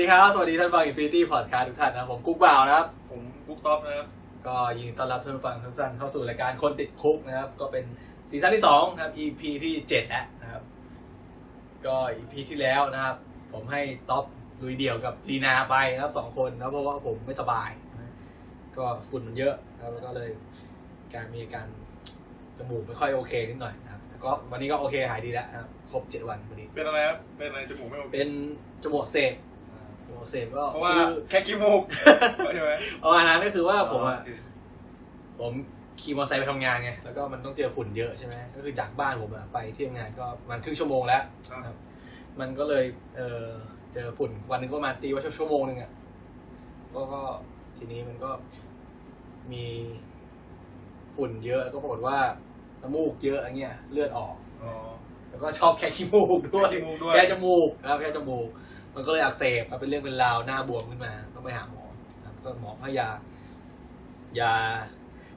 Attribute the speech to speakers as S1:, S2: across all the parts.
S1: ดีครับ สวัสดีท่านฟัง Infinity Podcast ทุกท่านนะครับผมกุ๊กบ่าวนะครับ
S2: ผมกุ๊กต๊อปนะครับ
S1: ก็ยินดีต้อนรับท่านผู้ฟังทุกท่านเข้าสู่รายการคนติดคุกนะครับ ก็เป็นซีซั่นที่2ครับ EP ที่7แล้วนะครับ ก็ EP ที่แล้วนะครับ ผมให้ท็อปลุยเดี่ยวกับลีนาไปนะครับสองคนนะครับเพราะว่าผมไม่สบายนะก็ฝุ่นมันเยอะนะครับแล้วก็เลยการมีอาการจมูกไม่ค่อยโอเคนิดหน่อยนะครับแล้วก็วันนี้ก็โอเคหายดีแล้วนะครับครบ 7 วันพอดี
S2: เป็นอะไรครับ เป็นอะไรจมูกไม่โอเค
S1: เป็นจมูกอักเสพจมูกอักเสพก็
S2: เพราะว่า
S1: คือ
S2: แค่ขี้มูก ใช่ไหม
S1: ประมาณนั้นก็คือว่าผมอะ
S2: โเค
S1: ผมขี่มอเตอร์ไซค์ไปทำงานไงแล้วก็มันต้องเจอฝุ่นเยอะใช่ไหมก็คือจากบ้านผมอะไปที่ทำงานก็ประมันครึ่งชั่วโมงแล้ว
S2: อ่ะ
S1: ครับ มันก็เลยเออเจอฝุ่นวันหนึงก็ประมาณตีว่าชั่วโมงหนึ่งอ่ะก็ก็ทีนี้มันก็มีฝุ่นเยอะแล้วก็ปรากฏว่าน้ำมูกเยอะอย่างเงี้ยเลือดออก
S2: อ๋อ
S1: แล้วก็ชอบแค่ขี้มูกด้วย
S2: แค่ขี้มูกด้วย
S1: แค่จมูกนะครับแค่จมูก มันก็เลยอักเสบครับเป็นเรื่องเป็นราวหน้าบวมขึ้นมาต้องไปหาหมอนะครับก็หมอให้ยายา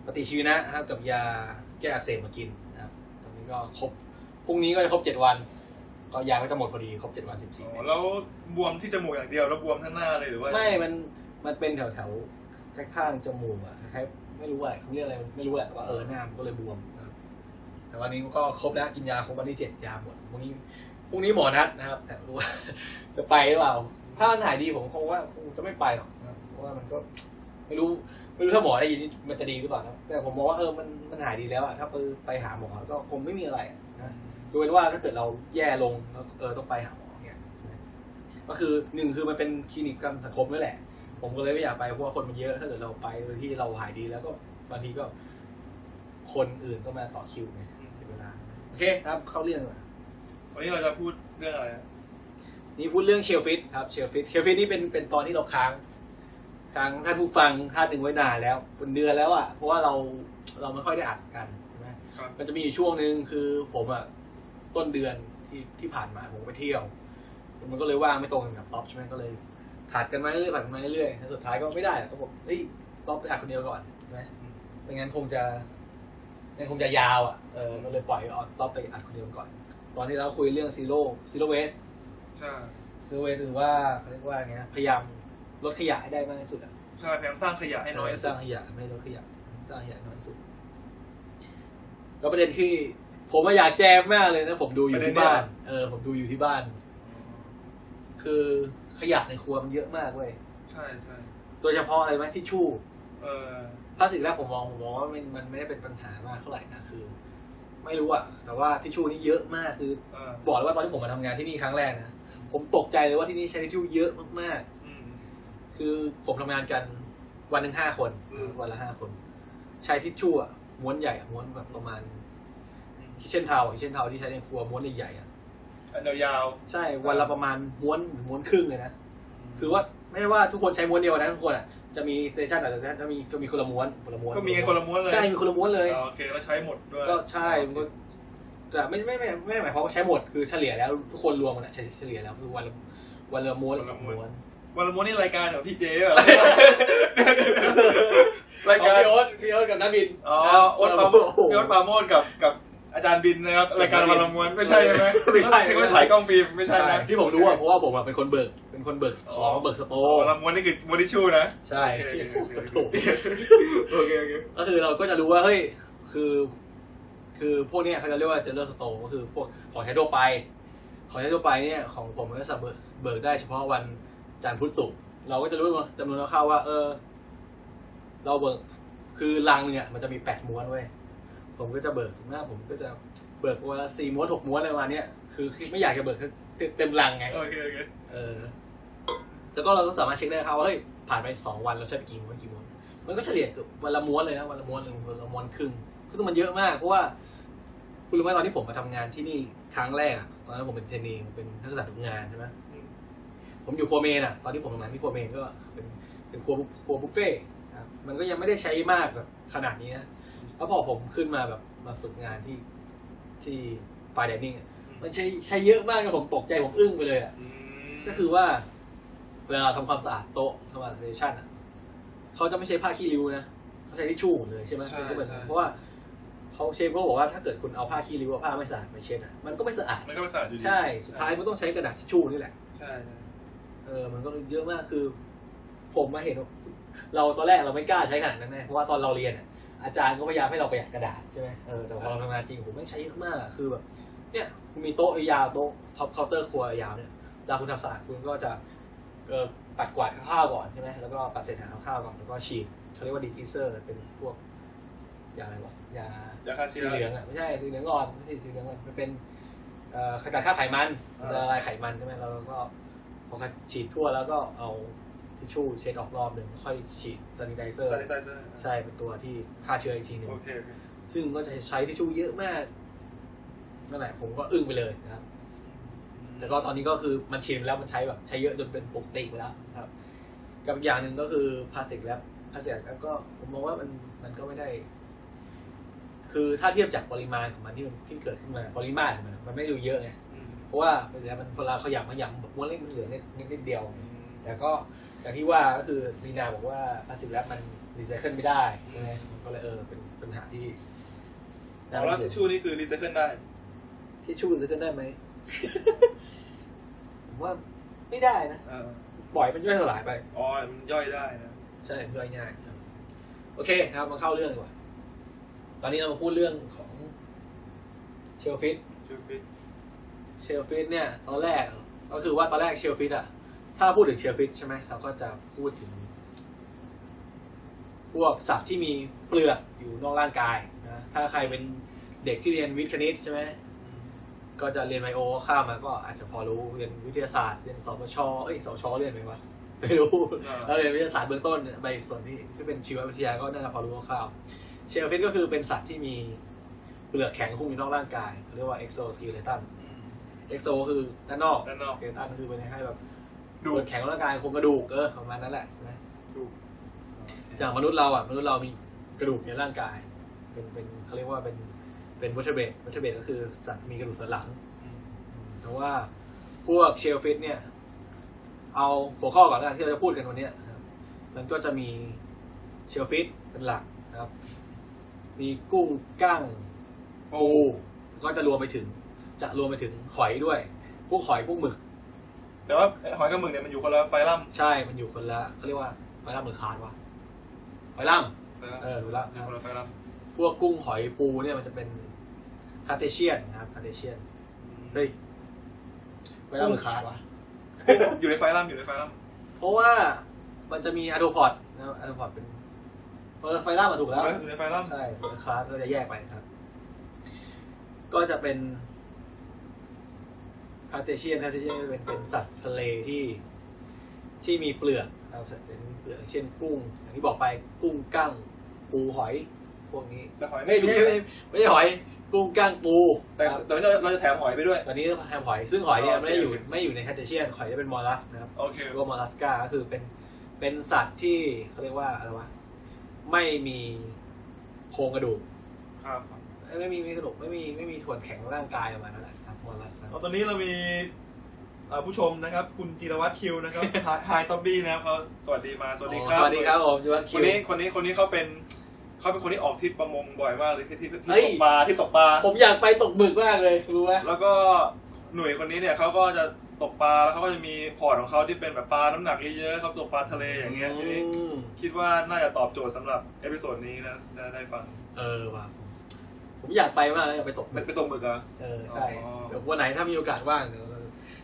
S1: ปฏิชีวนะครับ กับยาแก้อักเสบมากินนะครับ ตอนนี้ก็ครบพรุ่งนี้ก็จะครบเจ็ดวัน ก็ยาก็จะหมดพอดีครบเจ็ดวันสิบสี่
S2: อ๋อแล้วบวมที่จมูกอย่างเดียวแล้วบวมทั้งหน้าเลยหรือว่า
S1: ไม่มันมันเป็นแถวแถวๆข้างๆจมูกอะคล้ายๆไม่รู้ว่าเขาเรียกอะไรไม่รู้แหละแต่ว่าเออหน้ามันก็เลยบวมนะครับแต่วันนี้ก็ครบแล้วกินยาครบวันที่เจ็ดยาหมดพรุ่งนี้ พรุ่งนี้หมอนัดนะครับ แต่รู้ว่า จะไปหรือเปล่า ถ้ามันหายดีผมคงว่าคงจะไม่ไปหรอกนะครับเพราะว่ามันก็ ไม่รู้ไม่รู้ถ้าหมอได้ยินนี่มันจะดีหรือเปล่านะแต่ผมมองว่าเออมันมันหายดีแล้วอะถ้าไปไปหาหมอก็คงไม่มีอะไรอะนะยกเว้นว่าถ้าเกิดเราแย่ลงแล้วเออต้องไปหาหมอเนี่ยนะก็คือหนึ่งคือมันเป็นคลินิกประกันสังคมด้วยแหละ ผมก็เลยไม่อยากไปเพราะว่าคนมันเยอะถ้าเกิดเราไปโดยที่เราหายดีแล้วก็บางทีก็ คนอื่นก็มาต่อคิวไงเสียเวลาโอเคครับเข้าเรื่องเลย
S2: วันนี้เราจะพูดเรื่องอะไรฮะ
S1: นี่พูดเรื่องเชลฟิตครับเชลฟิตเชลฟิตนี่เป็นเป็นตอนที่เราค้างค้างท่านผู้ฟังท่านหนึ่งไว้นานแล้วเป็นเดือนแล้วอะ่ะเพราะว่าเราเราไม่ค่อยได้อัดกันใช่ไหม
S2: ครับ
S1: มันจะมีอยู่ช่วงหนึ่งคือผมอะ่ะต้นเดือนที่ที่ผ่านมาผมไปเที่ยว มันก็เลยว่างไม่ตรงกันกับท็อปใช่ไหมก็เลยผัดกันมาเรื่อยผัดกันมาเรื่อยแล้วสุดท้ายก็ไม่ได้ก็บอกเฮ้ยท็อปไปอัดคนเดียวก่อนใช่ไหมไม่งั้นคงจะไม่งั้นคงจะยาวอะ่ะเออก็เลยปล่อยออท็อปไปอัดคนเดียวก่อน ตอนที่เราคุยเรื่องซีโร่ซีโร่เวส
S2: ใช่
S1: ซื้อเวทหรือว่าเขาเรียกว่าไงนะพยายามลดขยะให้ได้มากที่สุดอะ
S2: ใช่พยายามสร้างขยะให้น้อย
S1: ส
S2: ที่สุด
S1: ร้างขยะไม่ลดขยะสร้างขยะให้น้อยที่สุดแล้วประเด็นที่ผมอะอยากแจมมากเลยนะ ผมดูอยู่ที่บ้าน เออ ผมดูอยู่ที่บ้าน คือขยะในครัวมันเยอะมากเว้ย
S2: ใช่ใช่
S1: โดยเฉพาะอะไรไหมทิชชู่
S2: เออ
S1: พลาสติกแรกผมมองผมมองว่ามันมันไม่ได้เป็นปัญหามากเท่าไหร่นะคือ ไม่รู้อะแต่ว่าทิชชู่นี่เยอะมากคือ
S2: เออ
S1: บอกเลยว่าตอนที่ผมมาทำงานที่นี่ครั้งแรกนะผมตกใจเลยว่าที่นี่ใช้ทิชชู่เยอะมากๆ
S2: อืม
S1: คือผมทำงานกันวันหนึ่งห้าคน
S2: อืม
S1: วันละห้าคน ใช้ทิชชู่อะม้วนใหญ่อะม้วนแบบประมาณ
S2: อืม
S1: คิเช่นเทาคิเช่นเทาที่ใช้ในครัวม้วนใหญ่ๆอะ
S2: อันเดียวยาว
S1: ใช่วันละประมาณม้วนม้วนครึ่งเลยนะคือว่าไม่ใช่ว่าทุกคนใช้ม้วนเดียวนะทุกคนอ่ะจะมีเซสชั่นแต่ละเซสชั่นก็มีก็มีคนละม้วนคนละม้วน
S2: ก็มีคนละม้วนเลย
S1: ใช่มีคนละม้วนเลย
S2: อ๋อโอเคแล้วใช้หมดด้วย
S1: ก็ใช่มันก็แต่ไม่ไม่ไม่ไม่ไม่หมายความว่าใช้หมดคือเฉลี่ยแล้วทุกคนรวมกันอะใช้เฉลี่ยแล้วคือวันละวันละม้วนละสองม้วน
S2: วันละม้วนนี่รายการของพี่เจ๊ เหรอ ราย
S1: ข
S2: กา
S1: องพี่
S2: ร
S1: โอ๊ตพี่โอ๊ตกับน้าบิน
S2: อ๋อ
S1: ครับ
S2: โอ๊ตปราโมดพี่โอ๊ตปราโมดกับกับอาจารย์บินนะครับรายการวันละม้วนไม่ใช่ใช่ไหม
S1: ไม่ใช่
S2: ที่ว่าถ่ายกล้องฟิล์มไม่ใช่
S1: ใช่
S2: นะ
S1: ที่ผมรู้อ่ะเพราะว่าผมอะเป็นคนเบิก เป็นคนเบิกของเบิกสโต
S2: อ๋อ
S1: ร์
S2: วันละม้วนนี่คือม้วนทิชชู่นะ
S1: ใช่
S2: โอเค
S1: โอ้
S2: โอ
S1: โห
S2: เคโอเคโอเค
S1: ก็คือเราก็จะรู้ว่าเฮ้ยคือ คือพวกเนี้ยเขาจะเรียกว่าเจเลอร์สโตร์ก็คือพวกของใช้ทั่วไป ของใช้ทั่วไปเนี่ยของผมมันก็สามารถเบิกได้เฉพาะวันจันทร์พุธศุกร์เราก็จะรู้จำนวนคร่าวๆว่า เออ เราเบิกคือลังเนี่ยมันจะมีแปดม้วนเว้ยผมก็จะเบิกสมมติว่าผมก็จะเบิกวันละสี่ม้วนหกม้วนอะไรประมาณเนี้ยคือคือไม่อยากจะเบิกเต็มลังไง
S2: โอเคโอเค
S1: เออ แล้วก็เราก็สามารถเช็คได้ครับว่าเฮ้ยผ่านไปสองวันเราใช้ไปกี่ม้วนกี่ม้วนมันก็เฉลี่ยเกือบวันละม้วนเลยนะวันละม้วนหนึ่งวันละม้วนครึ่งคือมันเยอะมากเพราะว่าคุณรู้ไหมตอนที่ผมมาทำงานที่นี่ครั้งแรกอะตอนนั้นผมเป็นเทรนนีผมเป็นนักศึกษาฝึกงานใช่ไหมผมอยู่ครัวเมนอ่ะตอนที่ผมทำงานที่ครัวเมนก็เป็นเป็นครัวบุฟครัวบุฟเฟ่ต์ครับมันก็ยังไม่ได้ใช้มากแบบขนาดนี้นะแล้วพอผมขึ้นมาแบบมาฝึกงานที่ที่ฟายดิเนมันใช้ใช้เยอะมากจนผมตกใจผมอึ้งไปเลยอ่ะ
S2: อืม
S1: ก็คือว่า เวลาทำความสะอาดโต๊ะทำความสะอาดเซสชั่นอ่ะเขาจะไม่ใช้ผ้าขี้ริ้วนะเขาใช้ทิชชู่หมดเลยใช่ไหม
S2: ใช่
S1: เป็นก็เหมือน
S2: ใช่
S1: เพราะว่าเขาเชฟเขาบอกว่าถ้าเกิดคุณเอาผ้าขี้ริ้วกับผ้าไม่สะอาดไปเช็ดอ่ะมันก็ไม่สะอาด
S2: มันก็ภาษาอยู่ดี
S1: ใช่สุดท้ายมันต้องใช้กระดาษทิชชู่นี่แหละ
S2: ใช่
S1: เออมันก็เยอะมากคือ ผมมาเห็นว่าเราตอนแรกเราไม่กล้าใช้ขนาดนั้นแน่เพราะว่าตอนเราเรียนอะอาจารย์ก็พยายามให้เราประหยัดกระดาษใช่ไหมเออแต่พอเราทำงานจริงผมไม่งใช้เยอะมากอะคือแบบ เนี่ยคุณมีโต๊ะยาวโต๊ะท็อปเคาน์เตอร์ครัวยาวเนี่ยเวลาคุณทำสะอาดคุณก็จะเออปัดกวาดข้าวๆก่อนใช่ไหมแล้วก็ปัดเศษอาหารข้าวๆก่อนแล้วก็ฉีดเขาเรียกว่าดีทิเซอร์เป็นพวกยาอะไรวะยา
S2: ยาฆ่า
S1: สี
S2: เชื้อ
S1: เหลืองอ่ะไม่ใช่สีเหลืองอ่อนไม่ใช่สีเหลืองอ่อนมันเป็นเอ่อขจัดค่าบไขมัน
S2: เออ
S1: ละลายไขมันใช่ไหมแล้วเราก็พอฉีดทั่วแล้วก็เอาทิชชู่เช็ดออกรอบหนึ่งค่อยฉีดซานิไดเซอร์
S2: ซานิไซเซอร์
S1: ใช่เป็นตัวที่ฆ่าเชื้ออีกทีหนึ่ง
S2: โอเคโอเค
S1: ซึ่งก็จะใช้ทิชชู่เยอะมากนั่นแหละผมก็อึ้งไปเลยนะครับ แต่ก็ตอนนี้ก็คือมันชินแล้วมันใช้แบบใช้เยอะจนเป็นปกติไปแล้วครับ กับอีกอย่างหนึ่งก็คือพลาสติกแล้วพลาสติกแล้วก็ผมมองว่ามันมันก็ไม่ได้ คือถ้าเทียบจากปริมาณของมันที่มันที่เกิดขึ้นมาปริมาตรของมัน มันไม่ไดดูเยอะไง
S2: อืม
S1: เพราะว่าพลาสติกแล้วมันเวลาเขายำมายำแบบม้วนเล็กมันเหลือนิดนิดเดียว
S2: อืม
S1: แต่ก็อย่างที่ว่าก็คือลีนาบอกว่าพลาสติกแล้วมันรีไซเคิลไม่ได้ใช่ไหมมันก็เลยเออเป็นปัญหาที่
S2: อ๋อแล้วทิชชู่นี่คือรีไซเคิลได้
S1: ทิชชู่รีไซเคิลได้ ไหม ผมว่าไม่ได้นะ
S2: เออ
S1: ปล่อยมันย่อยสลายไป
S2: อ๋อมันย่อยได้นะ
S1: ใช่ย่อยง่ายครับโอเคนะครับมาเข้าเรื่องดีกว่า ตอนนี้เรามาพูดเรื่องของเชลฟิต
S2: ชูฟิต
S1: เชลฟิตเนี่ย ตอนแรก ก็คือว่าตอนแรกเชลฟิตอะถ้าพูดถึงเชลฟิตใช่ไหมเราก็จะพูดถึง พวกสัตว์ที่มีเปลือกอยู่นอกร่างกายนะถ้าใครเป็นเด็กที่เรียนวิทย์คณิตใช่ไหม ก็จะเรียนไบโอข้ามมาก็อาจจะพอรู้เรียนวิทยาศาสตร์เรียนสปชเอ้ยสปชเรียนไหมวะไม่รู้ แล้วเรียนวิทยาศาสตร์เบื้องต้นเนี่ยไปอีกส่วนที่ซึ่งเป็นชีววิทยาก็น่าจะพอรู้คร่าวๆเชลฟินก็คือเป็นสัตว์ที่มีเปลือกแข็งหุ้มอยู่นอกร่างกายเขาเรียกว่าเอ็กโซสกิเลตันเอ็กโซคือด้านนอก
S2: ด้านนอก
S1: สกิเลตันคือเป็นให้แบบ
S2: ดู
S1: ส่วนแข็งของร่างกายโครงกระดูกเออประมาณนั้นแหละนะ
S2: ดู
S1: อย่างมนุษย์เราอ่ะมนุษย์เรามีกระดูกในร่างกาย เป็นเป็นเขาเรียกว่าเป็นเป็นวัชเบตวัชเบตก็คือสัตว์มีกระดูกสันหลัง
S2: อืม
S1: แต่ว่าพวกเชลฟิตเนี่ย เอาหัวข้อก่อนแล้วกันที่เราจะพูดกันวันเนี้ยนะครับมันก็จะมีเชลฟิตเป็นหลักนะครับ มีกุ้งกั้งปูก็จะรวมไปถึง จะรวมไปถึงหอยด้วย พวกหอยพวกหมึก
S2: แต่ว่าไอ้หอยกับหมึกเนี่ยมันอยู่คนละไฟลัม
S1: ใช่มันอยู่คนละเขาเรียกว่าไฟลัมหรือคาร์ดวะไฟลัม
S2: นะ
S1: เออรู้ละ
S2: ยู่คนละไฟลัม
S1: พวกกุ้งหอยปูเนี่ยมันจะเป็นคาร์เทเชียนนะครับคาร์เทเชียนเฮ้ยไฟลัมหรือคาร์ดวะ
S2: อยู่ในไฟลัมอยู่ในไฟลัม
S1: เพราะว่ามันจะมีอะโดพอดนะครับอะโดพอดเป็นเออไฟล่ามาถูกแล้ว
S2: อยู่ในไฟลัม
S1: ใช่คลาสก็จะแยกไปครับ ก็จะเป็นคาเทเชียนคาเทเชียนเป็นเป็นสัตว์ทะเลที่ที่มีเปลือกครับสัตว์เป็นเปลือกเช่นกุ้ง อย่างที่บอกไปกุ้งกั้ง ปูหอย พวกนี้
S2: แต่หอย
S1: ไม่
S2: ไม่
S1: ไม่
S2: รู้
S1: ใช่ไม่ใช่หอย กุ้งกั้งปู
S2: แต่
S1: ครับ
S2: แต่เราจะเราจะแถมหอยไปด้วย
S1: ตอนนี้ก็แทนหอย ซึ่งหอยเนี่ย
S2: อ๋อโอ
S1: ไม่
S2: เค
S1: ได้อยู่
S2: โอเค
S1: ไม่อยู่ในคาเทเชียนหอยจะเป็นมอลลัสนะครับ
S2: โอเค
S1: เรียกว่ามอลลัสกาก็คือเป็นเป็นสัตว์ที่เขาเรียกว่าอะไรวะไม่มีโครงกระดูก
S2: ครับ
S1: เอ้ยไม่มีไม่มีกระดูกไม่มีไม่มีส่วนแข็งของร่างกายประมาณนั้นแหละครับมอลลัส
S2: เอาตอนนี้เรามีเอ่อผู้ชมนะครับ คุณจิรวัตรคิว นะครับ ไฮท็อบบี้นะครับเขาสวัสดีมาสวัสดีครับ
S1: สวัสดีครับผมจิวัต
S2: ค
S1: คิว
S2: นนี้คนนี้คนนี้เขาเป็นเขาเป็นคนที่ออกทริปประมงบ่อยมากเลยที่ที่ที่
S1: เฮ้ย
S2: ตกปลาที่ตกปลา
S1: ผมอยากไปตกหมึกมากเลยรู้ไหม
S2: แล้วก็หน่วยคนนี้เนี่ยเขาก็จะตกปลาแล้วเขาก็จะมีพอร์ตของเขาที่เป็นแบบปลาน้ำหนักเยอะๆเขาตกปลาทะเลอย่างเงี้ยทีนี้
S1: อืม
S2: คิดว่าน่าจะตอบโจทย์สำหรับเอพิโซดนี้นะได้ได้ฟัง
S1: เออว่ะผมอยากไปมากเลยอยากไปตกหมึ
S2: เป็น
S1: ก
S2: เป็นตกหมึกเหรอ
S1: เออใช่
S2: อ๋อ
S1: เดี๋ยววันไหนถ้ามีโอกาสว่างเดี๋ยวเรา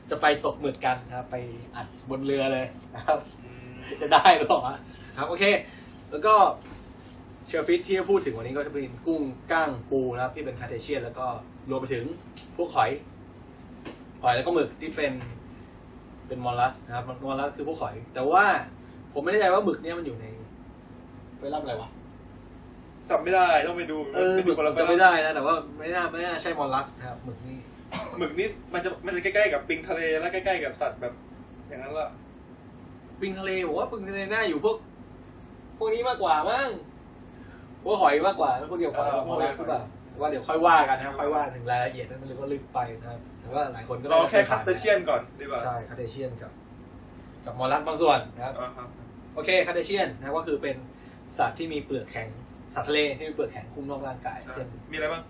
S1: จะไปตกหมึกกันนะครับไปอัดบนเรือเลยนะครับ
S2: อืม
S1: จะได้หรอวะครับโอเค แล้วก็เชลฟิชที่จะพูดถึงวันนี้ก็จะเป็นกุ้งก้างปูนะครับที่เป็นคาเทเชียน แล้วก็รวมไปถึงพวกหอย หอยแล้วก็หมึกที่เป็นเป็นมอลลัสนะครับมอลลัสคือพวกหอย แต่ว่าผมไม่แน่ใจว่าหมึกเนี่ยมันอยู่ในไวรัสอะไรวะ
S2: จำไม่ได้ต้องไปดู
S1: เออ
S2: ไป
S1: ห
S2: ดู
S1: มึก
S2: คนละ
S1: จำ
S2: ไม่
S1: ไม่ได้นะแต่ว่าไม่น่าไม่น่าใช่มอลลัสนะครับหมึกนี่
S2: หมึกนี่มันจะมันจะใกล้ๆกับปิงทะเลและใกล้ๆกับสัตว์แบบ อย่างนั้นละ
S1: ปิงทะเลผมว่าปิงทะเลน่าอยู่พวก พวกนี้มากกว่ามั้งพวกหอยมากกว่าแล้วพวกเดียวกว่าพวกอะไรหรือเปล่าว่าเดี๋ยวค่อยว่ากันนะครับค่อยว่าถึงรายละเอียดนั้นมันเลยก็ลึกไปนะครับแต่ว่าหลายคนก็
S2: เราแค่คัสเตเชียนก่อนดีกว่า
S1: ใช่คาเตเชียนกับกับมอลลัสบางส่วนนะครับ
S2: อ่าครับ
S1: โอเคคาเตเชียนนะครับก็คือเป็นสัตว์ที่มีเปลือกแข็งสัตว์ทะเลที่มีเปลือกแข็งคุ้มนอกร่างกายเช่น
S2: มีอะไรบ้าง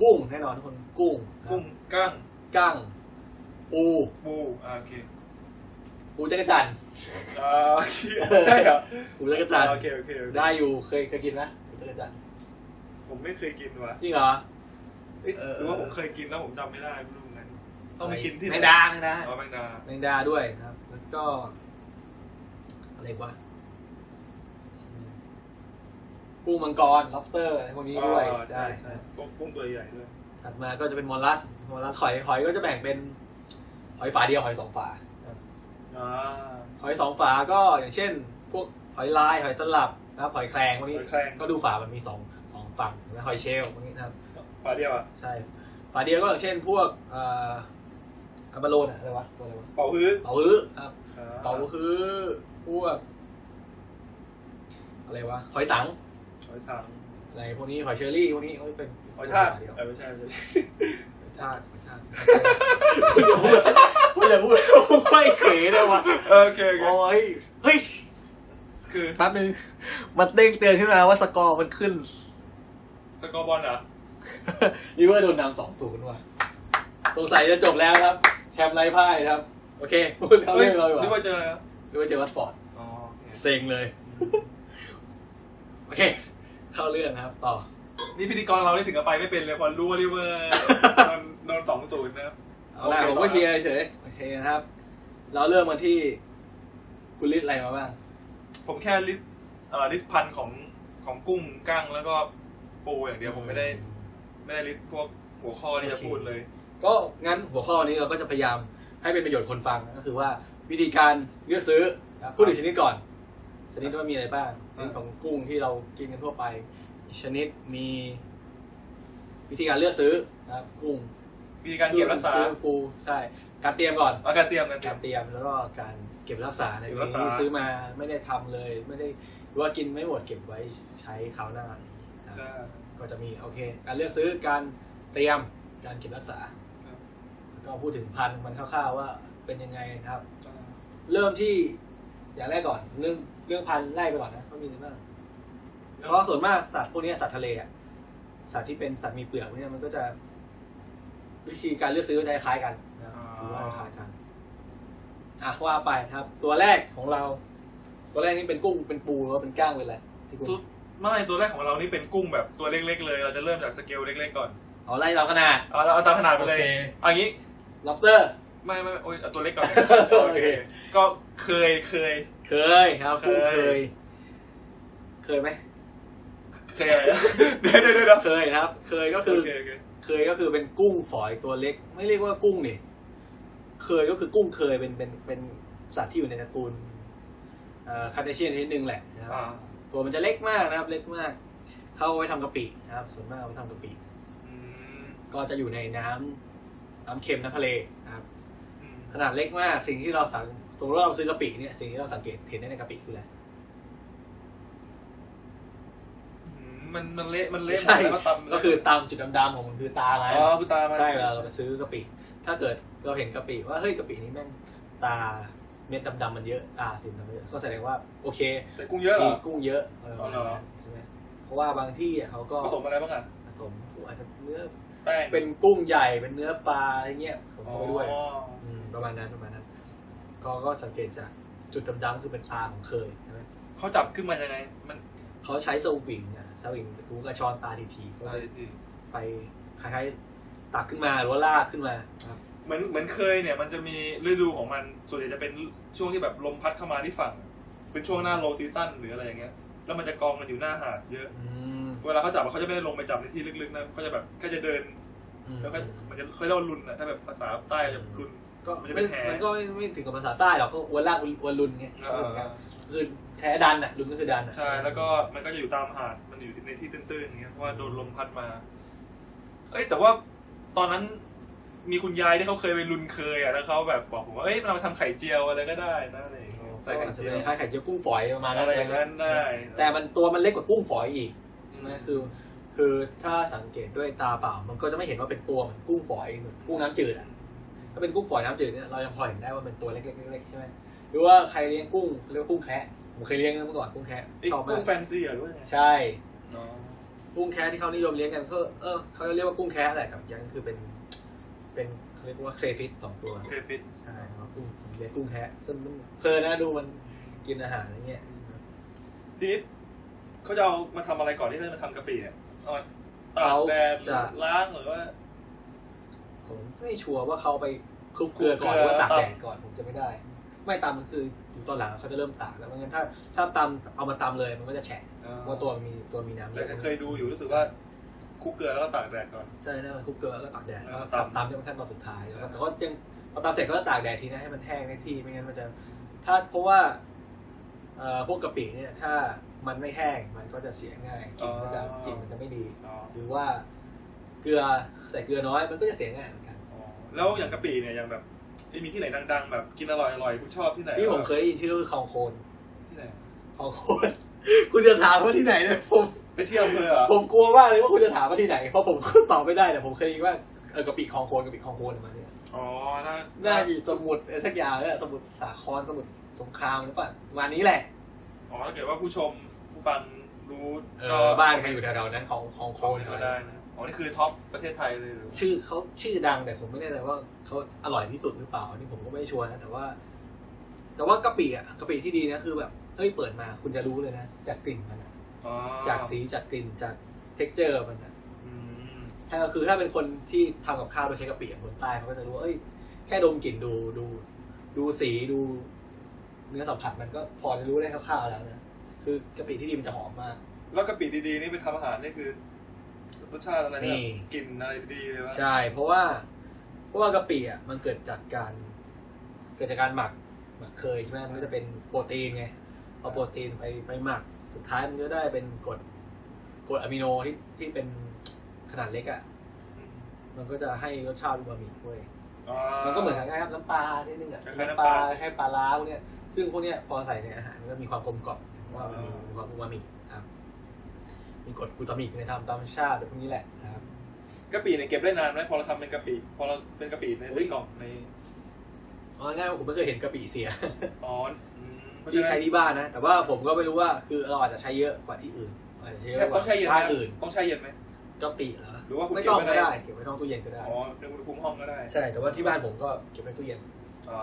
S1: กุ้งแน่นอนทุกคนกุ้งนะครับ
S2: กุ้งกั้ง
S1: กั้งปู
S2: ปูอ่าโอเค
S1: ปูจักรจันทร์
S2: อ่า ใช่เหรอ
S1: ปูจักรจันทร์
S2: โอเคโอเคโอเค
S1: ได้อยู่เคยเคยกินนะปูจักรจันทร์
S2: ผมไม่เคยกินว่ะ
S1: จริงเหรอ
S2: เอ๊ะ
S1: เออ
S2: หรือว่าผมเคยกินแล้วผมจำไม่ได้ไม่รู้เหมือนกันต้องไปกินที่
S1: แม
S2: ไหน
S1: งดาแมงดา
S2: อ๋อแมงดา
S1: แมงดาด้วยนะครับ แล้วก็ อะไรวะกุ้งมังกร lobster อะไรพวกนี้ด้วย
S2: อ๋อใช่
S1: ใช่
S2: ใช่พวกกุ้งตัวใหญ่ด้วย
S1: ถัดมาก็จะเป็นมอลลัส มอลลัสหอยหอยก็จะแบ่งเป็นหอยฝาเดียวหอยสองฝา
S2: อ่า
S1: หอยสองฝาก็อย่างเช่น พวกหอยลายหอยตลับนะครับหอยแครงพวกนี้
S2: หอยแครง
S1: ก็ดูฝามันมีสองสองฝั่งนะหอยเชลล์พวกนี้นะครับ
S2: ฝาเดียวอ่ะ
S1: ใช่ฝาเดียวก็อย่างเช่น พวกเอ่ออาบาโลนอะอะไรวะตัวอะไรวะ
S2: เป่าฮื้อ
S1: เป๋าอื้อครับ
S2: อ่
S1: เป๋าคือพวกอะไรวะหอยสัง
S2: หอยสัง
S1: อะไรพวกนี้หอยเชอรี่พวกนี้โอ้ยเป็น
S2: หอยทาก
S1: ฝเดียว
S2: เออไม่ใช่ไม่ใช่
S1: ชาติชาติพูดอย่าพูดอย่าพูดไม่เขยเลยวะ
S2: เออโอเคโอเค
S1: โอ้ยเฮ้ย
S2: คือ
S1: แป๊บนึงมันเด้งเตือนขึ้นมาว่าสกอร์มันขึ้น
S2: สกอร์บอลเหรอ
S1: ลิเวอร์โดนนำสองศูนย์ว่ะสงสัยจะจบแล้วครับ แชมป์ไร้พ่ายครับ โอเคพูดแล้ว
S2: เฮ้ย
S1: เรื่องเราดีก
S2: นึก
S1: ว่า
S2: ว่าเจอแล้ว
S1: ลิเวอร์เจอวัตฟอร์ด
S2: อ๋อโอเค
S1: เซ็งเลย โอเค เข้าเรื่องนะครับ ต่อ
S2: นี่พิธีกรเราได้ถึงกับไปไม่เป็นเลยพอรู้ว่าริเวอร์ โดนโดนสองศูนย์นะครับ
S1: เอาล่ะผมก็เชียร์เฉยๆโอเคนะครับ เราเริ่มกันที่คุณลิศอะไรมาบ้าง
S2: ผมแค่ลิสต์เอ่อลิสต์พันธุ์ของของกุ้งกั้งแล้วก็ปูอย่างเดียวผมไม่ได้ไม่ได้ลิสต์พวกหัวข้อที่จะพูดเลย
S1: ก็งั้นหัวข้อวันนี้เราก็จะพยายามให้เป็นประโยชน์คนฟังก็คือว่าวิธีการเลือกซื้อนะครับพูดถึงชนิดก่อน ชนิดว่ามีอะไรบ้างช
S2: อ่า
S1: นิดของกุ้งที่เรากินกันทั่วไป ชนิดมี วิธีการเลือกซื้อนะครับกุ้ง
S2: วิธีการเก็บรักษา
S1: ซื้อปูใช่การเตรียมก่อน
S2: เอาการเตรียมกันเตรี
S1: กาย ร
S2: ม
S1: เตรียมแล้วก็การเก็บรักษาใน
S2: เก็บ
S1: กร
S2: รั
S1: ณี
S2: กษา
S1: ที่ซื้อมาไม่ได้ทำเลย ไม่ได้หรือว่ากินไม่หมดเก็บไว้ใช้คราวหน้าอะไรอย่างนี้นะครับ
S2: ใช่
S1: ก็จะมีโอเค การเลือกซื้อการเตรียมการเก็บรักษา
S2: ครับ
S1: แล้วก็พูดถึงพันธุ์มันคร่าวๆว่าเป็นยังไงนะครับ เริ่มที่อย่างแรกก่อนเรื่องเรื่องพันธุ์ไล่ไปก่อนนะว่ามีอะไรบ้างเพราะส่วนมากสัตว์พวกเนี้ยสัตว์ทะเลอะสัตว์ที่เป็นสัตว์มีเปลือกพวกเนี้ยมันก็จะ วิธีการเลือกซื้อก็จะคล้ายๆกันนะครับถือว่าคล้ายๆกันอ่ะว่าไปครับ ตัวแรกของเรา ตัวแรกนี่เป็นกุ้งเป็นปูหรือว่าเป็นก้างเป็นอะไรที่คุณ
S2: ตัวไม่ตัวแรกของเรานี่เป็นกุ้งแบบตัวเล็กๆเลย เราจะเริ่มจากสเกลเล็กๆก่อน
S1: เอาไล่ตามขนาด
S2: เอาเราเอาตามขนาดไปเล
S1: โอ
S2: ย
S1: เค
S2: เอางี้
S1: lobster
S2: ไม่ไม่ไม่โอ้ยเอาตัวเล็กก่อน
S1: โอเค
S2: ก็เคยเคย
S1: เคยครับ
S2: เคย
S1: กุ้งเคย เคยไหม
S2: เคยอะไรเดี๋ยวเดี๋ยวเดี๋ยวเดี๋ยว
S1: เคยครับ เคยก็คือ
S2: โอเคโอเค
S1: เคยก็คือเป็นกุ้งฝอยตัวเล็ก ไม่เรียกว่ากุ้งนี่เคยก็คือกุ้งเคยเป็นเป็นเป็นสัตว์ที่อยู่ในตระกูลเอ่อคาเดเชียนชนิดหนึ่งแหละนะครับ
S2: อ่า
S1: ตัวมันจะเล็กมากนะครับ เล็กมาก เข้าเอาไว้ทำกะปินะครับ ส่วนมากเอาไว้ทำกะปิ
S2: อืม
S1: ก็จะอยู่ในน้ำน้ำเค็มน้ำทะเลนะครับ
S2: อืม
S1: ขนาดเล็กมากสิ่งที่เราสังสมมติว่าเราซื้อกะปิเนี่ยสิ่งที่เราสังเกตเห็นได้ในกะปิคืออะไร
S2: อืมมันมันเละมันเละหม
S1: ใช่
S2: ดแล้วก็ตำ
S1: ก็คือตามจุดดำๆของมันคือตามัน
S2: อ๋อคือตามัน
S1: ใช่เราเราไปซื้อกะปิ ถ้าเกิดเราเห็นกะปิว่าเฮ้ยกะปินี้แม่งตาเม็ดดำๆมันเยอะตาสีมันเยอะก็แสดงว่าโอเค
S2: แต่กุ้งเยอะเหร
S1: มี
S2: อ
S1: กุ้งเยอะอะไรประมาณ
S2: อ๋อเหรอ
S1: นั้นใช่ไหมเพราะว่าบางที่อ่ะเขาก็
S2: ผสมอะไรบ้างอ่ะ
S1: ผสมอาจจะเนื้อ
S2: แป้ง
S1: เป็นกุ้งใหญ่เป็นเนื้อปลาอะไรเงี้ยผม
S2: อ๋อ
S1: ก็ไปด้วยมประมาณนั้นประมาณนั้น ก็ก็สังเกตจากจุดดำๆคือเป็นตาของเคยใช่ไหม
S2: เขาจับขึ้นมายังไง มัน
S1: เขาใช้สวิงอะสวิงกูกระชอนตาทีทีๆก็
S2: อะไรสิ
S1: ไปคล้ายๆตักขึ้นมาหรือว่าลากขึ้นมาครับ
S2: เหมือนเหมือนเคยเนี่ย มันจะมีฤดูของมัน ส่วนใหญ่จะเป็นช่วงที่แบบลมพัดเข้ามาที่ฝั่ง เป็นช่วงหน้าโลซีซั่นหรืออะไรอย่างเงี้ย แล้วมันจะกองกันอยู่หน้าหาดเยอะ
S1: อืม
S2: เวลาเขาจับเขาจะไม่ได้ลงไปจับในที่ลึกๆนะเขาจะแบบก็จะเดิน
S1: อืม
S2: แล้วก็มันจะเขาเรียกว่าลุนนะถ้าแบบภาษาใต้จะลุน
S1: ก็มั
S2: มั
S1: น น
S2: จะเป็นแห
S1: ก็ไม่ไม่ถึงกับภาษาใต้หรอกก็อวนลากอวนลุนไง
S2: เออ
S1: คือแท้ดันอ่ะลุนก็คือดันอะ
S2: ใช่ แล้วก็มันก็จะอยู่ตามหาด มันอยู่ในที่ตื้นๆอย่างเงี้ย เพราะว่าโดนลมพัดมา เอ้ย แต่ว่าตอนนั้นมีคุณยายที่เขาเคยไปลุนเคยอ่ะ แล้วเขาแบบบอกผมว่า เอ้ยมันเอามาทำไข่เจียวอะไรก็ได้นะอะไรอย่างเงี้ย ใส่
S1: ก็อาจ
S2: ไข่
S1: จะ
S2: เจีย
S1: เป็
S2: วน
S1: คล้ายไข่เจียวกุ้งฝอยประมาณนั้
S2: อะไรอย่างนั้น
S1: น
S2: ได้
S1: แต่มันตัวมันเล็กกว่ากุ้งฝอยอีกใช่
S2: ใช่
S1: ไหมคือ คือถ้าสังเกตด้วยตาเปล่า มันก็จะไม่เห็นว่าเป็นตัวเหมือนกุ้งฝอยเหมือนกุ้งน้ำจืดอะถ้าเป็นกุ้งฝอยน้ำจืดเนี่ยเรายังพอเห็นได้ว่าเป็นตัวเล็กๆๆๆใช่ไหมหรือว่าใครเลี้ยงกุ้งเรียกว่ากุ้งแคะผมเคยเลี้ยงนะเมื่อก่อนกุ้งแคะ
S2: ไอ้
S1: ชอบมา
S2: กุ้
S1: ก
S2: งแฟนซีเหรอหรือว่าไง
S1: ใช่
S2: อ๋อ
S1: กุ้งแคะที่เขานิยมเลี้ยงกันก็เออเขาเรียกว่ากุ้งแคะแหละกับอยังคือเป็น เป็นเขา เรียกว่าเครฟิตสองตัว
S2: เครฟิต
S1: ใช่ครับกุ้งผมเลี้ยงกุ้งแคะซึ่งมันเพลินนะดูมันกินอาหารอะไรเงี้ย
S2: ทีนี้เขาจะเอามาทำอะไรก่อนที่จะมาทำกะปิเนี่ยเอามาตากแดดล้างหรือว่า
S1: ผมไม่ชัวร์ว่าเขาไปคลุกเกลือก่อนหรือว่าตากแดดก่อนผมจะไม่ได้ ไม่ตำมันคืออยู่ตอนหลังเขาจะเริ่มตากแล้วไม่งั้นถ้า ถ้าตำเอามาตำเลยมันก็จะแฉะเพราะว่าตัวมีตัวมีน้ำเย
S2: แต่
S1: อะ
S2: เคยดูอยู่รู้สึกว่าคลุกเกลือแล้วก็ตากแดดก่อน
S1: ใช่นะคลุกเกลือแล้วก็ตากแดด
S2: แล้
S1: แล้ว
S2: วก็
S1: ก็
S2: ตำ
S1: ตำตำจนกระทั่งตอนสุดท้าย
S2: ใช่
S1: แต่ก็ยังพอตำเสร็จก็ตากแดดทีนะให้มันแห้งได้ที่ไม่งั้นมันจะ ถ้าเพราะว่าเอ่อพวกกะปิเนี่ย ถ้ามันไม่แห้งมันก็จะเสียง่ายกลินมันจะกลินมันจะไม่ดี หรือว่าเกลือใส่เกลือน้อยมันก็จะเสียง่ายเหมือนกัน
S2: แล้วอย่างกะปิเนี่ยยังแบบเอ้ยมีที่ไหนดังๆ แบบกินอร่อยอร่อยคุณชอบที่ไหน
S1: นี่ผมเคยได้ยินชื่อคือคลองโคน
S2: ที่ไหน
S1: คลองโคน คุณจะถามว่าที่ไหนเนี่ยผม
S2: ไปเที่ยวอำเภอเหรอ
S1: ผมกลัวมากเลยว่าคุณจะถามว่าที่ไหนเพราะผมก็ตอบไม่ได้แต่ผมเคยได้ยินว่าเออกะปิคลองโคนกะปิคลองโคนอะไรประมาณเนี่ย
S2: อ๋อน่า
S1: น่าจะอยู่สมุดสักอย่างเนี่ยสมุดสาครสมุดสงครามหรือเปล่าประมาณนี้แหละ
S2: อ๋อถ้าเกิดว่าผู้ชมผู้ฟังรู้
S1: เออบ้านใครอยู่แถวๆนั้นของของโคน
S2: เขาก็ได้นะอ๋อนี่คือท็อปประเทศไทยเลยเหรอ
S1: ชื่อเขาชื่อดังแต่ผมไม่แน่ใจว่าเขาอร่อยที่สุดหรือเปล่าอันนี่ผมก็ไม่ชัวร์นะแต่ว่า แต่ว่ากะปิอ่ะกะปิที่ดีนะคือแบบเฮ้ยเปิดมาคุณจะรู้เลยนะจากกลิ่นมันอะ
S2: อ๋อ
S1: จากสีจากกลิ่นจากเท็กเจอร์มันนะ
S2: อืม
S1: ถ้าคือถ้าเป็นคนที่ทำกับข้าวโดยใช้กะปิอะคนใต้เขาก็จะรู้ว่าเอ้ย แค่ดมกลิ่นดูดู ดูสีดูเนื้อสัมผัสมันก็พอจะรู้ได้คร่าวๆแล้วนะคือกะปิที่ดีมันจะหอมมาก
S2: แล้วกะปิดีๆนี่ไปทำอาหารนี่คือรสชาติอะไร
S1: นี่
S2: เนี่ยกลิ่นอะไรดีเลยวะ
S1: ใช่ เพราะว่าเพราะว่ากะปิอ่ะมันเกิดจากการ เกิดจากการหมักหมักเคยใช่ไหมมันก็จะเป็นโปรตีนไงเอาโปรตีนไปไปหมักสุดท้ายมันก็ได้เป็นกรดกรดอะมิโนที่ที่เป็นขนาดเล็กอ่ะ
S2: อืม
S1: มันก็จะให้รสชาติอูมามิด้วย
S2: อ๋อ
S1: มันก็เหมือนคล้ายๆครับน้ำปลาที่นึงอะ
S2: คล้ายๆ
S1: ปลา
S2: น้ำปลาใช่
S1: ให้ปลาร้าพวกเนี้ย ซึ่งพวกเนี้ยพอใส่ในอาหารก็มีความกลมกล่อมว่ามันมี
S2: อ่ามี
S1: ความอูมามิครับ มีกรดกลูตามิกในธรรมตามธรรมชาติพวกนี้แหละนะครับ
S2: กะปิเนี่ยเก็บได้นานไหมพอเราทำเป็นกะปิพอเราเป็นกะปิใน
S1: อุ๊ย
S2: กล่องใน
S1: เอาง่ายๆว่าผมไม่เคยเห็นกะปิเสีย
S2: อ๋ออืมเพราะฉะ
S1: ที่
S2: นั้น
S1: ใช้ที่บ้านนะ แต่ว่าผมก็ไม่รู้ว่าคือเราอาจจะใช้เยอะกว่าที่อื่นอาจจะใช้เย
S2: ใช่
S1: อะก
S2: ต้อง
S1: ว่า
S2: ใช้เย็นไหม
S1: ภาคอื่น
S2: ต้องใช้เย็นไหม
S1: กะปิเหรอ
S2: หรือว่าคุณ
S1: ไม่ต้อง
S2: เก็บไว้
S1: ก็
S2: ได้
S1: ได้เก็บไว้ในตู้เย็นก็ได้
S2: อ๋อในอุณหภูมิห้องก็ได้
S1: ใช่ แต่ว่าที่บ้านผมก็เก็บไว้ในตู้เย็น
S2: อ่า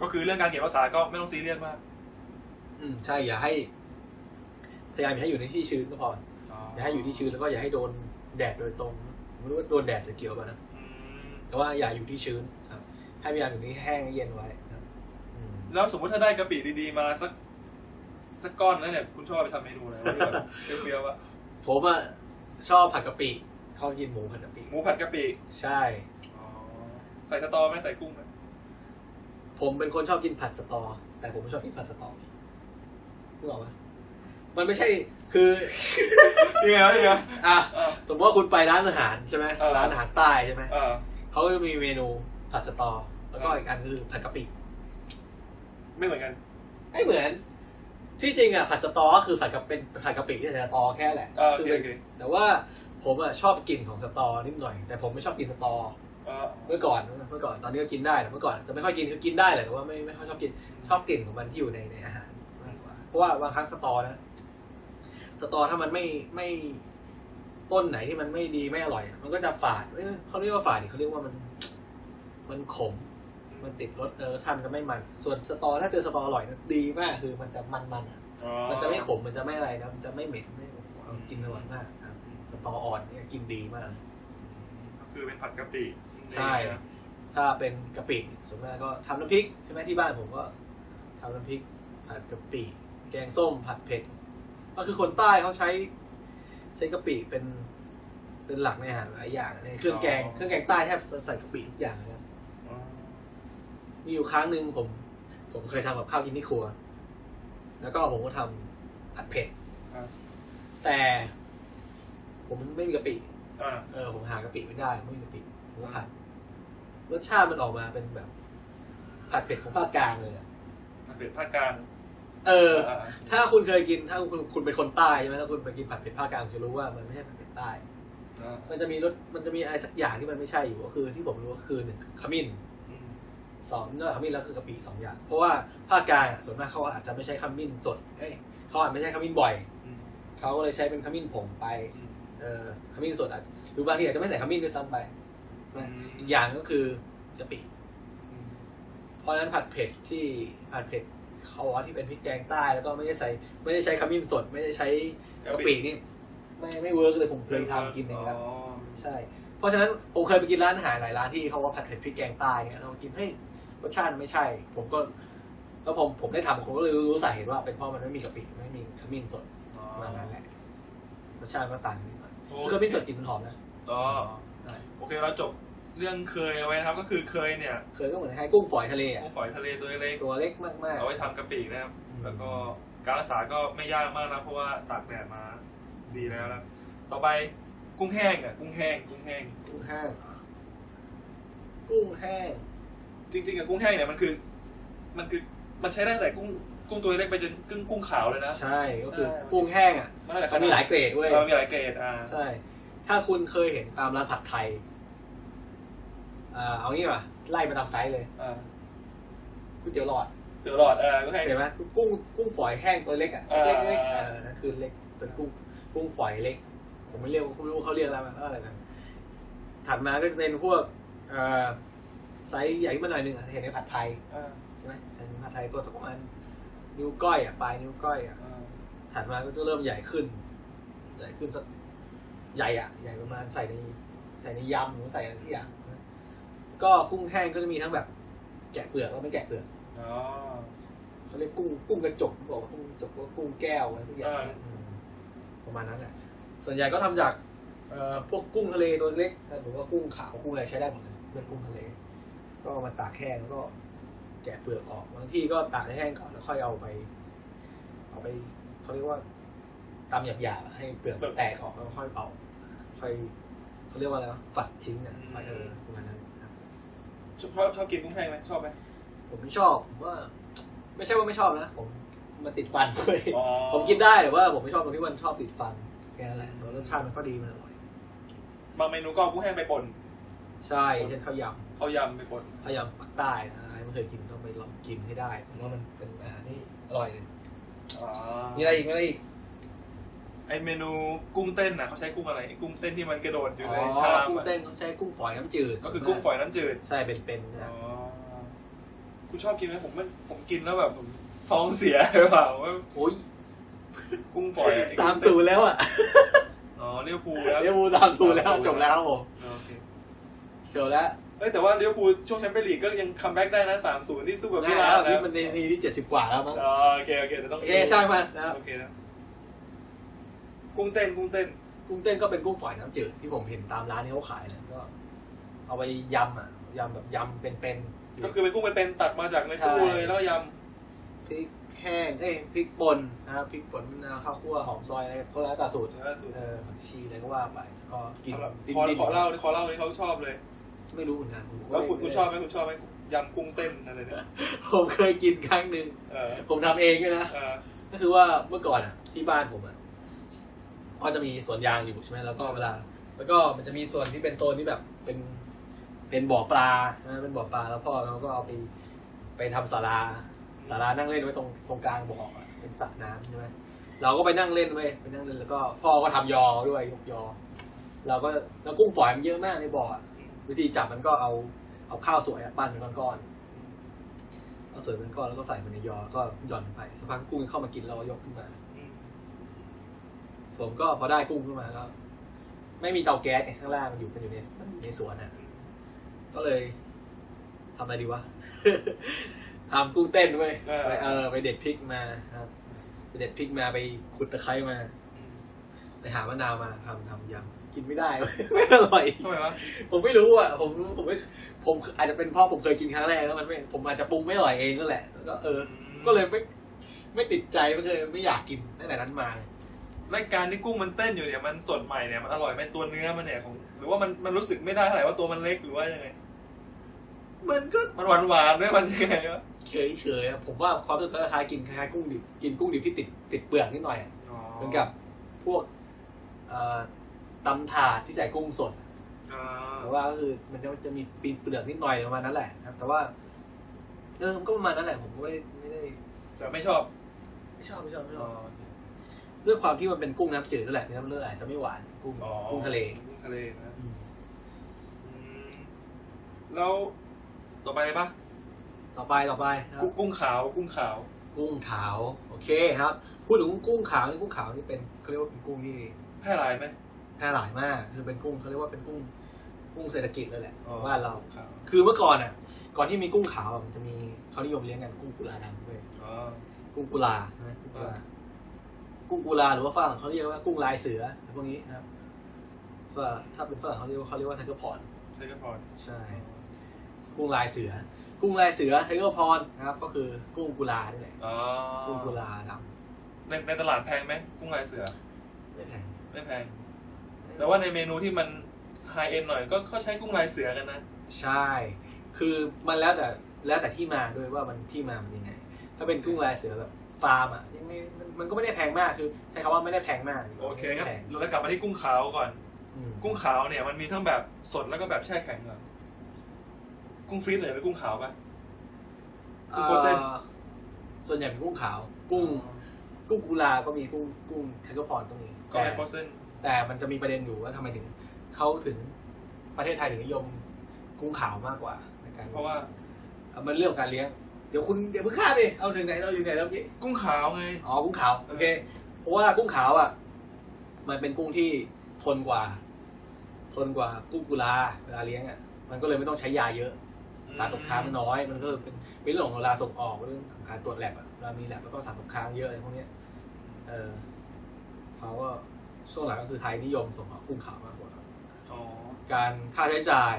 S2: ก็คือเรื่องการเขียนภาษาก็ไม่ต้องซีเรียสมาก
S1: อืมใช่ อย่าให้ พยายามอย่าให้อยู่ในที่ชื้นก็พอ อย่าให้อยู่ที่ชื้นแล้วก็อย่าให้โดนแดดโดยตรงไม่รู้ว่าโดนแดดจะเกี่ยวป่ะนะ
S2: อืม
S1: แต่ว่าอย่าอยู่ที่ชื้นครับ ให้พยายามอยู่ที่แห้งและเย็นไว้ครับอืม
S2: แล้วสมมุติถ้าได้กะปิดีๆมาสักสักก้อนแล้วเนี่ย คุณชอบไปทำเมนูอะไรวะที่แบบเปรี้ยวๆอะ
S1: ผมอะชอบผัดกะปิเข้ากินหมูผัดกะปิ
S2: หมูผัดกะปิ
S1: ใช่
S2: อ๋อใส่สตอไหมใส่กุ้งไหม
S1: ผมเป็นคนชอบกินผัดสตอ แต่ผมไม่ชอบกินผัดสตอรู้หรอกปะมันไม่ใช่คือ
S2: ยังไงวะยังไงวะ
S1: อ่ะ
S2: อ่ะ
S1: สมมติว่าคุณไปร้านอาหารใช่ไหม
S2: เออ
S1: ร้านอาหารใต้ใช่ไหม
S2: อ่า
S1: เขาก็จะมีเมนูผัดสตอ แล้วก็อีกอันคือผัดกะปิ
S2: ไม่เหมือนกัน
S1: ไม่เหมือน ที่จริงอ่ะผัดสตอก็คือผัดกับเป็นผัดกะปิที่ใส่สตอแค่แหละ
S2: อ่าโอ
S1: คือ
S2: เค
S1: เป็
S2: โอน เค
S1: แต่ว่าผมอ่ะชอบกลิ่นของสตอนิดหน่อย แต่ผมไม่ชอบกินสตอ
S2: อ่า
S1: เมื่อก่อนเมื่อก่อนตอนนี้ก็กินได้แต่เมื่อก่อนจะไม่ค่อยกินคือกินได้แหละแต่ว่าไม่ไม่ค่อยชอบกินชอบกลิ่นของมันที่อยู่ในในอาหารมากกว่าเพราะว่าบางครั้งสตอนะสตอถ้ามันไม่ไม่ต้นไหนที่มันไม่ดีไม่อร่อย มันก็จะฝาดเอ้ยเขาเรียกว่าฝาดดิเขาเรียกว่ามัน มันขม มันติดรสเออรสชาติมันจะไม่มัน ส่วนสตอถ้าเจอสตออร่อยนะดีมาก คือมันจะมันมันๆอ่ะ
S2: อ๋อ
S1: มันจะไม่ขม มันจะไม่อะไรนะ มันจะไม่เหม็นไม่โอ้โหเอากินอร่อยมากครับสตออ่อนเนี่ยกินดีมากเลย
S2: ก็คือเป็นผัดกะปิ
S1: ใช่ ถ้าเป็นกะปิส่วนมากก็ทำน้ำพริกใช่ไหมที่บ้านผมก็ทำน้ำพริกผัดกะปิ แกงส้มผัดเผ็ด ก็คือคนใต้เขาใช้ ใช้กะปิเป็นเป็นหลักในอาหารหลายอย่างในเครื่องแกงเครื่องแกงใต้แทบใส่กะปิทุกอย่างนะครับ
S2: อ๋อ
S1: มีอยู่ครั้งหนึ่งผม ผมเคยทำกับข้าวกินที่ครัว แล้วก็ผมก็ทำผัดเผ็ด
S2: ครับ
S1: แต่ ผมไม่มีกะปิ
S2: อ่า
S1: เออผมหากะปิไม่ได้ไม่มีกะปิผมก็ผัดรสชาติมันออกมาเป็นแบบ ผัดเผ็ดของภาคกลางเลยอะ
S2: ผัดเผ็ดภาคกลาง
S1: เออ
S2: อ่า
S1: ถ้าคุณเคยกินถ้าคุณคุณเป็นคนใต้ใช่ไหมแล้วคุณไปกินผัดเผ็ดภาคกลางคุณจะรู้ว่ามันไม่ใช่ผัดเผ็ดใต้
S2: อ่า
S1: มันจะมีรสมันจะมีอะไรสักอย่างที่มันไม่ใช่อยู่ก็คือ ที่ผมรู้ก็คือหนึ่งขมิ้น
S2: อืม
S1: สองนอกจากขมิ้นแล้วคือกะปิสองอย่าง เพราะว่าภาคกลางอะส่วนมากเขาอาจจะไม่ใช้ขมิ้นสดเอ้ยเขาอาจไม่ใช้ขมิ้นบ่อย
S2: อืม
S1: เขาก็เลยใช้เป็นขมิ้นผงไป
S2: อืม
S1: เออขมิ้นสดอาจหรือบางทีอาจจะไม่ใส่ขมิ้นด้วยซ้ำไป นะอีกอย่างก็คือจะปิ เพราะฉะนั้นผัดเผ็ดที่ผัดเผ็ดเขาว่าที่เป็นพริกแกงใต้แล้วก็ไม่ได้ใส่ไม่ได้ใช้ขมิ้นสด ไม่ได้ใช้กะปินี่ไม่ไม่เวิร์กเลยผมเคยทำกินเองครับ
S2: อ๋อ
S1: ใช่ เพราะฉะนั้นผมเคยไปกินร้านอาหารหลายร้านที่เขาว่าผัดเผ็ดพริกแกงใต้เนี่ยเรากินเฮ้ยรสชาติมันไม่ใช่ ผมก็แล้วผมผมได้ทำผมก็เลยรู้สาเหตุว่าเป็นเพราะมันไม่มีกะปิไม่มีขมิ้นสด
S2: อ๋อ
S1: ประมาณนั้นแหละรสชาติมันก็ต่างกันนิดหน่อย
S2: โอ
S1: คือข
S2: เค
S1: มิ้นสดกลินมันหอมนะ
S2: อ๋อ
S1: ใช่
S2: โอเคเราจบเรื่องเคยเอาไว้นะครับ ก็คือเคยเนี่ย
S1: เคยก็เหมือนไอ้กุ้งฝอยทะเลอะ
S2: กุ้งฝอยทะเลตัวเล็ก
S1: ตัวเล็กมาก
S2: เอาไว้ทำกะปินะครับ
S1: ๆ
S2: แล้วก็การรักษาก็ไม่ยากมากนะเพราะว่าตากแดดมาดีแล้วนะต่อไปกุ้งแห้งอ่ะกุ้งแห้งกุ้งแห้ง
S1: กุ้งแห้งกุ้งแห้ง
S2: จริงๆอะกุ้งแห้งเนี่ยมันคือ มันคือมันใช้ได้แต่กุ้งกุ้งตัวเล็กไปจนกึ่งกุ้งขาวเลยนะ
S1: ใช่ก็คือ
S2: ใช่
S1: กุ้งแห้งอ่ะ
S2: มันอะไร
S1: เขามีหลายเกรดเว้ย
S2: เรามีหลายเกรดอ่า
S1: ใช่ ถ้าคุณเคยเห็นตามร้านผัดไทยอ่าเอางี้ป่ะไล่มาตามไซส์เลย
S2: อ่า
S1: ก๋วยเตี๋ยวหลอด
S2: เดี๋ยวหลอดอ่ากุ้งแห้ง
S1: เห็นไหมกุ้งกุ้งฝอยแห้งตัวเล็กอ่ะ
S2: อ่า
S1: เล็กๆเล็กๆเออนั่นคือเล็กเป็นกุ้งกุ้งฝอยเล็ก ผมไม่เรียกไม่รู้เขาเรียกอะไรมันอะไรกันถัดมาก็จะเป็นพวกเอ่อไซส์ใหญ่ขึ้นมาหน่อยหนึ่งอะเห็นในผัดไทย
S2: อ่า
S1: ใช่ไหมเห็นในผัดไทยตัวสักประมาณนิ้วก้อยอ่ะปลายนิ้วก้อยอ่ะ
S2: อ่า
S1: ถัดมาก็จะเริ่มใหญ่ขึ้น ใหญ่ขึ้นสักใหญ่อะใหญ่ประมาณใส่ในใส่ในยำหรือใส่อะไรที่อย่างนะก็กุ้งแห้งก็จะมีทั้งแบบแกะเปลือกแล้วไม่แกะเปลือก
S2: อ๋อ
S1: เขาเรียกกุ้งกุ้งกระจกบอกว่ากุ้งกระจกว่ากุ้งแก้วอะไรทุกอย่าง
S2: เออ
S1: มประมาณนั้นแหละส่วนใหญ่ก็ทำจากเอ่อพวกกุ้งทะเลตัวเล็กหรือว่ากุ้งขาวกุ้งอะไรใช้ได้หมดเลยเป็นกุ้งทะเล ก็เอามาตากแห้งแล้วก็ แกะเปลือกออกบางที่ก็ตากให้แห้งก่อนแล้วค่อยเอาไป เอาไปเขาเรียกว่าตำหยาบๆอะให้เปลือกมันแตกออกแล้วค่อยเป่า ค่อยเขาเรียกว่าอะไรวะฝัดทิ้งนะฝัดเออประมาณนั้นนะครับ
S2: ชอบชอบกินกุ้งแห้งไหมชอบไหม
S1: ผมไม่ชอบผมว่า ไม่ใช่ว่าไม่ชอบนะผมมันติดฟันเลย
S2: อ๋อ
S1: ผมกินได้แต่ว่าผมไม่ชอบตรงที่มันชอบติดฟันแค่นั้นแหละแต่ว่ารสชาติมันก็ดีมันอร่อย
S2: บางเมนูก็เอากุ้งแห้งไปป่น
S1: ใช่เช่นข้าวยำ
S2: เอายำไปป่น
S1: พยายามปักใต้นะใครไม่เคยกินต้องไปลองกินให้ได้เพราะว่ามันเป็นอาหารที่อร่อยเลย
S2: อ๋อ
S1: มีอะไรอีกมีอะไรอีก
S2: ไอเมนูกุ้งเต้นน่ะเขาใช้กุ้งอะไรไอ้กุ้งเต้นที่มันกระโดดอยู่ในชาม
S1: กุ้ง
S2: อะ
S1: เต้นเขาใช้กุ้งฝอยน้ำจืด
S2: ก็คือกุ้งฝอยน้ำจืด
S1: ใช่เป็นๆนะ
S2: คุณชอบกินไหมผมไม่ผมกินแล้วแบบผมท้องเสีย หรือเปล่าว่า
S1: โอ้ย
S2: กุ้งฝอยอะ
S1: สามศูนย์แล้ว อ่ะ
S2: อ๋อเลี้ยวภูลแล้ว
S1: เรียบูสามศูนย์แล้วจบแล้วผม
S2: โอเค
S1: จบแล้ว
S2: เอ้ยแต่ว่าเลี้ยวภูลช่วงแชมเปี้ยนลีกก็ยังคัมแบ็กได้นะสามศูนย์ที่สู้กับ
S1: ได้
S2: พี่ลา
S1: แล้ว
S2: นะ
S1: นี่มันในทีที่เจ็ดสิบกว่าแล้วมั้ง
S2: อ๋อโอเคโอเคแต่ต้อง
S1: เอ้ยใช่มันนะครับ
S2: โอเคนะกุ้งเต้นกุ้งเต้น
S1: กุ้งเต้นก็เป็นกุ้งฝอยน้ำจืดที่ผมเห็นตามร้านที่เขาขายนะก็ เอาไปยำอ่ะยำแบบยำเป็นๆ
S2: ก็คือเป็นกุ้งเป็นๆตัดมาจากในตู้
S1: ใช่
S2: เลยแล้วย
S1: พริกแห้งเอ้ยพริกป่นนะครับพริกป่นมะนาวข้าวคั่วหอมซอยอะไรก็แล้วแต่สูตร
S2: ำล่าสุด
S1: เออผักชีอะไรก็ว่าไปก็กิน
S2: สำหรับ
S1: ดิ้น
S2: ขอ
S1: ดิ้น
S2: ขอเล่าขอเล่าที่เขาชอบเลย
S1: ไม่รู้เหมือนกันผมก็
S2: แล้ว
S1: ไม่
S2: คุณคุณชอบไหมคุณชอบไหมยำกุ้งเต้นอะไรเนี่ย
S1: ผมเคยกินครั้งหนึ่ง
S2: เออ
S1: ผมทำเองด้วยนะ
S2: เออ
S1: ก็คือว่าเมื่อก่อนอ่ะ ที่บ้านผมอ่ะก็จะมีสวนยางอยู่ใช่ไหมแล้วก็เวลา แล้วก็มันจะมีส่วนที่เป็นโซนที่แบบเป็นเป็นบ่อปลานะเป็นบ่อปลาแล้วพ่อเราก็เอาไปไปทำศาลาศาลานั่งเล่นไว้ตรงตรงกลางบ่ออะเป็นสระน้ำใช่ไหมเราก็ไปนั่งเล่นไว้ยไปนั่งเล่นแล้วก็พ่อก็ทำยอด้วยยกยอ เราก็แล้วกุ้งฝอยมันเยอะมากในบ่ออะ วิธีจับมันก็เอาเอาข้าวสวยอะปั้นเป็นก้อนๆเอาสวยเป็นก้อนแล้วก็ใส่มันในยอ ก็หย่อนไปสักพักกุ้งเข้ามากินเราก็ยกขึ้นมา
S2: อืม
S1: ผมก็พอได้กุ้งขึ้นมาก็ไม่มีเตาแก๊สไงข้างล่างมันอยู่มันอยู่ในมันอยู่ในสวนอ่ะ ก็เลยทำอะไรดีวะ ทำกุ้งเต้นเว้ยไปเออไปเด็ดพริกมาครับ ไปเด็ดพริกมาไปขุดตะไคร้มา
S2: อืม
S1: ไปหามะนาวมาทำทำยำกินไม่ได้เว้ย ไม่อร่อย
S2: ทำไมวะ
S1: ผมไม่รู้อ่ะผมผมไม่ผมอาจจะเป็นเพ่อผมเคยกินครั้งแรกแล้วมันไม่ผมอาจจะปรุงไม่อร่อยเองก็แหละแล้วก็เออ ก็เลยไม่ไม่ติดใจไม่เคยไม่อยากกินตั้งแต่นั้นมาร
S2: ายการที่กุ้งมันเต้นอยู่เนี่ยมันสดใหม่เนี่ยมันอร่อยไหมตัวเนื้อมันเนี่ยของหรือว่ามันมันรู้สึกไม่ได้เท่าไหร่ว่าตัวมันเล็กหรือว่ายังไง
S1: มันก็
S2: มันหวานหวานๆด้วยมันยังไงวะ
S1: เฉยเฉยๆอะผมว่าความรู้สึกคล้ายๆกินคล้ายๆกุ้งดิบกินกุ้งดิบที่ติดติดเปลือกนิดหน่อยอะเหมือนกับพวกเอ่อตำถาดที่ใส่กุ้งสด
S2: อ่า
S1: แต่ว่าก็คือมันจะจะมีปีนเปลือกนิดหน่อยประมาณนั้นแหละครับแต่ว่าเออมันก็ประมาณนั้นแหละผมก็ไม่ได้ไม่ได้
S2: แต่ไม่ชอบ
S1: ไม่ชอบไม่ชอบไม่ช
S2: อ๋
S1: อ
S2: อบ
S1: ด้วยความที่มันเป็นกุ้งน้ำจืดนั่นแหละเนื้อมันเลยอาจจะไม่หวานกุ้ง
S2: อ๋อ
S1: กุ้งทะเล
S2: กุ้งทะเลนะอืม แล้วต่อไปเลยปะ
S1: ต่อไปต่อไปนะครับ
S2: กุ้งกุ้งขาวกุ้งขาว
S1: กุ้งขาว โอเคครับ พูดถึงกุ้งขาวนี่กุ้งขาวนี่เป็นเขาเรียกว่าเป็นกุ้งที่
S2: แพร่หลายไหม
S1: แพร่หลายมาก คือเป็นกุ้งเขาเรียกว่าเป็นกุ้งกุ้งเศรษฐกิจเลยแหละของบ้านเรา
S2: ขาว
S1: คือเมื่อก่อนอ่ะ ก่อนที่มีกุ้งขาวอะมันจะมีเขานิยมเลี้ยงกันกุ้งกุลาดำด้วย
S2: อ๋อ
S1: กุ้งกุลาใช่ไหมกุ้งกุลากุ้งกุลาหรือว่าฝรั่งเขาเรียกว่ากุ้งลายเสืออะไรพวกนี้นะครับก็ถ้าเป็นฝรั่งเขาเรียกว่าเขาเรียกว่าไทเกอร์พอน
S2: ใช่ก็พอ
S1: ใช่ กุ้งลายเสือ กุ้งลายเสือไทเกอร์พอนนะครับ ก็คือกุ้งกุลานี่แหละ
S2: อ๋อ
S1: กุ้งกุลาด
S2: ในในตลาดแพงไหมกุ้งลายเสือ
S1: ำไม่แพง
S2: ไม่แพง แต่ว่าในเมนูที่มันไฮเอ็นหน่อยก็ก็ใช้กุ้งลายเสือกันนะ
S1: ใช่ คือมันแล้วแต่แล้วแต่ที่มาด้วยว่ามันที่มามันยังไง ถ้าเป็นกุ้งลายเสือแบบฟาร์มอ่ะยังไงมันมันก็ไม่ได้แพงมากคือใช้คำว่าไม่ได้แพงมาก
S2: โอเคงั้น
S1: ไม่แพง
S2: เราจะกลับมาที่กุ้งขาวก่อน
S1: อืม
S2: กุ้งขาวเนี่ยมันมีทั้งแบบสดแล้วก็แบบแช่แข็งเหรอกุ้งฟรีซเลยเป็นกุ้งขาวปะ กุ้งโฟเซ่น
S1: อ่อส่วนใหญ่เป็นกุ้งขาว กุ้งกุ้งกุลา ก็มีกุ้งกุ้งไทเกอร์พอนก็มี
S2: ก็
S1: แต่
S2: ไม่ฟรอสเซน
S1: แต่มันจะมีประเด็นอยู่ว่าทำไมถึงเขาถึงประเทศไทยถึงนิยม กุ้งขาวมากกว่าในการ
S2: เพราะว่า
S1: เอ่อมันเรื่องของการเลี้ยง เดี๋ยวคุณอย่าเพิ่งข้ามดิเอาถึงไหนเราอยู่ไหนแล้วพี่
S2: กุ้งขาวไง
S1: อ๋อกุ้งขาวโอเคเพราะว่ากุ้งขาวอ่ะมันเป็นกุ้งที่ทนกว่า ทนกว่ากุ้งกุลาเวลาเลี้ยงอ่ะมันก็เลยไม่ต้องใช้ยาเยอะ สารตกค้างมันน้อย มันก็เป็นเป็นเรื่องของเวลาส่งออกเรื่องของการตรวจแลบอะเรามีแลบแล้วก็สารตกค้างเยอะอะไรพวกเนี้ยเออเขาก็ช่วงหลังก็คือไทยนิยมส่งออกกุ้งขาวมากกว่า
S2: อ๋อ
S1: การค่าใช้จ่าย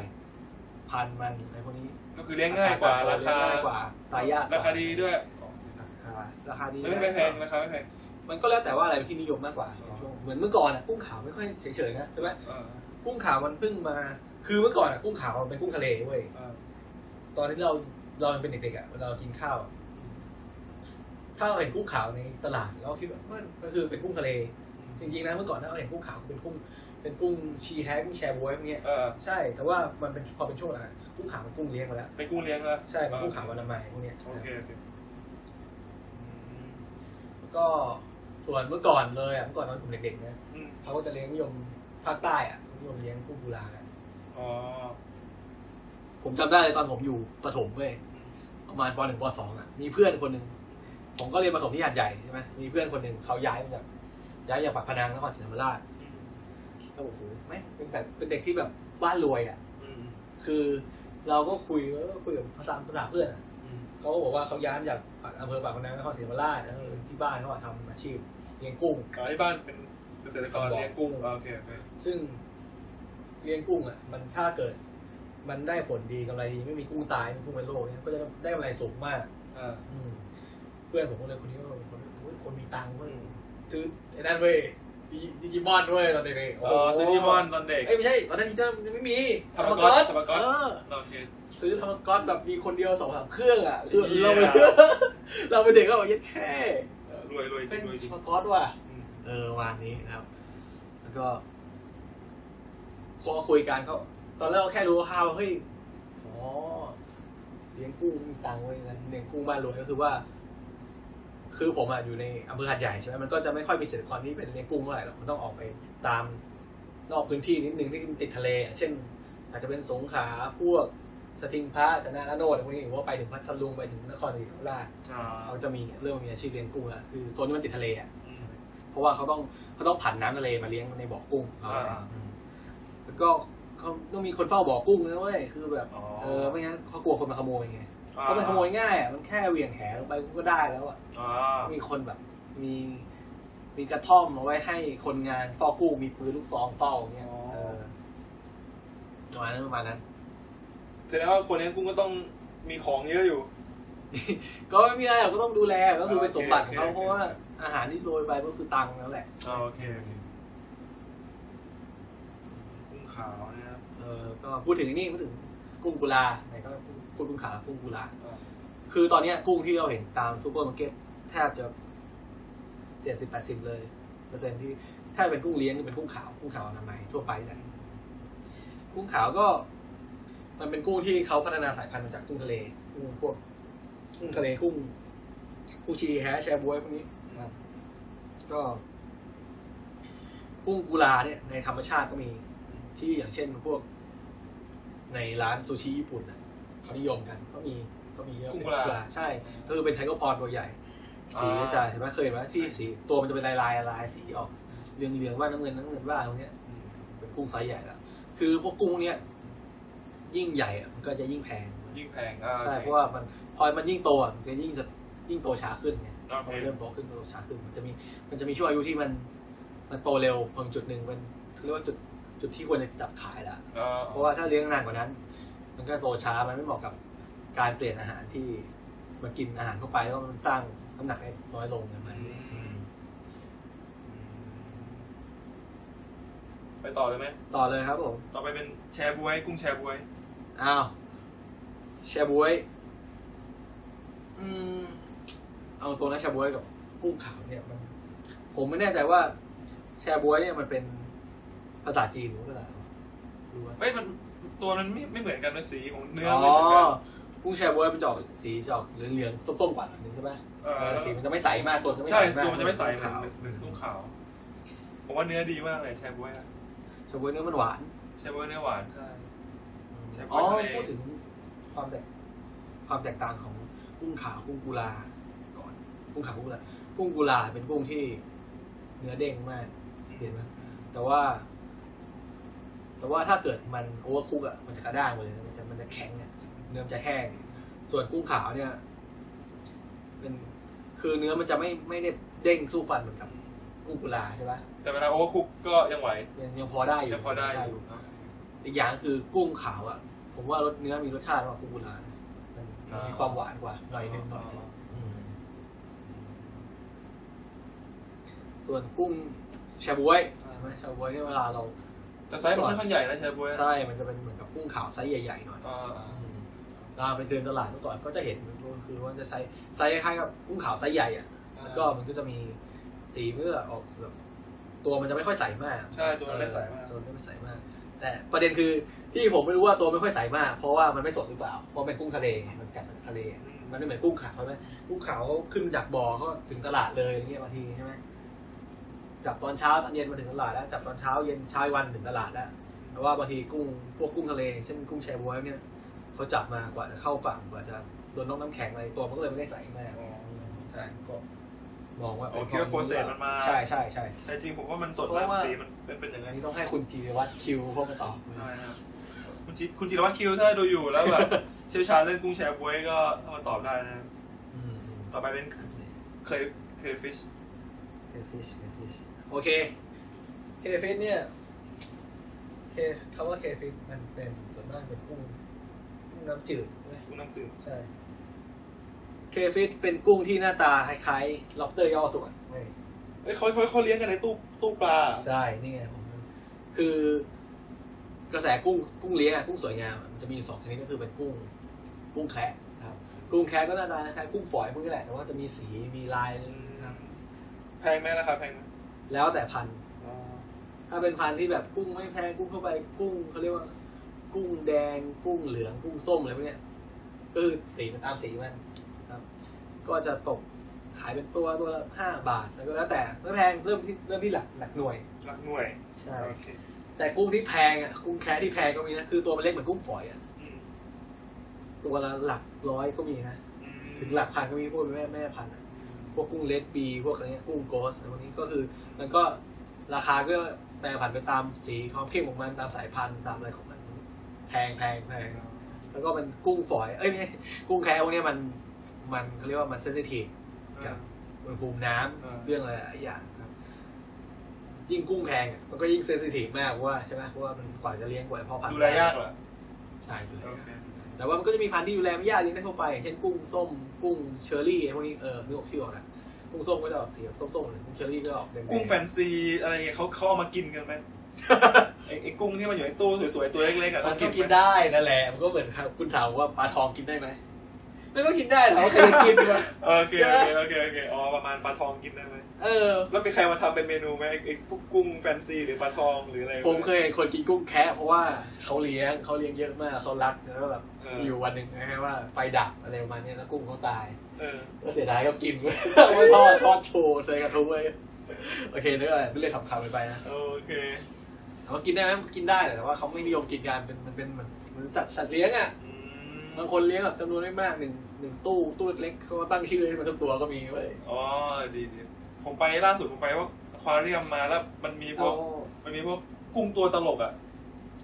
S1: พันธุ์มันอะไรพวกนี้
S2: ก็คือเลี้ยงง่ายกว่าราคา
S1: ง่ายกว่าตายยากกว่
S2: ราคาดีด้วย
S1: ราคาราคาดี
S2: แล้วไม่แพงราคาไม่แพง
S1: มันก็แล้วแต่ว่าอะไรเป็นที่นิยมมากกว่า
S2: อ๋อ
S1: ช่วงเหมือนเมื่อก่อนอะกุ้งขาวไม่ค่อยเฉยๆนะใช่ไหม
S2: เออ
S1: กุ้งขาวมันเพิ่งมา คือเมื่อก่อนอะกุ้งขาวมันเป็นกุ้งทะเลเว้ย
S2: เออ
S1: ตอนที่เราเรายังเป็นเด็กๆอ่ะเวลาเรากินข้าวอะถ้าเราเห็นกุ้งขาวในตลาดเราก็คิดว่ามันก็คือเป็นกุ้งทะเล จริงๆนะเมื่อก่อนถ้าเราเห็นกุ้งขาวก็เป็นกุ้ง เป็นกุ้งชีแฮะกุ้งแชร์บวยพวกเนี้ย
S2: เออ
S1: ใช่ แต่ว่ามันเป็นพอเป็นช่วงหลังอะกุ้งขาวมันกุ้งเลี้ยงมาแล้ว
S2: เป็นกุ้งเลี้ยงแล้ว
S1: ใช่เป็นกุ้งขาววันละไมยพวกเนี้ย
S2: โอเคโอเค
S1: แล้วก็ส่วนเมื่อก่อนเลยอ่ะเมื่อก่อนตอนผมเด็กๆนะ
S2: อืม
S1: เขาก็จะเลี้ยงนิยมภาคใต้อ่ะนิยมเลี้ยงกุ้งกุลากัน
S2: อ๋อ
S1: ผมจำได้เลยตอนผมอยู่ประถมเว้ย ประมาณปหนึ่งปสองอ่ะมีเพื่อนคนหนึ่งผมก็เรียนประถมที่หาดใหญ่ใช่ไหมมีเพื่อนคนหนึ่งเขาย้ายมาจากย้ายจากปากพนังนครศรีธรรมราช
S2: อืม
S1: แล้วโอ้โหไม่เป็นแบบเป็นเด็กที่แบบบ้านรวยอ่ะ
S2: อืม
S1: คือเราก็คุยเออคุยกับภาษาภาษาเพื่อนอะ
S2: อืม
S1: เขาก็บอกว่าเขาย้ายมาจากปากอำเภอปากพนังนครศรีธรรมราชนะเออที่บ้านเขาอะทำอาชีพเลี้ยงกุ้ง
S2: อ๋อที่บ้านเป็นเกษตรกรเลี้ยงกุ้ง
S1: บอก
S2: อ๋อโอเคโอเค
S1: ซึ่งเลี้ยงกุ้งอ่ะ มันถ้าเกิด มันได้ผลดีกำไรดีไม่มีกุ้งตายไม่มีกุ้งเป็นโรคเนี่ยก็จะได้กำไรสูงมาก
S2: เออ
S1: อืมเพื่อนผมคนนึงคนนี้ก็เป็นคนโอ้ยคนมีตังค์เว้ยซื้อไอ้นั่นเว้ยดิดิจิมอนเว้ยตอนเด็กๆ
S2: อ๋อซินิมอนตอนเด็ก
S1: เอ้ยไม่ใช่ตอนนั้นดิจิมอนยังไม่มี
S2: ธรรมก๊อต
S1: ธร
S2: ธร
S1: ร
S2: ร
S1: ม
S2: มก๊
S1: ก๊อ
S2: อ
S1: ต
S2: ต
S1: เออ
S2: โอเค
S1: ซื้อธรรมก๊อตแบบมีคนเดียวสองสามเครื่องอ่ะคือ
S2: เหี้ย
S1: เราเป็น เราเป็นเด็กก็แบบยัดแค่
S2: เออรวยรวยจ
S1: เป็
S2: ริ
S1: น
S2: งรวยจริง
S1: ธรรมก๊อตว่ะ
S2: อืม
S1: เออวันนี้นะครับ แล้วก็พอคุยกันก็ตอนแรกก็แค่รู้ข่าวๆเฮ้ยอ๋อเลี้ยงกุ้งมีตังค์ไว้ยนะเลี้ยงกุ้งบ้านรวยก็คือว่า คือผมอะอยู่ในอำเภอหาดใหญ่ใช่ไหมมันก็จะไม่ค่อยมีเกษตรกรที่เป็นเลี้ยงกุ้งเท่าไหร่หรอกมันต้องออกไปตามนอกพื้นที่นิดนึงที่ติดทะเลอะเช่น อาจจะเป็นสงขลาพวกสติงพระจันทนาโนดอะไรพวกนี้หรือว่าไปถึงพัทลุงไปถึงนครศรีธรรมราช
S2: อ่า
S1: เขาจะมีเริ่มมีอาชีพเลี้ยงกุ้งละคือโซนที่มันติดทะเลอะ
S2: อืม
S1: เพราะว่าเขาต้องเขาต้องผันน้ำทะเลมาเลี้ยงในบ่อกุ้ง
S2: อ่า
S1: อืมแล้วก็เขาต้องมีคนเฝ้าบ่อกุ้งนะเว้ยคือแบบ
S2: อ๋อ
S1: เออไม่งั้นเขากลัวคนมาขโมยไง
S2: อ่า
S1: เพราะมันขโมยง่ายอ่ะมันแค่เหวี่ยงแหลงไปก็ได้แล้วอ่ะ
S2: อ่า
S1: มีคนแบบมีมีกระท่อมเอาไว้ให้คนงานเฝ้ากุ้งมีปืนลูกซองเฝ้าอย่างเงี้ยเออประมาณนั้นประมาณนั้น
S2: แสดงว่าคนเลี้ยงกุ้งก็ต้องมีของเยอะอยู่
S1: ก็ไม่มีอะไรหรอกก็ต้องดูแลก็คือเป็นสมบัติของเขา
S2: โอเคโอเค
S1: เพราะว่าอาหารที่โรยไปก็คือตังค์แล้วแหละ
S2: อ่าโอเคโอเคกุ้งขาวนะครับ
S1: เออก็พูดถึงไอ้นี่พูดถึงกุ้งกุลาไหนก็พูดกุ้งขาวกุ้งกุลา
S2: อ่า
S1: คือตอนเนี้ยกุ้งที่เราเห็นตามซูเปอร์มาร์เก็ตแทบจะเจ็ดสิบแปดสิบเลยเปอร์เซ็นต์ที่ถ้าเป็นกุ้งเลี้ยงก็เป็นกุ้งขาวกุ้งขาวอนามัยทั่วไปแหละกุ้งขาวก็ มันเป็นกุ้งที่เขาพัฒนาสายพันธุ์มาจากกุ้งทะเลกุ้งพวกกุ้งทะเลกุ้งกุ้งชีแฮะแชบวยพวกนี้นะครับก็ กุ้งกุลาเนี่ยในธรรมชาติก็มี ที่อย่างเช่นพวก ในร้านซูชิญี่ปุ่นน่ะเขานิยมกันก็มีก็มีเยอะ
S2: กุ้งกุลา
S1: เป็นใช่ก็คือเป็นไทเกอร์พอนตัวใหญ่ สี
S2: อ่า
S1: จะเห็นไหมเคยเห็นไหมที่สีตัวมันจะเป็นลายลายลายสีออกเหลืองเหลืองๆว่างน้ำเงินน้ำเงินว่างพวกเนี้ยเป็นกุ้งไซส์ใหญ่แล้วคือพวกกุ้งเนี้ยยิ่งใหญ่อะมันก็จะยิ่งแพง
S2: ยิ่งแพงอ่
S1: ใช่เพราะว่ามันพอมันยิ่งโตอ่ะมันจะยิ่งจะยิ่งโตช้าขึ้นไง
S2: โอ
S1: พ
S2: เค
S1: อเริ่มโตขึ้นโตช้าขึ้นมันจะมีมันจะมีช่วงอายุที่มัน มันโตเร็วพอถึงจุดหนึ่งมันเรียกว่าจุดจุดที่ควรจะจับขายละ
S2: อ่า
S1: เพราะว่าถ้าเลี้ยงนานกว่านั้น มันก็โตช้ามันไม่เหมาะกับการเปลี่ยนอาหารที่มันกินอาหารเข้าไปแล้วมันสร้างน้ำหนักได้น้อยลงอย่างนั้นอืม
S2: ไปต่อเลยไหม
S1: ต่อเลยครับผม
S2: ต่อไปเป็นแชร์บวย กุ้งแชร์บวย
S1: อ้าวแชร์บวย อืม เอาตัวนะแชร์บวยกับกุ้งขาวเนี่ยมัน ผมไม่แน่ใจว่า แชร์บวยเนี่ยมันเป็นภาษาจีนหรือภาษาอะไรวะรู้ว่า
S2: เฮ้ยมันตัวมันไม่ไม่เหมือนกันนะสีของเนื้อ
S1: อ๋
S2: ไม่เหมือนกัน
S1: อกุ้งแชร์บวยมันจะออกสีจะออกเหลืองๆส้มๆกว่าหนึงใช่ไหม
S2: เอ
S1: เออ
S2: อ
S1: สีมันจะไม่ใสมากตัวจะไม่ใส
S2: ใช่
S1: มาก
S2: ตัวมันจะไม่ใส
S1: ขาว
S2: มันเป็นกุ้งขาวผมว่าเนื้อดีมากเลยแชร์บวยอะ
S1: แชร์บวยเนื้อมันหวาน
S2: แชร์บวยเนื้อหวานใช่ แชร์บวย
S1: อ๋อ
S2: ทะเล
S1: พูดถึงความแตกความแตกต่างของกุ้งขาวกุ้งกุลาก่อนกุ้งขาวกุ้งกุลากุ้งกุลาเป็นกุ้งที่ เนื้อเด้งมาก เห็นไหมแต่ว่า แต่ว่าถ้าเกิดมันโอเวอร์คุกอ่ะมันจะกระด้างหมดเลยนะมันจะมันจะแข็งอ่ะเนื้อมันจะแห้ง ส่วนกุ้งขาวเนี่ย เป็นคือเนื้อมันจะไม่ไม่ได้เด้งสู้ฟันเหมือนกับกุ้งกุลาใช่ปะ
S2: แต่เวลาโอเวอร์คุกก็ยังไหว
S1: ยังยังพอได้อยู่
S2: ยังพอได้อยู่
S1: อีกอย่างก็คือกุ้งขาวอ่ะ ผมว่ารสเนื้อมีรสชาติมากกว่ากุ้งกุลานะมันมันมีความหวานกว่าหน่อยนึงหน่อยนึง ส่วนกุ้งแชบวยใช่ไหมแชบวยเนี่ยเวลาเรา
S2: แต่ไซส์มันค่อนข้างใหญ่นะแชร์บวยอะ
S1: ใช่ มันจะเป็นเหมือนกับกุ้งขาวไซส์ใหญ่ๆหน่อย
S2: อ่า
S1: เราไปเดินตลาดเมื่อก่อนก็จะเห็นคือว่าจะไซส์ไซส์คล้ายๆกับกุ้งขาวไซส์ใหญ่อะแล้วก็มันก็จะมีสีเมื่อออกแบบตัวมันจะไม่ค่อยใสมาก
S2: ใช่ตัวมันไม่ใสมาก
S1: เออตัวมันไม่ใสมาก แต่ประเด็นคือที่ผมไม่รู้ว่าตัวไม่ค่อยใสมาก เพราะว่ามันไม่สดหรือเปล่า เพราะเป็นกุ้งทะเลไงมันกัดจากทะเล มันไม่เหมือนกุ้งขาวใช่ไหมกุ้งขาวเขาขึ้นจากบ่อเขาถึงตลาดเลยอย่างเงี้ยบางทีใช่ไหมจับตอนเช้าตอนเย็นมาถึงตลาดแล้วจับตอนเช้าเย็นเช้าอีกวันถึงตลาดแล้วแต่ว่าบางทีกุ้งพวกกุ้งทะเลอย่างเช่นกุ้งแชบวยเนี่ยเขาจับมากว่าจะเข้าฝั่งกว่าจะโดนน้องน้ำแข็งอะไรตัวมันก็เลยไม่ได้ใสมาก
S2: อ๋อ
S1: ใช่ก็มองว่า
S2: อ๋อคิดว่า process มันมา
S1: ใช่ใช่ใช่
S2: แต่จริงผมว่ามันสด
S1: เพ
S2: นะ
S1: ราะว่า
S2: สีมันเป็นเป็นอย่าง
S1: อั
S2: นั้น น
S1: นี้ต้องให้คุณจีรวัตรคิวพวกมาตอบ
S2: ใช่ครับคุณจิคุณจิรวัตรคิวถ้าดูอยู่แล้วแบบ เชี่ยวชาญเรื่องกุ้งแชร์บวยก็เอามาตอบได้นะ
S1: อืมอืม
S2: ต่อไปเป็นเคยเคยฟิช
S1: เคฟิชเคฟิชโอเคเคฟิชเนี่ยเคคำว่าเคฟิชมันเป็นส่วนมากเป็นกุ้งกุ้งน้ำจืดใช่ไหม
S2: กุ้งน้ำจืด
S1: ใช่เคฟิชเป็นกุ้งที่หน้าตาคล้ายๆล็อบสเตอร์ย่อส่วนเว้ย
S2: เอ้ยเขาเขาเขาเลี้ยงกันในตู้ตู้ปลา
S1: ใช่นี่ไงผมคือกระแสกุ้งกุ้งเลี้ยงอะกุ้งสวยงามอะมันจะมีสองชนิดก็คือเป็นกุ้ง กุ้งแคะนะครับกุ้งแคะก็หน้าตาคล้ายๆกุ้งฝอยพวกนี้แหละแต่ว่าจะมีสีมีลายนะครับ
S2: แพงไหมราคาแพงไหม
S1: แล้วแต่พันธุ์ ถ้าเป็นพันธุ์ที่แบบกุ้งไม่แพงกุ้งเข้าไปกุ้งเขาเรียกว่า กุ้งแดงกุ้งเหลืองกุ้งส้มอะไรพวกเนี้ยก็คือตีมันตามสีมันนะครับ ก็จะตกขายเป็นตัวตัวละห้าบาทแล้วก็แล้วแต่ไม่แพงเริ่มที่เริ่มที่หลักหลักหน่วย
S2: หลักหน่วย
S1: ใช่
S2: โอเค
S1: แต่กุ้งที่แพงอ่ะกุ้งแคะที่แพงก็มีนะคือตัวมันเล็กเหมือนกุ้งฝอยอ่ะ
S2: อืม
S1: ตัวละหลักร้อยก็มีนะ
S2: อืม
S1: ถึงหลักพันก็มีพวกแม่แม่พันธุ์อะพวกกุ้งเลดบีพวกอะไรเงี้ยกุ้งโกสอะไรพวกนี้ก็คือมันก็ราคาก็แปรผันไปตามสีความเข้มของมันตามสายพันธุ์ตามอะไรของมัน แพงแพงแพงแล้วก็มันกุ้งฝอยเอ้ยไม่ใช่ กุ้งแคะพวกเนี้ยมันมันเขาเรียกว่ามันเซนซิทีฟ
S2: อ่า
S1: อุณหภูมิน้ำ
S2: อ่า
S1: เรื่องอะไรหลายอย่างครับ ยิ่งกุ้งแพงอะมันก็ยิ่งเซนซิทีฟมากเพราะว่าใช่ไหมเพราะว่ามันกว่าจะเลี้ยงกว่าจะเพาะพันธุ์
S2: ดูแลยากเหรอ
S1: ใช่ดู
S2: โอย
S1: แลาก
S2: เค
S1: แต่ว่ามันก็จะมีพันธุ์ที่ดูแลไม่ยากเลี้ยงได้ทั่วไปอย่างเช่นกุ้งส้ม กุ้งเชอรี่พวกนี้เออนึกออกชื่อออกนะกุ้งส้มก็จะออกสีแบบส้มๆหน่อยกุ้งเชอรี่ก็ออกแดงๆ
S2: กุ้งแฟนซีอะไรเงี้ยเขาเขาเอามากินกันไหม ไอ้ไอ้กุ้งที่มันอยู่ในตู้สวยๆตัวเล็กๆอะ
S1: มั
S2: เขา
S1: น
S2: กิ
S1: ก็
S2: นไหม
S1: กินได้นั่นแหละมันก็เหมือนครับคุณถามว่าปลาทองกินได้ไหมไม่ก็กินได้เหรอเคยกินมา
S2: โอเคโอเคโอเคโอเคอ๋อประมาณปลาทองกินได้ไหม
S1: เออ
S2: แล้วมีใครมาทำเป็นเมนูไหมไอ้ไอ้พวกกุ้งแฟนซีหรือปลาทองหรืออะไร
S1: ผมเคยเห็นคนกินกุ้งแคะเพราะว่าเขาเลี้ยงเขาเลี้ยงเยอะมากเขารักแล้วก็แบบ
S2: เออ
S1: มีอยู่วันหนึ่งนะฮะว่าไฟดับอะไรประมาณเนี้ยแล้วกุ้งเขาตาย
S2: เออ
S1: ก็เสียดายก็กิน เอาไม่ทอดทอดโชว์ใส่กระทุ้งเลยโอเคเนื้ออะไรไม่เลยขับขับไปไปนะ
S2: โอเค
S1: ถามว่ากินได้ไหมกินได้แหละแต่ว่าเขาไม่นิยมกินกันเป็นมันเป็นเหมือน เหมือนสัตว์สัตว์เลี้ยงอ่ะ
S2: อืม
S1: บางคนเลี้ยงแบบจำนวนไม่มากหนึ่งหนึ่งตู้ตู้เล็กๆเขาก็ตั้งชื่อให้มันทุกตัวก็มีเว้ย
S2: อ๋อดีดีผมไปล่าสุดผมไปว่าอควาเรียมมาแล้วมันมีพว
S1: เอา
S2: ก มันมีพวกกุ้งตัวตลกอ่ะ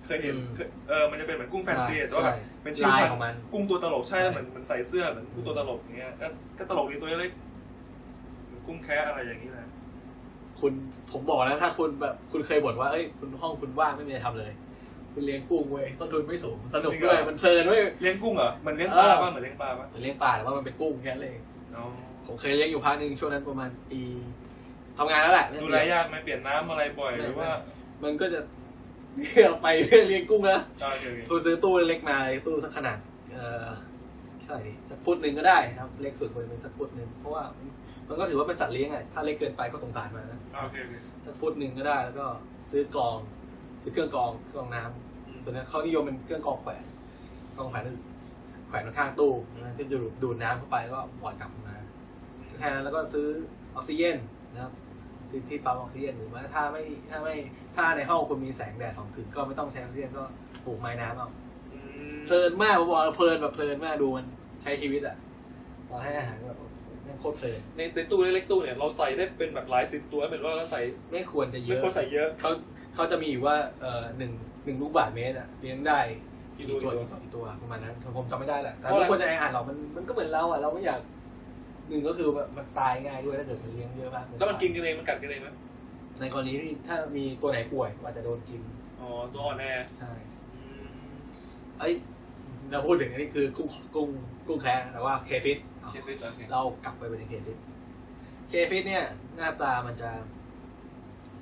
S2: เคยเห็น
S1: อืม
S2: เคยเออ มันจะเป็นเหมือนกุ้งแฟนซีอะ
S1: ใช่
S2: แต่ว่าแบบเป็นชื่อ
S1: ลาย
S2: พันธุ์
S1: ของมัน
S2: กุ้งตัวตลกใช่แล้ว
S1: ใช่
S2: เหมือนมันใส่เสื้อเหมือนกุ้งตัวตลกอย่างเงี้ยก็ก็ตลกดีตัวเล็กเหมือนกุ้งแค่อะไรอย่างนี้นะ
S1: คุณผมบอกนะถ้าคุณแบบคุณเคยบ่นว่าเอ้ยคุณห้องคุณว่างไม่มีอะไรทำเลย คุณเลี้ยงกุ้งเว้ยต้นทุนไม่สูงสนุกด้วยมันเพลินเว้ย
S2: เลี้ยงกุ้งเหรอเหมือนเลี้ยงปลา
S1: เออ
S2: ป่ะเหมือนเลี้ยงปลาป่ะ
S1: เลี้ยงปลาแต่ว่ามันเป็นกุ้งแค่นั้นเอง
S2: อ๋อ
S1: ผมเคยเลี้ยงอยู่พักหนึ่งช่วงนั้นประมาณปีทำงานแล้วแหละเรื่อง
S2: ดู
S1: เดียวย
S2: แลากไหมเปลี่ยนน้ำอะไรบ่อยหรือว่า
S1: มันก็จะ เลือกไปเรื่องเลี้ยงกุ้งนะ
S2: อ่าโอเคโอเค
S1: คุณซื้อตู้เล็กมาเลยตู้สักขนาดเอ่อเท่าไหร่ดีสักฟุตหนึ่งก็ได้นะครับ เล็กสุดควรจะเป็นสักฟุตหนึ่งเพราะว่ามันก็ถือว่าเป็นสัตว์เลี้ยงอ่ะถ้าเล็กเกินไปก็สงสารมันนะ
S2: อ่าโอเคโอเค
S1: สักฟุตหนึ่งก็ได้แล้วก็ซื้อกรองซื้อเครื่องกรองกรองน้ำ
S2: อืม
S1: ส่วนนี้เขานิยมเป็นเครื่องกรองแขวนกรองแขวนแขวนข้างตู้นะก็ดูดดูดน้ำเข้าไปแล้วก็ปล่อยกลับมาแค่นั้นแล้วก็ซื้อออกซิเจนนะครับซื้อที่ปั๊มออกซิเจนหรือว่าถ้าไม่ถ้าไม่ถ้าในห้องคุณมีแสงแดดสองถึงก็ไม่ต้องใช้ออกซิเจนก็ปลูกไม้น้ำเอา
S2: อืม
S1: เพลินมากผมบอกเลยเพลินแบบเพลินมากดูมันใช้ชีวิตอ่ะตอนให้อาหารก็แบบแม่งโคตรเพลิน
S2: ในในตู้เล็กๆตู้เนี่ยเราใส่ได้เป็นแบบหลายสิบตัวเป็นว่าเราใส่
S1: ไม่ควรจะเย
S2: ไม่
S1: อะ
S2: ควรใส่เยอะ
S1: เขาเขาจะมีอยู่ว่าเอ่อหนึ่งหนึ่งลูกบาทเมตรอะเลี้ยงได้
S2: กี่
S1: กี่
S2: ตั
S1: ตัว ว
S2: กี่
S1: กี่
S2: ตัว
S1: ตัวกี่ตัวประมาณนั้นผมจำไม่ได้แหละแต่
S2: เพราะอะไร
S1: ทุกคนจะไออ่านหรอกมันมันก็เหมือนเราอะเราไม่อยากหนึ่งก็คือแบบมันตายง่ายด้วยถ้าเกิดมันเลี้ยงเยอะมาก
S2: แล้วมันกินกันเองมันกัดกันเองไหม
S1: ในกรณีที่ถ้ามีตัวไหนป่วยก็อาจจะโดนกิน
S2: อ๋อตัวอ่อนแอ
S1: ใช่
S2: อืม
S1: เอ้ยเราพูดถึงอันนี้คือกุ้งกุ้งกุ้งแคร์แต่ว่าเคฟิต
S2: เคฟิตเหรอเนี่ย
S1: เรากลับไปเป็นเคฟิตเคฟิตเนี่ยหน้าตามันจะ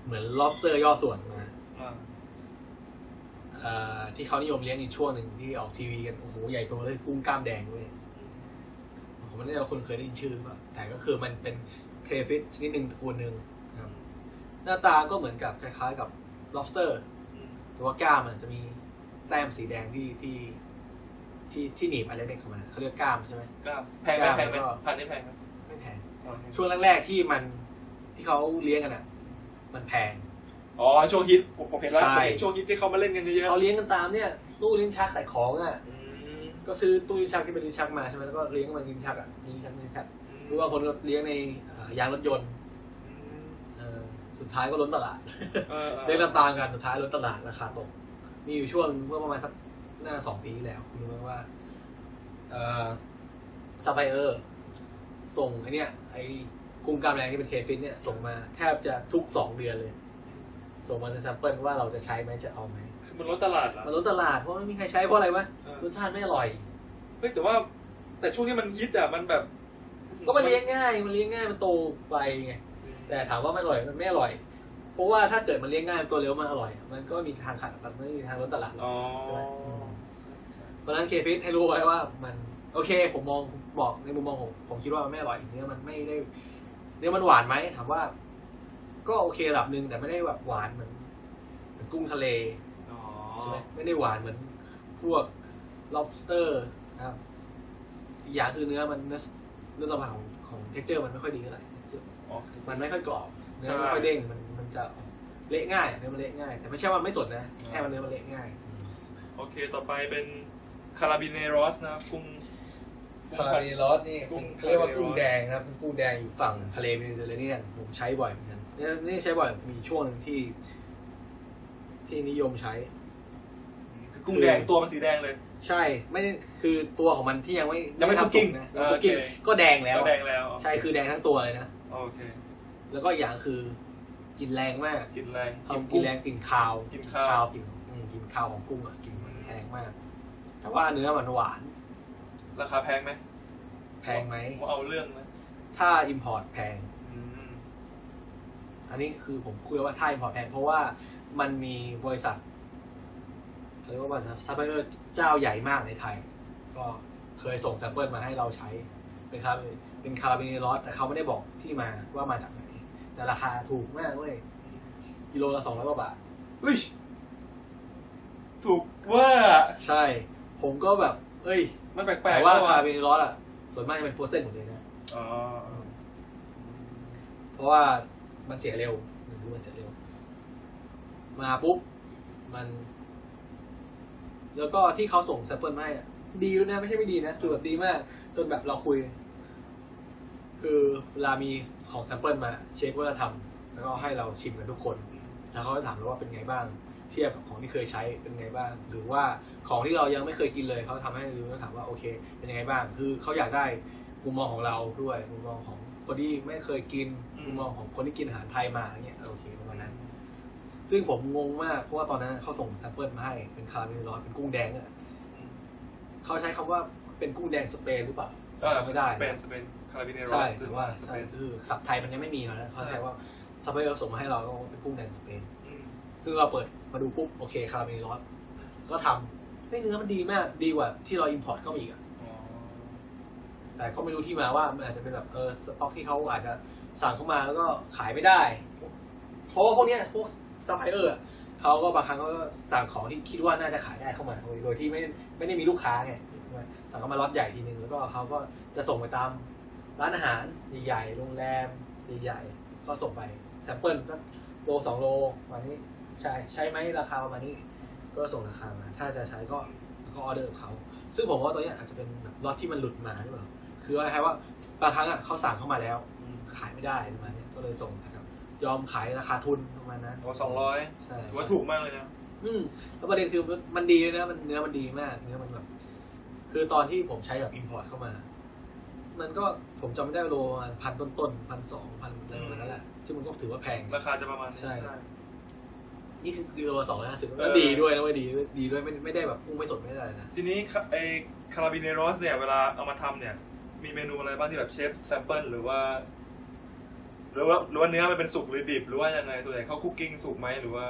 S1: เหมือนล็อบสเตอร์ย่อส่วนมา
S2: อ่า
S1: เอ่อที่เขานิยมเลี้ยงอีกช่วงหนึ่งที่ออกทีวีกัน โอ้โห ใหญ่โตเลยกุ้งกล้ามแดงเว้ยผมไม่แน่ใจว่าคนเคยได้ยินชื่อป่ะ แต่ก็คือมันเป็นเครฟิชชนิดหนึ่งตระกูลหนึ่งนะครับหน้าตาก็เหมือนกับคล้ายๆกับ lobster แต่ว่ากล้ามมันจะมีแต้มสีแดงที่ที่ที่ที่หนีบอะไรเล็กๆของมันเขาเรียกกล้ามใช่ไหม
S2: กล้ามแพงไห
S1: ก
S2: ม
S1: ล้าม
S2: แพงไหม
S1: แล้วก็
S2: พันนี่แพงไหม
S1: ไม่แพง
S2: อ๋อแพง
S1: ช่วงแรกๆที่มันที่เขาเลี้ยงกันอ่ะ มันแพง
S2: อ๋อช่วงฮิตผมผมเห็นแล้ว
S1: ใช่
S2: ผมเห็นช่วงฮิตที่เขามาเล่นกันเยอะ
S1: เขาเลี้ยงกันตามเนี่ยตู้ลิ้นชักใส่ของอ่ะ
S2: ๆอืม
S1: ก็ซื้อตู้ลิ้นชักที่เป็นลิ้นชักมาใช่ไหมแล้วก็เลี้ยงมันลิ้นชักอ่ะลิ้นชักลิ้นชัก หรือว่าคนก็เลี้ยงในเอ่อยางรถยนต์เอ่อสุดท้ายก็ล้นตลาด
S2: เออเอ
S1: เรียก
S2: อ
S1: ตามๆกันสุดท้ายล้นตลาดราคาตกมีอยู่ช่วงเมื่อประมาณสักหน้าสองปีที่แล้วคุณรู้ไหมว่าเอ่อซัพพลายเออร์ส่งไอเนี่ยไอกุ้งกามแรงที่เป็นเคฟินเนี่ย ส่งมาแทบจะทุกสองเดือนเลย ส่งมาเป็นแซมเปิลว่าเราจะใช้ไหมจะเอาไหม
S2: คือมันลดตลาดเหรอ
S1: มันล้นตลาดเพราะไม่มีใครใช้เพราะอะไรวะ
S2: เออ
S1: รสชาติไม่อร่อย
S2: เฮ้ยแต่ว่า แต่ช่วงที่มันฮิตอ่ะมันแบบ
S1: ก็มันเลี้ยงง่ายมันเลี้ยงง่ายมันโตไปไง แต่ถามว่ามันอร่อยมันไม่อร่อย เพราะว่าถ้าเกิดมันเลี้ยงง่ายมันตัวเร็วมันอร่อย มันก็มีทางขาดมันไม่มีทางล้นตลาดหรอก
S2: อ๋อ
S1: เพราะฉะนั้นเคฟิสให้รู้ไว้ว่ามันโอเค ผมมองบอกในมุมมองผมผมคิดว่ามันไม่อร่อยเนื้อมันไม่ได้เนื้อมันหวานไหมถามว่า ก็โอเคระดับหนึ่งแต่ไม่ได้แบบหวานเหมือนเหมือนกุ้งทะเล
S2: อ๋อ
S1: ใช่ไหมไม่ได้หวานเหมือนพวก lobster นะครับอีกอย่างคือเนื้อมันเนื้อเนื้อสัมผัสของของ texture มันไม่ค่อยดีเท่าไหร่
S2: อ๋อ
S1: มันไม่ค่อยกรอบเนื้
S2: ใช่
S1: อไม่ค่อยเด้งมันมันจะเละง่ายเนื้อมันเละง่าย แต่ไม่ใช่ว่ามันไม่สดนะ
S2: อ่า
S1: แค่มันเนื้อมันเละง่าย
S2: โอเคต่อไปเป็นคาราบิเนโรสนะครับกุ้ง
S1: คาราเมลลอสนี่
S2: กุ้ง
S1: เขาเรียกว่า
S2: คาราเมลลอส
S1: กุ้งแดงนะครับเป็นกุ้งแดงอยู่ฝั่งทะเลเมดิเตอร์เรเนียนผมใช้บ่อยเหมือนกันเนี่ยนี่ใช้บ่อยมีช่วงหนึ่งที่ ที่นิยมใช้
S2: คือกุ้งแดงตัวมันสีแดงเลย
S1: ใช่ไม่ได้คือตัวของมันที่ยังไม่
S2: ยังไม่
S1: ด้
S2: คุกกิ้ง
S1: นะ
S2: อ่า
S1: คุกกิ้ง
S2: โอเค
S1: ก็แดงแล้ว
S2: ก็แดงแล้ว
S1: ใช่คือแดงทั้งตัวเลยนะ
S2: โอเค
S1: แล้วก็อีกอย่างคือ กินแรงมาก
S2: กินแรง
S1: เขากิ
S2: กุ้
S1: น
S2: ง
S1: แรงกลิ่นคาว
S2: กิน
S1: ข้า
S2: ข้าว ว
S1: กินอืมกินข้าวของกุ้งอ่ะกินมันแพงมาก แต่ว่าเนื้อมันหวาน
S2: ราคาแพงไหม
S1: แพงไหม
S2: ว่าเอาเรื่องไหม
S1: ถ้าอิมพอร์ตแพง
S2: อืม
S1: อันนี้คือผมคุยว่าถ้าอิมพอร์ตแพง เพราะว่ามันมีบริษัทเขาเรียกว่าบริษัทซัพพลายเออร์เจ้าใหญ่มากในไทย ก็เคยส่งแซมเปิลมาให้เราใช้เป็นคาเป็นคาราเมลลอสแต่เขาไม่ได้บอกที่มาว่ามาจากไหน แต่ราคาถูกมากเว้ยกิโลละสองร้อยกว่าบาท
S2: อุ้ยถูกเว่า
S1: ใช่ ผมก็แบบ เอ้ย
S2: มันแปล
S1: แต่
S2: กๆ
S1: ว่า
S2: อะ
S1: คาราเมลลอสอ่ะส่วนมากจะเป็นโฟรเซนหมดเลยนะ
S2: อ๋อ
S1: เพราะว่ามันเสียเร็วหนึ่งรู้มันเสียเร็ว มาปุ๊บ มัน แล้วก็ที่เขาส่งแซมเปิลมาให้อะดีด้วยนะไม่ใช่ไม่ดีนะคือแบบดีมาก จนแบบเราคุย คือเวลามีของแซมเปิลมา เช็คว่าทำแล้วก็ให้เราชิมกันทุกคน แล้วเขาก็ถามเราว่าเป็นไงบ้าง เทียบกับของที่เคยใช้เป็นไงบ้าง หรือว่าของที่เรายังไม่เคยกินเลยเขาทำให้รู้แล้วถามว่าโอเค เป็นยังไงบ้าง คือเขาอยากได้มุมมองของเราด้วยมุมมองของคนที่ไม่เคยกิน
S2: อืม
S1: มุมมองของคนที่กินอาหารไทยมาอย่างเงี้ยเออโอเคประมาณนั้น ซึ่งผมงงมากเพราะว่าตอนนั้นเขาส่งแซมเปิลมาให้เป็นคาราเมลร้อนเป็นกุ้งแดงอะเขาใช้คำว่าเป็นกุ้งแดงสเปนหรือเปล่าจำไม่ได้
S2: สเปนสเปนคาราบิเนโร
S1: ใช่
S2: ส
S1: แต่ว่า
S2: ส
S1: ใช่
S2: เปน
S1: คือสับไทยมันยังไม่มีนะเขาใช้ว่าซัพพลายเออร์ส่งมาให้เราก็เป็นกุ้งแดงสเปน
S2: อืม
S1: ซึ่งเราเปิดมาดูปุ๊บ โอเคคาราเมลร้อน ก็ทำให้ยเนื้อมันดีมากดีกว่าที่เราอิมพอร์ตเข้ามาอีกอะ
S2: อ๋อ
S1: แต่ก็ไม่รู้ที่มาว่ามันอาจจะเป็นแบบเออสต็อกที่เขาอาจจะสั่งเข้ามาแล้วก็ขายไม่ได้เพราะว่าพวกเนี้ยพวกซัพพลายเออร์อะเขาก็บางครั้งเขาก็สั่งของที่คิดว่าน่าจะขายได้เข้ามาโดยที่ไม่ไม่ได้มีลูกค้าไงสั่งเข้ามาล็อตใหญ่ทีนึงแล้วก็เขาก็จะส่งไปตามร้านอาหารใหญ่ๆโรงแรมใหญ่ๆก็ส่งไปแซมเปิลก็โลสองโลประมาณนี้ ใช่ใช้ไหมราคาประมาณนี้ ก็ส่งราคามา ถ้าจะใช้ก็ก็ออเดอร์กับเขาซึ่งผมว่าตัวเนี้ยอาจจะเป็นแบบล็อตที่มันหลุดมาหรือเปล่าคือว่าคล้ายๆว่าบางครั้งอะเขาสั่งเข้ามาแล้ว
S2: อืม
S1: ขายไม่ได้ประมาณเนี้ยก็เลยส่งนะครับ ยอมขายราคาทุนประมาณนั้น
S2: อ๋อสองร้อย
S1: ใช่
S2: ถือว่าถูกมากเลยนะ
S1: อืมแล้วประเด็นคือมันดีเลยนะมันเนื้อมันดีมาก เนื้อมันแบบคือตอนที่ผมใช้แบบอิมพอร์ตเข้ามา มันก็ผมจำไม่ได้ว่าโลประมาณพันต้นๆพันสองพันอะไรประมาณนั้นแหละซึ่งมันก็ถือว่าแพง
S2: ราคาจะประมาณนี้
S1: ใช่
S2: ได้
S1: นี่คือกิโลสองร้อยห้าสิบ
S2: เอ
S1: ก็
S2: อ
S1: ดีด้วยนะเว้ยดีด้วยดีด้วยไม่ไม่ได้แบบกุ้งไม่สดไม่ได้อะไรนะ
S2: ทีนี้ค่ะไอคาราบิเนโรสเนี่ยเวลาเอามาทำเนี่ย มีเมนูอะไรบ้างที่แบบเชฟแซมเปิลหรือว่า หรือว่าหรือว่าเนื้อมันเป็นสุกหรือดิบ หรือว่ายังไงตัวไหนเขาคุกกิ้งสุกไหมหรือว่า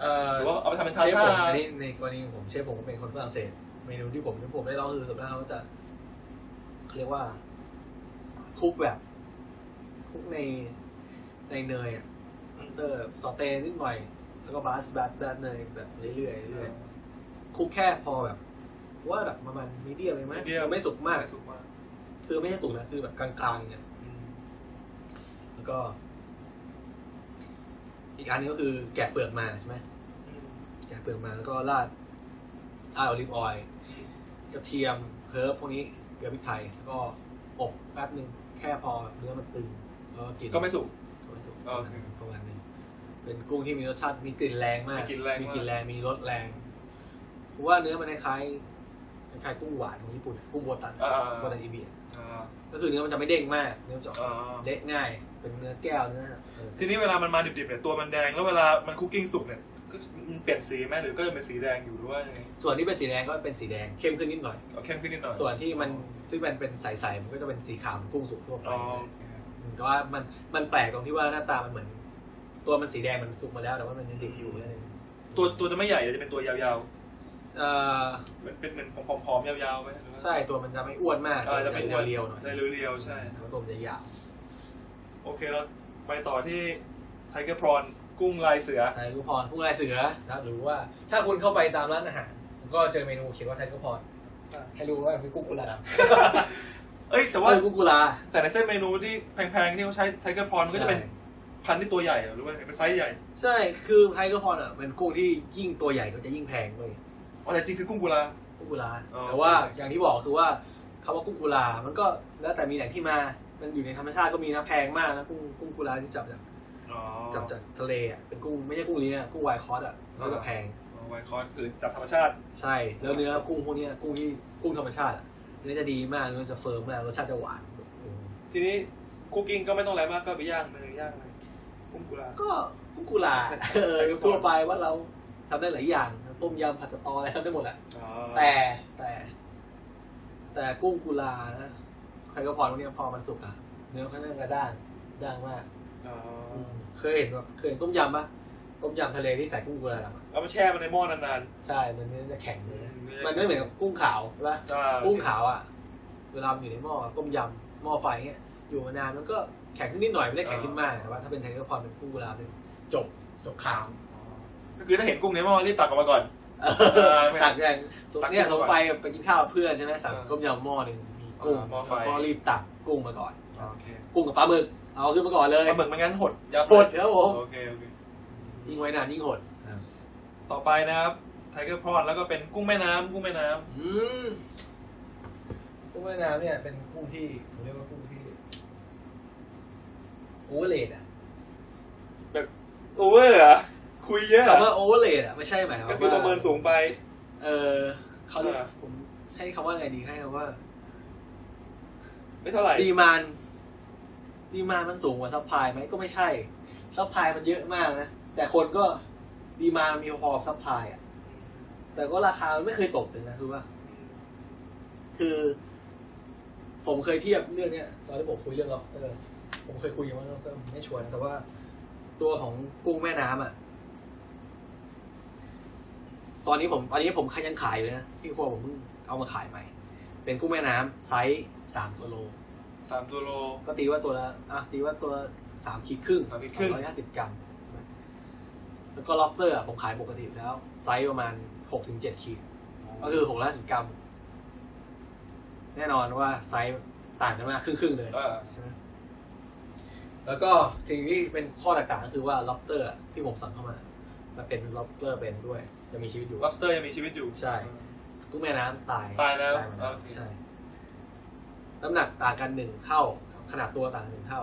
S1: เอ่อ
S2: หรือว่าเอาไปทำเป็น
S1: เชฟผม
S2: ทาทา
S1: อันนี้ในกรณีของผมเชฟผมก็เป็นคนฝรั่งเศสเมนูที่ผมที่ผมได้ลองคือส่วนมากเขาจะเขาเรียกว่าคลุกแบบคลุกในในเนยอ่ะเตอร์สอเตนิดหน่อย แล้วก็บาสแบบแบบเนยแบบเรื่อยๆเรื่อยๆคลุกแค่พอแบบ ว่าแบบประมาณมีเดียเลยไหม
S2: medium
S1: ไม่สุกมาก
S2: สุกมาก
S1: คือไม่ใช่สุกนะ คือแบบกลางๆเนี่ย
S2: อืม
S1: แล้วก็ อีกอันนี้ก็คือแกะเปลือกมาใช่ไหม
S2: อืม
S1: แกะเปลือกมาแล้วก็ราดราดโอลิฟออยล์กระเทียมเฮิร์บพวกนี้เกลือพริกไทย แล้วก็อบแป๊บหนึ่งแค่พอเนื้อมันตึงแล้วก็กิน
S2: ก็ไม่สุก
S1: ก็ไม่สุก
S2: โอเค
S1: ประมาณนึงเป็นกุ้งที่มีรสชาติมีกลิ่นแรงมาก
S2: มีกลิ่นแรงมาก
S1: มีกลิ่นแรงมีรสแรงผมว่าเนื้อมันคล้ายๆคล้ายๆกุ้งหวานของญี่ปุ่นกุ้งโบตัน
S2: อ่า
S1: โบตันอิเบีย
S2: อ่า
S1: ก็คือเนื้อมันจะไม่เด้งมากเนื้อมันจะออก
S2: อ่า
S1: เละง่าย เป็นเนื้อแก้วเนื้อเออ
S2: ทีนี้เวลามันมาดิบๆเนี่ยตัวมันแดงแล้วเวลามันคุกกิ้งสุกเนี่ยก็มันเปลี่ยนสีไหมหรือก็ยังเป็นสีแดงอยู่หรือว่ายังไง
S1: ส่วนที่เป็นสีแดงก็เป็นสีแดงเข้มขึ้นนิดหน่อย
S2: เอาเข้มขึ้นนิดหน่อย
S1: ส่วนที่มันที่มันเป็นใสๆมันก็จะเป็นสีขาวเหมือนกุ้งสุกทั่วไป
S2: อ๋อ
S1: แต่ว่ามันมันแปลกตรงที่ว่าหน้าตามันเหมือน ตัวมันสีแดงมันสุกมาแล้วแต่ว่ามันยังดิบอยู่นั่นเอง
S2: ตัวตัวจะไม่ใหญ่เดี๋ยวจะเป็นตัวยาว
S1: เอ่อ
S2: ๆเป็นเป็นเหมือนผอมๆยาวๆไหมหรือว่า
S1: ใช่ตัวมันจะไม่อ้วนมาก
S2: เออจะไม่อ้วน
S1: เรียวๆหน่อย
S2: จะเรียวๆใช่
S1: แต่ว่าตัวมันจะยาว
S2: โอเคเราไปต่อที่ไทเกอร์พรอนกุ้งลายเสือ
S1: ไทยกุพรผู้ลายเสือนะครับหรือว่าถ้าคุณเข้าไปตามร้านอาหารก็เจอเมนูเขียนว่าไทยกุพร
S2: อ่า
S1: ให้รู้ว่าเป็นกุ้งกุลา
S2: เอ้ย แต่
S1: แต่ว่า
S2: ว่า
S1: กุ้งกุลา
S2: แต่ในเส้นเมนูที่แพงๆที่เขาใช้ไทเกอร์พรอนก็จะเป็นพันธุ์ที่ตัวใหญ่เหรอหรือว่าเป็นไซส์ใหญ่
S1: ใช่คือไทยกุพรอ่ะเป็นกุ้งที่ยิ่งตัวใหญ่ก็จะยิ่งแพงเลย
S2: อ๋อแต่จริงคือกุ้งกุลา
S1: กุ้งกุลา
S2: อ๋อ
S1: แต่ว่าอย่างที่บอกคือว่าคำว่ากุ้งกุลา มันก็แล้วแต่มีแหล่งที่มา มันอยู่ในธรรมชาติก็มีนะแพงมากนะกุ้งกุ้งกุลาที่จับจาก
S2: อ๋อ
S1: จับจากทะเลอ่ะเป็นกุ้งไม่ใช่กุ้งเลี้ยงอะกุ้งไวคอสอ่ะมันก็แพง
S2: ไวคอนคือจากธรรมชาติ
S1: ใช่แล้วเนื้อกุ้งพวกเนี้ยกุ้งที่กุ้งธรรมชาติอะเนื้อจะดีมากเนื้อจะเฟิร์มมากรสชาติจะหวานอืม
S2: ทีนี้คุกกิ้งก็ไม่ต้องอะไรมากก็ไปย่างเลยย่างเลยกุ้งกุลา
S1: ก็กุ้งกุลา เออทั่วไปว่าเราทำได้หลายอย่างต้มยำผัดสะตออะไรทำได้หมดแหละ
S2: อ๋อ
S1: แต่แต่ แต่กุ้งกุลานะใครก็พอตรงเนี้ยพอมันสุกอะเนื้อก็เนื้อกระด้างด้างมาก
S2: อ๋อ
S1: เคยเห็นแบบเคยเห็นต้มยำปะต้มยำทะเลที่ใส่กุ้งกุลาอะ
S2: แล้วมันแช่มันในหม้อนาน
S1: ใช่มันเนื้อจะแข็ง
S2: ๆ
S1: เลยมันไม่เหมือนกับกุ้งขาวใช่ปะ
S2: ใช่
S1: กุ้งขาวอะเวลามันอยู่ในหม้อต้มยำหม้อไฟเงี้ยอยู่มานานมันก็แข็งขึ้นนิดหน่อยไม่ได้แข็งขึ้นมากแต่ว่าถ้าเป็นไทยก็พอเป็นกุ้งกุลาเป็นจบจบขาว
S2: อ๋อก็คือถ้าเห็นกุ้งในหม้อรีบตักออกมาก่อน อไม่
S1: ตักแดงสมเนี่ย
S2: ตัก
S1: สมไปไปกินข้าวกับเพื่อนใช่ไหมสั่ง
S2: เออ
S1: ต้มยำหม้อหนึ่งมีกุ้ง
S2: อ่าหม้อไฟ
S1: แล้วก็รีบตักกุ้งมาก่อน
S2: โอเค
S1: กุ้งกับปลาหมึก เอาขึ้นมาก่อนเลย
S2: ปลาหมึกมันงั้นหดยับเล
S1: ห
S2: ย
S1: ดครับผม
S2: โอเคโอเค
S1: ยิ่งไว้นานยิ่งหด
S2: ต่อไปนะครับไท ทเกอร์พรอนแล้วก็เป็นกุ้งแม่น้ำกุ้งแม่น้ำ
S1: อืมกุ้งแม่น้ำเนี่ยเป็นกุ้งที่ผมเรียกว่ากุ้ง ที่โอเวอร์เลดอ่ะ
S2: โอเวอร์อะคุยเยอะ
S1: คำว่าโอเวอร์เลดอ่ะไม่ใช่หมายความ
S2: ก็
S1: ว่า
S2: คือประเมินสูงไป
S1: เออเขาเรียก
S2: อ่า
S1: ผมใช้คำว่าไงดีให้คำว่า
S2: ไม่เท่าไหร่
S1: ดีมานดีมานมันสูงกว่าซัพพลายไหมก็ไม่ใช่ซัพพลายมันเยอะมากนะ แต่คนก็ดีมานมีพอซัพพลายอ่ะ แต่ก็ราคามันไม่เคยตกเลยนะคือว่า คือ ผมเคยเทียบเรื่องเนี้ยตอนที่ผมคุยเรื่องล็อบสเตอร์ผมเคยคุยกันว่าล็อบสเตอร์ไม่ชวนแต่ว่า ตัวของกุ้งแม่น้ำอ่ะ ตอนนี้ผมตอนนี้ผมขายยังขายเลยนะที่ครัวผมเพิ่งเอามาขายใหม่ เป็นกุ้งแม่น้ำไซส์สามตัวโล
S2: สามตัวโล
S1: ก็ตีว่าตัวละอ่ะตีว่าตัวสามขีดครึ่ง
S2: สามขีดครึ่ง
S1: ร้อยห้าสิบกรัม แล้วก็ล็อบสเตอร์อะผมขายปกติอยู่แล้ว ไซส์ประมาณหกถึงเจ็ดขีด ก็คือหกร้อยสิบกรัม แน่นอนว่าไซส์ต่างกันมากครึ่งๆเลย
S2: เออ
S1: ใช่ไหมแล้วก็สิ่งที่เป็นข้อแตกต่างก็คือว่าล็อบสเตอร์อะที่ผมสั่งเข้ามา มันเป็นล็อบสเตอร์เป็นด้วยยังมีชีวิตอยู่
S2: ล็อบสเตอร์ยังมีชีวิตอยู่
S1: ใช่ กุ้งแม่น้ำตาย
S2: ตายแล้ว
S1: มแล้ว
S2: โอเค
S1: ใช่ น้ำหนักต่างกันหนึ่งเท่า ขนาดตัวต่างกันหนึ่งเท่า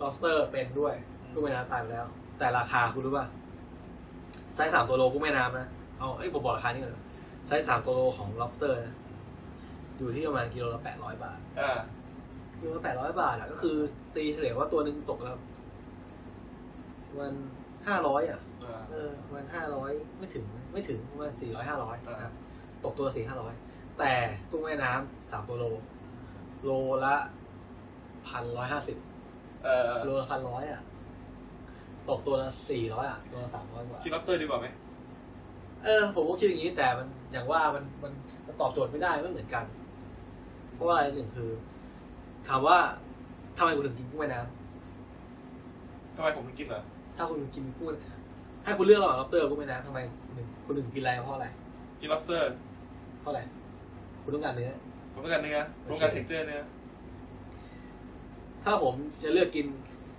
S1: lobster เป็นด้วยกุ้งแม่น้ำตายไปแล้ว แต่ราคาคุณรู้ป่ะไซส์สามตัวโลกุ้งแม่น้ำนะเอาเอ้ยผมบอกราคานี่ก่อนไซส์สามตัวโลของ lobster นะอยู่ที่ประมาณกิโลละแปดร้อยบาท
S2: อ่า
S1: กิโลละแปดร้อยบาทอะก็คือ ตีเฉลี่ยว่าตัวหนึ่งตกแล้ววันห้าร้อยอ่ะ
S2: อ่า
S1: เออวันห้าร้อยไม่ถึงไม่ถึงประมาณสี่ร้อยห้าร้อย
S2: อ่า
S1: ครับ ตกตัวสี่ห้าร้อยแต่กุ้งแม่น้ำสามตัวโล โลละพันร้อยห้าสิบ
S2: เออ
S1: โลละพันร้อยอ่ะ ตกตัวละสี่ร้อยอ่ะ ตัวละสามร้อยกว่า
S2: กินล็อบสเตอร์ดีกว่าไหม
S1: เออ ผมก็คิดอย่างนี้แต่มันอย่างว่ามันมันมันตอบโจทย์ไม่ได้ไม่เหมือนกัน เพราะว่าอะไรหนึ่งคือถามว่าทำไมคุณถึงกินกุ้งแม่น้
S2: ทำไมผมถึงกินเหรอ
S1: ำถ้าคุณกินกุ้งให้คุณเลือกระหว่างล็อบสเตอร์กับกุ้งแม่น้ำทำไมคุณถึงคุณถึงกินอะไรเพราะอะไร
S2: กินล็อบสเตอร์
S1: เพราะอะไร คุณต้องการเนื้อ
S2: ผมต้องการเนื้อผมต้องการเท็กเจอร์เนื้อ
S1: ถ้าผมจะเลือกกิน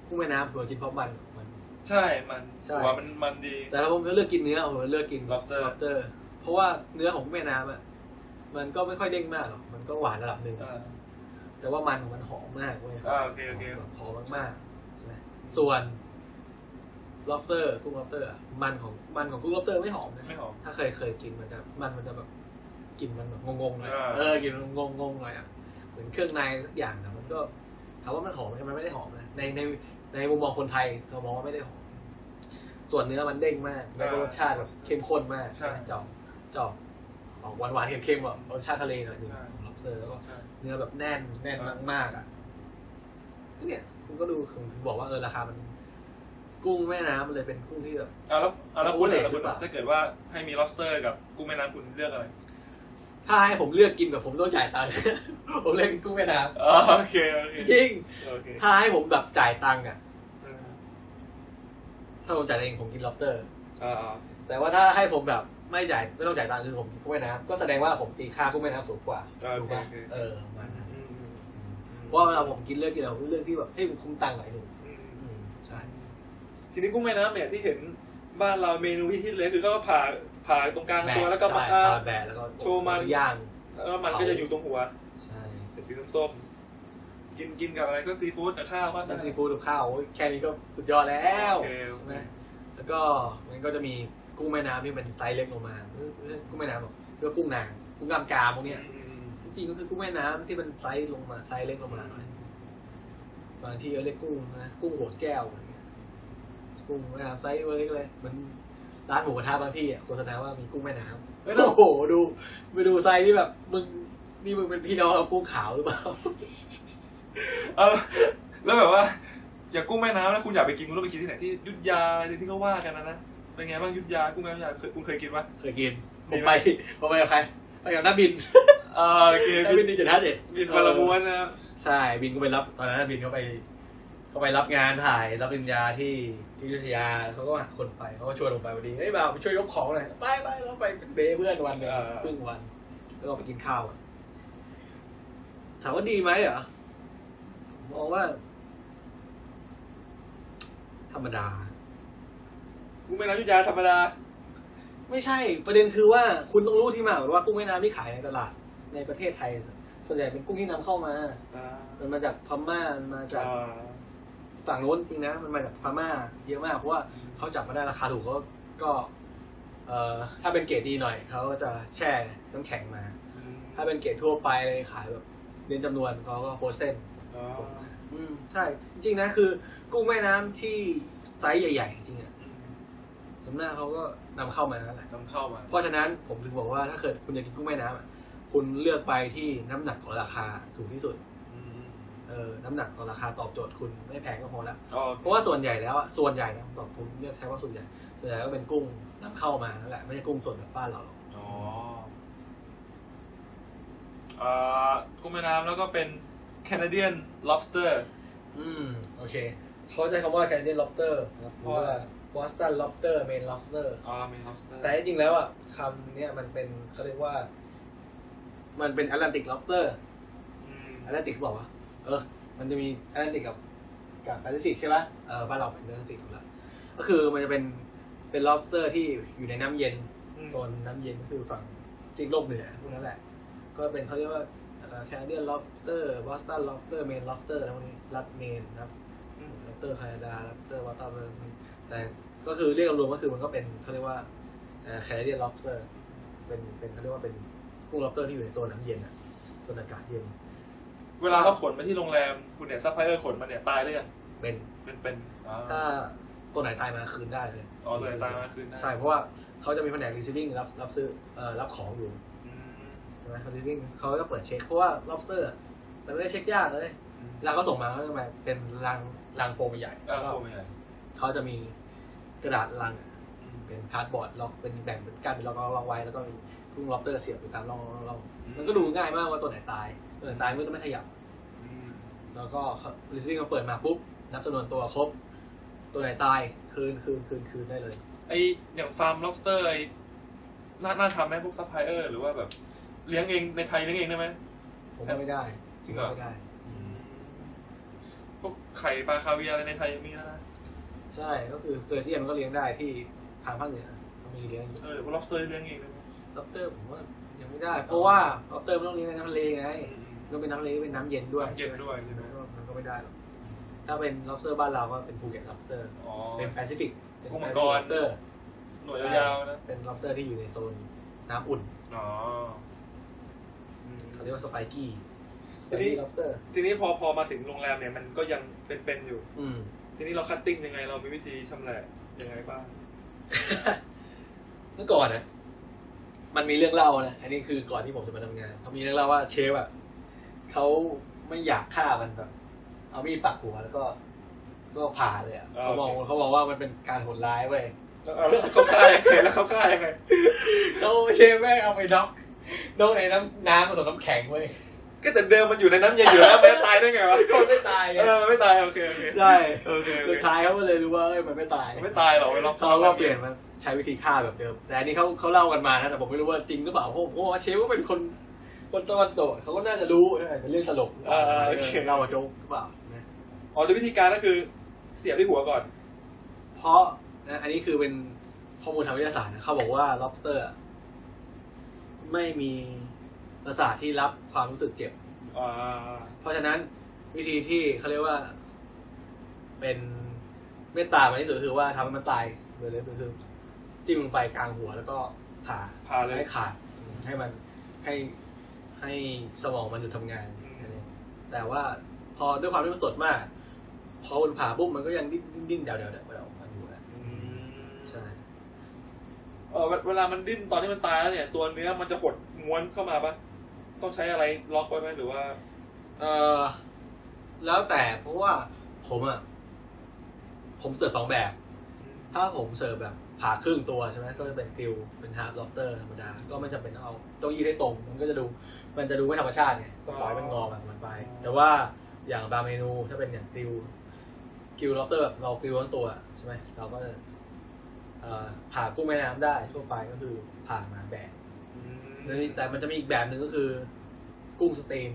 S1: กุ้งแม่น้ำผมจะกินเพราะมันมัน
S2: ใช่มัน
S1: ใช่
S2: หัวมันมันดี
S1: แต่ถ้าผมจะเลือกกินเนื้อผมจะเลือกกิน
S2: Lobster
S1: เพราะว่าเนื้อของกุ้งแม่น้ำอ่ะมันก็ไม่ค่อยเด้งมากหรอกมันก็หวานระดับหนึ่ง
S2: อ่า
S1: แต่ว่ามันของมันหอมมากเว้ย
S2: อ่าโอเคโอเค
S1: แบบหอมมากๆใช่ไหมส่วน lobster กุ้ง lobster อะมันของมันของกุ้ง lobster ไม่หอมนะ
S2: ไม่หอม
S1: ถ้าเคยเคยกินมันจะมันมันจะแบบกลิ่นมันแบบงงๆหน่อย
S2: อ่า
S1: เออกลิ่นมันงงๆหน่อยอ่ะเหมือนเครื่องในสักอย่างนะมันก็ถามว่ามันหอมไหมมันไม่ได้หอมนะในในในมุมมองคนไทยเรามองว่าไม่ได้หอม ส่วนเนื้อมันเด้งมากแล้วก็รสชาติแบบเข้มข้นมาก
S2: ใช่
S1: จอกจอกออกหวานๆเค็มๆแบบรสชาติทะเลหน่อยหนึง
S2: ใช่
S1: ของ lobster แล้วก็
S2: ใช่
S1: เนื้อแบบแน่นแน่นมากมากๆอ่ะเนี่ยคุณก็ดูผมบอกว่าเออราคามัน กุ้งแม่น้ำมันเลยเป็นกุ้งที่แบบ
S2: เอาแล้วเอาแล้วคุณ
S1: โอเวอร์เรท
S2: แล้วคุ
S1: หรื
S2: ณ
S1: อเปล่า
S2: ถ้าเกิดว่าให้มี lobster กับกุ้งแม่น้ำคุณเลือกอะไร
S1: ถ้าให้ผมเลือกกินแบบผมต้องจ่ายตังค์ ผมเล่นกุ้งแม่น้
S2: อ๋อโอเคโอเค
S1: ำจริง
S2: โอเค
S1: ถ้าให้ผมแบบจ่ายตังค์อ่ะ ถ้าผมจ่ายตังค์เองผมกินล็อบเตอร์
S2: อ่า
S1: แต่ว่าถ้าให้ผมแบบไม่จ่ายไม่ต้องจ่ายตังค์คือผมกินกุ้งแม่น้ำก็แสดงว่าผมตีค่ากุ้งแม่น้ำสูงกว่า
S2: อ่าโอ
S1: ถูก
S2: เค
S1: ปะ
S2: โอเค
S1: เออประมาณนั้น
S2: อืมอืม
S1: เพราะว่าเวลาผมกินเลือกกินอะไรผมเลือกที่แบบให้มันคุ้มตังค์หน่อยหนึ่ง
S2: อืม
S1: อืมใช่
S2: ทีนี้กุ้งแม่น้ำเนี่ยที่เห็นบ้านเราเมนูที่ฮิตเลยคือเขาก็ผ่าผ่าตรงกลางตัวแล้วก็มา
S1: ใช่ตาแบะแล้วก็
S2: โชว์มัน
S1: ย่าง
S2: แล้วมันก็จะอยู่ตรงหัว
S1: ใช่
S2: เป็นสีส้มๆกินกินกับอะไรก็ซีฟู้ดกับข้าวก็ได้
S1: น้ำซีฟู้ดกับข้าวโอ้ยแค่นี้ก็สุดยอดแล้ว
S2: โอเค
S1: ใช่ไหมแล้วก็มันก็จะมีกุ้งแม่น้ำที่เป็นไซส์เล็กลงมาเอ้ยเอ้ยกุ้งแม่น้ำหรอกเรียกว่ากุ้งนางกุ้งกามกามพวกเนี้ย
S2: อืม
S1: จริงๆก็คือกุ้งแม่น้ำที่มันไซส์ลงมาไซส์เล็กลงมาหน่อยบางที่ก็เรียกกุ้งนะกุ้งโหดแก้วอะไรเงี้ยกุ้งแม่น้ำไซส์เล็กเลยเหมันร้านหมูกระทะบางที่อะโฆษณาว่ามีกุ้งแม่น้ำ
S2: เฮ้ยเรา
S1: โอ้โหดูไปดูไซส์ที่แบบมึงนี่มึงเป็นพี่น้องกับกุ้งขาวหรือเปล่า
S2: เออแล้วแบบว่า อย่างกุ้งแม่น้ำนะคุณอยากไปกินคุณต้องไปกินที่ไหนที่อยุทธยาอะไรที่เขาว่ากันนะนะเป็นไงบ้างอยุทธยากุ้งแม่น้ำอยุธยาเคยคุณเคยกินปะ
S1: เคยกิน ผ
S2: ดี
S1: ม
S2: ไหม
S1: ไป ผมไปกับใคร ไปกับนักบิน
S2: เออโอเค
S1: นัก
S2: บิ
S1: บิน
S2: น
S1: หนึ่งเจ็ดห้าเจ็ด
S2: บินบาลาม้วนนะครับ
S1: ใช่ บินก็ไปรับ ตอนนั้นนะบินเขาไป เขาไปรับงานถ่าย รับปริญญาที่ที่อยุธยาเขาก็หาคนไปเขาก็ชวนผมไปพอดี เฮ้ยบ่าวไปช่วยยกของหน่อย ไปไปแล้วไปเป็นเบเพื่อนวันหนึ่ง
S2: เออ
S1: ครึ่งวัน แล้วก็ไปกินข้าวอะถามว่าดีไหมเหรอมองว่า ธรรมดา
S2: กุ้งแม่น้ำอยุทธยาธรรมดา
S1: ไม่ใช่ประเด็นคือว่าคุณต้องรู้ที่มาก่อนว่ากุ้งแม่น้ำที่ขายในตลาดในประเทศไทย ส่วนใหญ่เป็นกุ้งที่นำเข้ามา
S2: อ่า
S1: มันมาจากพม่ามันมาจาก
S2: อ่า
S1: ฝั่งโน้นจริงนะ มันมาจากพม่าเยอะมาก เพราะว่าเขาจับมาได้ราคาถูกก็ก็เอ่อถ้าเป็นเกรดดีหน่อยเขาก็จะแช่น้ำแข็งมา
S2: อืม
S1: ถ้าเป็นเกรดทั่วไปเลยขายแบบเรียนจำนวนเขาก็โปรเซนต์
S2: อ่า
S1: ส่ง อืมใช่ จริงๆนะคือ กุ้งแม่น้ำที่ไซส์ใหญ่ๆจริงๆอะ
S2: อืม
S1: สำนักเขาก็นำเข้ามานั่นแหละ
S2: นำเข้ามา
S1: เพราะฉะนั้นผมถึงบอกว่าถ้าเกิดคุณอยากกินกุ้งแม่น้ำอะคุณเลือกไปที่น้ำหนักของราคาถูกที่สุด
S2: อืม
S1: เออน้ำหนักของราคาตอบโจทย์คุณไม่แพงก็พอละ
S2: อ๋อ
S1: เพราะว่าส่วนใหญ่แล้วอะส่วนใหญ่นะผมตอบผมเลือกใช้ว่าส่วนใหญ่ส่วนใหญ่ก็เป็นกุ้งนำเข้ามานั่นแหละไม่ใช่กุ้งสดแบบบ้านเราหรอก
S2: อ๋ออ่ากุ้งแม่น้ำแล้วก็เป็น Canadian lobster
S1: อืมโอเคเขาใช้คำว่า Canadian lobster นะครับหรือว่า Boston lobster Maine lobster
S2: อ๋อมี lobster
S1: แต่จริงๆแล้วอ่ะคำเนี้ยมันเป็นเขาเรียกว่า มันเป็น Atlantic lobster
S2: อืม
S1: แอตแลนติกบอกว่าเออ มันจะมีแอตแลนติกกับกับแปซิฟิกใช่ปะเออบ้านเราเป็นแอตแลนติกอยู่แล้วก็คือมันจะเป็นเป็น lobster ที่อยู่ในน้ำเย็น
S2: อืม
S1: โซนน้ำเย็นก็คือฝั่งซีกโลกเหนือพวกนั้นแหละ ก็เป็นเขาเรียกว่าแคนาเดียน lobster Boston lobster Maine lobster อะไรพวกนี้รัดเมนครับ
S2: อืม
S1: lobster แคนาดา lobster วอเตอร์เบิร์แต่ก็คือเรียกรวมๆก็คือมันก็เป็นเขาเรียกว่าแคนาเดียน lobster เป็นเป็นเขาเรียกว่าเป็นกุ้ง lobster ที่อยู่ในโซนน้ำเย็นอะโซนอากาศเย็น
S2: เวลาเขาขนมาที่โรงแรมคุณเนี่ยซัพพลายเออร์ขนมาเนี่ยตายเลยง
S1: เป็น
S2: เป็นเป็นอ่า
S1: ถ้าตัวไหนตายมาคืนได้เลย
S2: อ๋อตัวไหนตายมาคืนได้
S1: ใช่ เพราะว่าเขาจะมีแผนก receiving รับรับซื้อเอ่อรับของอยู่
S2: อืม
S1: ใช่ไหม receiving เขาก็เปิดเช็ค เพราะว่า lobster อะแต่ไม่ได้เช็คยากเลย
S2: อืม
S1: แล้วเขาส่งมาเขาจะมาเป็นลังลังโฟมใหญ่แล้
S2: อ่า
S1: วก็
S2: โอ้ไม่ใช่
S1: เขาจะมีกระดาษลัง
S2: อืม
S1: เป็นคาร์ดบอร์ดล็อกเป็นแบ่งเป็นกั้นเป็นล็อกล็อกไว้แล้วก็มีกุ้ง lobster เสียบอยู่ตามร่องร่องร่อง
S2: อืม
S1: มันก็ดูง่ายมากว่าตัวไหนตายตัวไหนตายมันก็จะไม่ขยับ
S2: อืม
S1: แล้วก็ receiving เขาเปิดมาปุ๊บนับจำนวนตัวครบ ตัวไหนตายคืนคืนคืนคืนได้เลย
S2: ไออย่างฟาร์ม lobster ไอน่าน่าทำไหมพวกซัพพลายเออร์หรือว่าแบบเลี้ยงเองในไทยเลี้ยงเองได้ไหม
S1: ผมว่าไม่ได้
S2: จริงเหรอ
S1: ไม่ได้
S2: พวกไข่ปลาคาเวียร์อะไรในไทยมีแล้วนะ
S1: ใช่ ก็คือเซอร์เซียนก็เลี้ยงได้ที่ทางภาคเหนือมีเลี้ยงอยู่
S2: เออหรือว่า lobster เลี้ยงเองได้ไหม
S1: ล็อบเตอร์ผมว่ายังไม่ได้ เพราะว่าล็อบเตอร์มันต้องเลี้ยงในน้ำทะเลไง
S2: อืม
S1: ต้องเป็นน้ำทะเลเป็นน้ำเย็นด้วย
S2: เย็นด้วยใช่ไหม
S1: มันก็ไม่ได้หรอกถ้าเป็นล็อบสเตอร์บ้านเราก็เป็นภูเก็ตล็อบสเตอร์
S2: อ๋อ
S1: เป็นแปซิฟิกเป็น
S2: กุ้งมัง
S1: แป
S2: ก
S1: ซิฟิ
S2: ร
S1: กเตอร์
S2: หน่วยยาวๆนะ
S1: เป็นล็อบสเตอร์ที่อยู่ในโซนน้ำอุ่น
S2: อ๋ออืม
S1: เขาเรียกว่าสไปกี้ส
S2: ที
S1: ไป
S2: นี้
S1: กี้ล็อบสเตอร์
S2: ทีนี้พอพอมาถึงโรงแรมเนี่ยมันก็ยังเป็นๆอยู่
S1: อืม
S2: ทีนี้เราคัตติ้งยังไงเรามีวิธีชำแหละยังไงบ้าง
S1: เมื่อก่อนนะมันมีเรื่องเล่านะ อันนี้คือก่อนที่ผมจะมาทำงานเขามีเรื่องเล่าว่าเชฟอ่ะเขาไม่อยากฆ่ามันแบบเอามีดปักหัวแล้วก็ ก็ผ่าเลยอะ
S2: อ่า
S1: เขามอง
S2: โอเค
S1: เขาบอกว่ามันเป็นการโหดร้ายเว้ย
S2: แล้วแล้วเขาฆ่ายังไงแล้วเขาฆ่ายังไง
S1: เขาเชฟแม่งเอาไปน็อกน็อกในน้ำน้ำผสมน้ำแข็งเว้ย
S2: ก็แต่เดิมมันอยู่ในน้ำเย็นอยู่แล้วไม่ตายได้ไงวะ
S1: มันไม่ตายไง
S2: เออไม่ตายโอเคโอเค
S1: ใช่
S2: โอเคโอ
S1: สุด
S2: เค
S1: ท้ายเขาก็เลยรู้ว่าเอ้ยมันไม่ตาย
S2: ไม่ตายหรอกไม่รอบ
S1: เขาก็เปลี่ยนมาใช้วิธีฆ่าแบบเดิม แต่อันนี้เขาเขาเล่ากันมานะแต่ผมไม่รู้ว่าจริงหรือเปล่าเพราะผมก็บอกว่าเชฟก็เป็นคน คนตะวันตกเขาก็น่าจะรู้อาจจะเรื่องตลก
S2: เออเออโอเค
S1: เราอะโจ๊กหรือเปล่านะ
S2: อ๋อหรือวิธีการก็คือเสียบที่หัวก่อน
S1: เพราะนะอันนี้คือเป็นข้อมูลทางวิทยาศาสตร์นะเขาบอกว่า lobster อะไม่มีประสาทที่รับความรู้สึกเจ็บ
S2: อ่า
S1: เพราะฉะนั้นวิธีที่เขาเรียกว่า เป็นเมตตามาที่สุดคือว่าทำให้มันตายเลยเลยคือจิ้มลงไปกลางหัวแล้วก็ผ่า
S2: พาเลย
S1: ให้ขาดให้มันให้ให้สมองมันหยุดทำงาน
S2: อืม
S1: แต่ว่าพอด้วยความที่มันสดมาก พอมันผ่าปุ๊บมันก็ยังดิ้นดิ้นดิ้นเดาเดาเดาเดาออกมาอยู่แหละ
S2: อืม
S1: ใช่
S2: เออเวเวลามันดิ้นตอนที่มันตายแล้วเนี่ย ตัวเนื้อมันจะหดม้วนเข้ามาปะต้องใช้อะไรล็อกไว้ไหมหรือว่า
S1: เออแล้วแต่เพราะว่าผมอ่ะ ผมเสิร์ฟสองแบบ ถ้าผมเสิร์ฟแบบผ่าครึ่งตัวใช่ไหมก็จะเป็นติวเป็นฮาร์ดล็อบเตอร์ธรรมดา ก็ไม่จำเป็นต้องเอาเก้าอี้ได้ตรง มันก็จะดู มันจะดูไม่ธรรมชาติไงก็ปล่อยมันงอแบบมันไป แต่ว่าอย่างบางเมนูถ้าเป็นอย่างติวกิวล็อบเตอร์แบบเราติวทั้งตัวใช่ไหมเราก็จะเอ่อผ่ากุ้งแม่น้ำได้ทั่วไปก็คือผ่ามาแบก
S2: อืม
S1: แต่มันจะมีอีกแบบหนึ่งก็คือ กุ้งสเตีม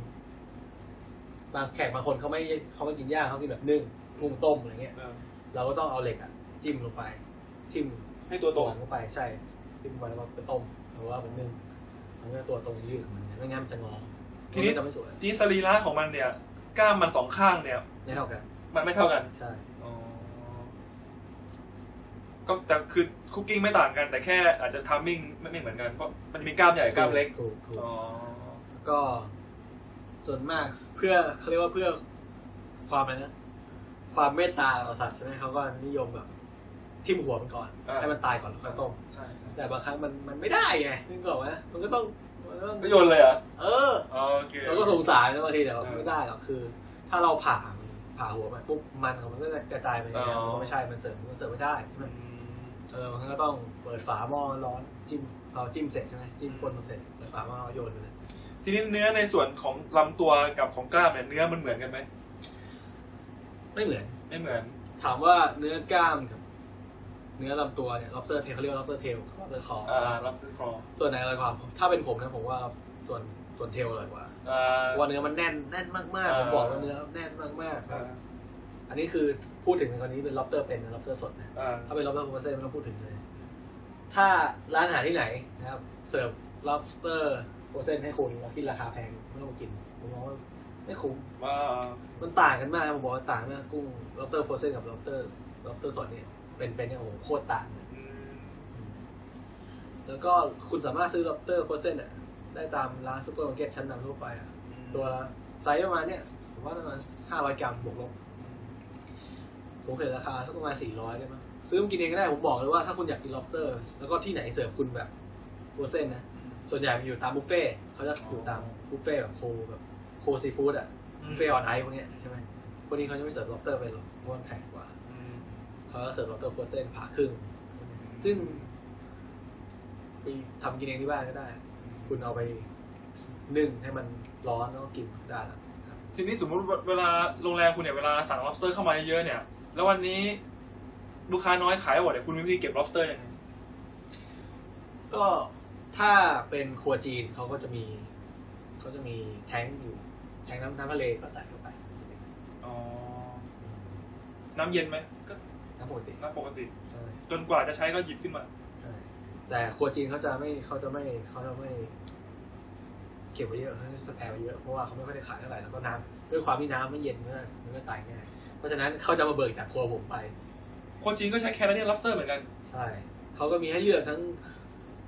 S1: บางแขกบางคนเขาไม่เขาไม่กินย่างเขากินแบบนึ่งกุ้งต้มอะไรเงี้ย
S2: เออ
S1: เราก็ต้องเอาเหล็กอะจิ้มลงไป จิ้ม
S2: ให้ตัวต
S1: ส่
S2: ร
S1: ว
S2: ง
S1: นลงไปใช่ ขึ้นมาแล้วก็ไปต้มหรือว่าเป็นนึ่งมันก็ตัวตรงยืดของมันเนี่ยไม่งั้นมันจะงอ
S2: ที
S1: ที
S2: นี้
S1: นี้จะไม่สวย
S2: ที่สรีระของมันเนี่ย กล้ามมันสองข้างเนี่ย
S1: ไม่เท่ากัน
S2: มันไม่เท่ากัน
S1: ใช่
S2: อ๋อก็แต่คือคุกกิ้งไม่ต่างกันแต่แค่อาจจะทัมมิ่งไม่ไม่เหมือนกันเพราะมันจะมีกล้ามใหญ่กล้ามเล็ก
S1: ถูกถูก
S2: อ๋อ
S1: ก็ ส่วนมากเพื่อเขาเรียกว่าเพื่อความอะไรนะ ความเมตตาต่อสัตว์ใช่ไหมเขาก็นิยมแบบทิ่มหัวมันก่อน ให้มันตายก่อนแล้วค่อยต้ม
S2: ใช่ใช่
S1: แต่บางครั้งมันมันไม่ได้ไงนึกออกไหมมันก็ต้องมันก็ต้อง
S2: ก็โยนเลยเหรอ่ะ
S1: เออ
S2: โอเค
S1: เราก็สงสารนะบางทีแต่ว่า
S2: เออ
S1: ไม่ได้หรอกคือ ถ้าเราผ่ามันผ่าหัวมันปุ๊บมันของมันก็จะกระจายไป
S2: อ๋อ
S1: มันก็ไม่ใช่มันเสริมมันเสริมไม่ได้ใช่ไหม
S2: อืม
S1: เออมันก็ต้องเปิดฝาหม้อร้อนจิ้มเอาจิ้มเสร็จใช่ไหมจิ้มก้นมันเสร็จเปิดฝาหม้อโยนไปเลย
S2: ทีนี้เนื้อในส่วนของลำตัวกับของกล้ามเนี่ยเนื้อมันเหมือนกันไหม
S1: ไม่เหมือน
S2: ไม่เหมือน
S1: ถามว่าเนื้อกล้ามกับ เนื้อลำตัวเนี่ย lobster tail เขาเรียกว่า lobster tail lobster claw
S2: อ่ารับซื้อคอ
S1: ส่วนไหนอร่อยกว่า ถ้าเป็นผมนะผมว่าส่วนส่วนเทลอร่อยกว่า
S2: อ่า
S1: เพราะว่าเนื้อมันแน่นแน่นมากๆ ผมบอกว่าเนื้อแน่นมากๆครับ อันนี้คือพูดถึงในกรณีเป็น lobster เป็นนะ lobster สดนะ
S2: อ่า
S1: ถ้าเป็น lobster ผมก็เส้นไม่ต้องพูดถึงเลย ถ้าร้านอาหารที่ไหนนะครับ เสิร์ฟ lobster โปรเซนให้คุณแล้วที่ราคาแพงไม่ต้องมากิน ผมมองว่าไม่คุ้ม
S2: ว่า
S1: มันต่างกันมากนะผมบอกว่าต่างมากกุ้งล็อบเตอร์โฟเซนกับล็อบเตอร์ล็อบเตอร์สดเนี่ยเป็นเป็นเนี่ยโอ้โหโคตรต่างเลย
S2: อืม
S1: แล้วก็คุณสามารถซื้อล็อบเตอร์โฟเซนอ่ะได้ตามร้านซูเปอร์มาร์เก็ตชั้นนำทั่วไปอ่ะตัวละไซส์ประมาณเนี่ยผมว่าประมาณห้าร้อยกรัมบวกลบผมเห็นราคาสักประมาณสี่ร้อยได้มั้งซื้อมากินเองก็ได้ผมบอกเลยว่าถ้าคุณอยากกินล็อบเตอร์แล้วก็ที่ไหนเสิร์ฟคุณแบบโฟเซนนะส่วนใหญ่มันอยู่ตามบุฟเฟ่ต์เขาจะอยู่ตามบุฟเฟ่ต์แบบโคแบบโคซีฟู้ดอ่ะ เฟย์ออนไอพวกเนี้ยใช่ไหมพวกนี้เขาจะไม่เสิร์ฟล็อบเตอร์ไปหรอกเพราะมันแพงกว่า
S2: อืม
S1: เขาจะเสิร์ฟล็อบเตอร์โคเซนผ่าครึ่ง ซึ่งไปทำกินเองที่บ้านก็ได้ คุณเอาไปนึ่งให้มันร้อนแล้วก็กินได้แล้วครับ
S2: ทีนี้สมมุติเวลาโรงแรมคุณเนี่ยเวลาสั่ง lobster เข้ามาเยอะๆเนี่ย แล้ววันนี้ลูกค้าน้อยขายหมดเนี่ยคุณมีวิธีเก็บ lobster ยังไง
S1: ก็ถ้าเป็นครัวจีนเขาก็จะมี เขาจะมีแทงค์อยู่ แทงค์น้ำน้ำทะเลก็ใส่เข้าไป
S2: อ๋อน้ำเย็นไหมก็
S1: น้ำปกติ
S2: น้ำปกติ
S1: ใช่
S2: จนกว่าจะใช้ก็หยิบขึ้นมา
S1: ใช่แต่ครัวจีนเขาจะไม่เขาจะไม่เขาจะไม่ เก็บไว้เยอะเขาจะสแปร์ไว้เยอะเพราะว่าเขาไม่ค่อยได้ขายเท่าไหร่แล้วก็น้ำด้วยความที่น้ำไม่เย็นมันก็มันก็ตายง่ายเพราะฉะนั้นเขาจะมาเบิกจากครัวผมไป
S2: คนจีนก็ใช้ Canadian lobster เหมือนกัน
S1: ใช่ เขาก็มีให้เลือกทั้ง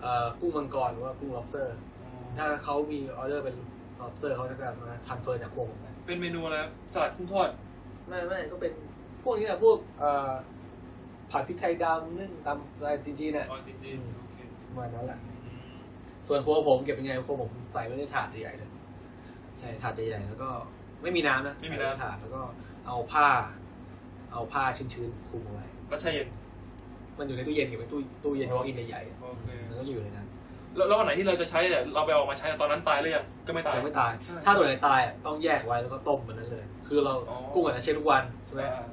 S1: เอ่อกุ้งมังกรหรือว่ากุ้ง lobster ถ้าเขามีออเดอร์เป็น lobster เขาจะมาทำเฟอร์จากครัวผมไป
S2: เป็นเมนูอะไรครับสลัดกุ้งทอด
S1: ไม่ไม่ก็เป็นพวกนี้แหละพวกเอ่อผัดพริกไทยดำนึ่งตำอะไรจริงๆน่ะ
S2: อ๋อจริงๆโอเค
S1: ประมาณนั้นแหละ
S2: อืม
S1: ส่วนครัวผมเก็บเป็นไงครัวผมใส่ไว้ในถาดใหญ่ๆเลยใช่ถาดใหญ่ๆแล้วก็ไม่มีน้ำนะใส่ว้ใถาดแล้วก็เอาผ้า เอาผ้าชื้นๆคลุมเอาไว้
S2: แล้วใช่เย็น
S1: มันอยู่ในตู้เย็นอยู่ในตู้ตู้เย็นวอลอินใหญ่
S2: โอเค
S1: ๆมันก็อยู่ในนั้น
S2: แล้วแล้ววันไหนที่เราจะใช้เนี่ยเราไปเอาออกมาใช้ตอนนั้นตายหรือยังก็ไม่ตาย
S1: ยังไม่ตาย
S2: ใช่
S1: ถ้าตัวไหนตายอ่ะต้องแยกไว้แล้วก็ต้มมันนั้นเลย คือเรา
S2: อ๋อ
S1: กุ้งอาจจะเช็ดทุกวันใช่ไหม
S2: อ่า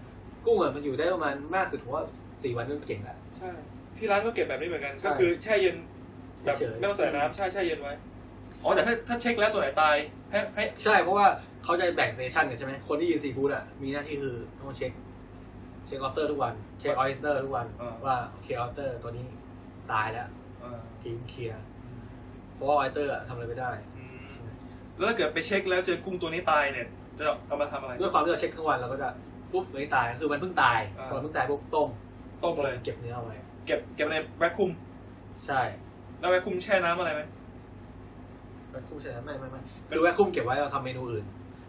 S1: กุ้งอ่ะมันอยู่ได้ประมาณมากสุดผมว่าสี่วันก็เก่งละ
S2: ใช่ที่ร้านก็เก็บแบบนี้เหมือนกัน
S1: ใช่
S2: ก็คือแช่เย็นแบบ
S1: เฉยๆ
S2: ไม่ต้องใส่น้ำใช่แช่เย็นไว้อ๋อแต่ถ้าถ้าเช็คแล้วตัวไหนตายให้ให้
S1: ใช่เพราะว่าเขาจะแบ่งเซสชันกันใช่ไหมคนที่ยืนซีฟู้ดอ่ะมีหน้าที่คือต้องเช็ค เช็คออสเตอร์ทุกวันเช็คออสเตอร์ทุกวัน ว่าโอเคออสเตอร์ตัวนี้ตายแล้ว
S2: อ่า
S1: ทิ้งเคลียร์เพราะว่าออสเตอร์อะทำอะไรไม่ได้
S2: อืมแล้วถ้าเกิดไปเช็คแล้วเจอกุ้งตัวนี้ตายเนี่ย จะเอามาทำอะไร
S1: ด้วยความที่เราเช็คทั้งวันเราก็จะปุ๊บตัวนี้ตายคือมันเพิ่งตาย
S2: อ่า
S1: พอมันเพิ่งตายปุ๊บต้ม
S2: ต้มเลย
S1: เก็บเนื้อเอาไว้
S2: เก็บเก็บในแวคคุม
S1: ใช่
S2: แล้วแวคคุมแช่น้ำอะไรไหม
S1: แวคคุมใช่ไหมไม่ไม่ไม่คือแวคคุมเก็บไว้เราทำเมนูอื่น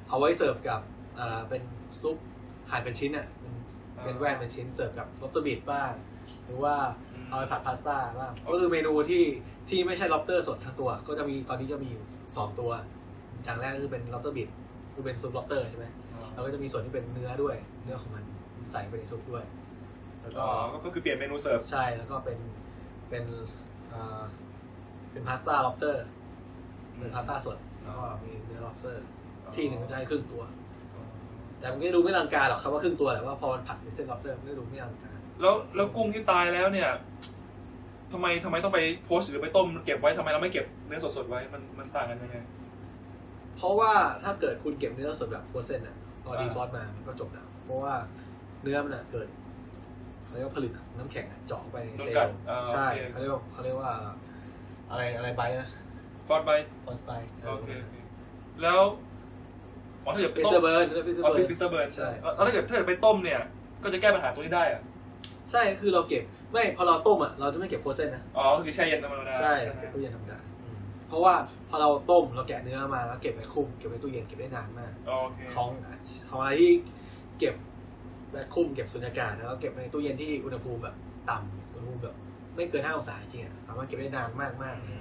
S1: เอาไว้เสิร์ฟกับเอ่อเป็นซุปหั่นเป็นชิ้นอ่ะเป็นเป็นแว่นเป็นชิ้นเสิร์ฟกับล็อบสเตอร์บีทบ้างหรือว่าเอาไปผัดพาสต้าบ้างก็คือเมนูที่ที่ไม่ใช่ล็อบสเตอร์สดทั้งตัว ก็จะมีตอนนี้จะมีอยู่สองตัวอย่างแรกก็คือเป็นล็อบสเตอร์บีทคือเป็นซุปล็อบสเตอร์ใช่ไหม แล้วก็จะมีส่วนที่เป็นเนื้อด้วย เนื้อของมันใส่ไปในซุปด้วย แล้วก็
S2: อ๋อก็คือเปลี่ยนเมนูเสิร์ฟ
S1: ใช่แล้วก็เป็นเป็นเอ่อเป็นพาสต้าล็อบเตอร์เป็นพาสต้าสดแล้วก็มีเนื้อล็อบสเตอร์ที่หนึ่งก็จะให้ครึ่งตัว แต่มันก็ดูไม่ลังการหรอกครับว่าครึ่งตัวแต่ว่าพอมันผัดในเส้นล็อบสเตอร์มันก็ดูไม่ลังการ
S2: แล้วแล้วกุ้งที่ตายแล้วเนี่ยทำไมทำไมต้องไปโพสต์หรือไปต้มเก็บไว้ทำไมเราไม่เก็บเนื้อสดๆไว้มันมันต่างกันยังไง
S1: เพราะว่าถ้าเกิดคุณเก็บเนื้อสดแบบโฟรเซนอะพอดี
S2: อ่า
S1: ฟอสมามันก็จบแล้วเพราะว่าเนื้อมันอะเกิด เขา เรียกว่าผลึกน้ำแข็งอะเจาะเข้าไปใน
S2: โดน
S1: เซล
S2: กัด
S1: ล์
S2: เอ่อ
S1: ใช่
S2: โอเค
S1: เขาเรียกว่าเขาเรียกว่าอะไรอะไรใบนะ
S2: ฟอดไป
S1: ฟอสไบ
S2: โอเคโอเคแล้วอ๋อถ้าเกิดไป
S1: ฟิส
S2: ต้
S1: เซอ
S2: ม
S1: ร์เบิร์นฟิสเซอ
S2: อ๋อ
S1: ร์เบิร์น
S2: ฟิสฟิสเตอร์เบิร์น
S1: ใช่
S2: แล้วถ้าเกิดถ้าเกิดไปต้มเนี่ย ก็จะแก้ปัญหาตรงนี้ได้อะ
S1: ใช่คือเราเก็บไม่พอเราต้มอ่ะเราจะไม่เก็บโฟรเซนนะ
S2: อ๋อคือแช่เย็นธรรมดา
S1: ใช่
S2: ไหม
S1: เก็บตู้เย็นธรรมดาอืมเพราะว่าพอเราต้มเราแกะเนื้อมาแล้วเก็บไว้คุมเก็บไว้ตู้เย็นเก็บได้นานมาก
S2: โอเค
S1: ของของอะไรที่เก็บและคุมเก็บสุญญากาศแล้วเก็บในตู้เย็นที่อุณหภูมิแบบต่ำอุณหภูมิแบบไม่เกินห้าองศาจริงๆอะสามารถเก็บได้นานมากมาก
S2: อืม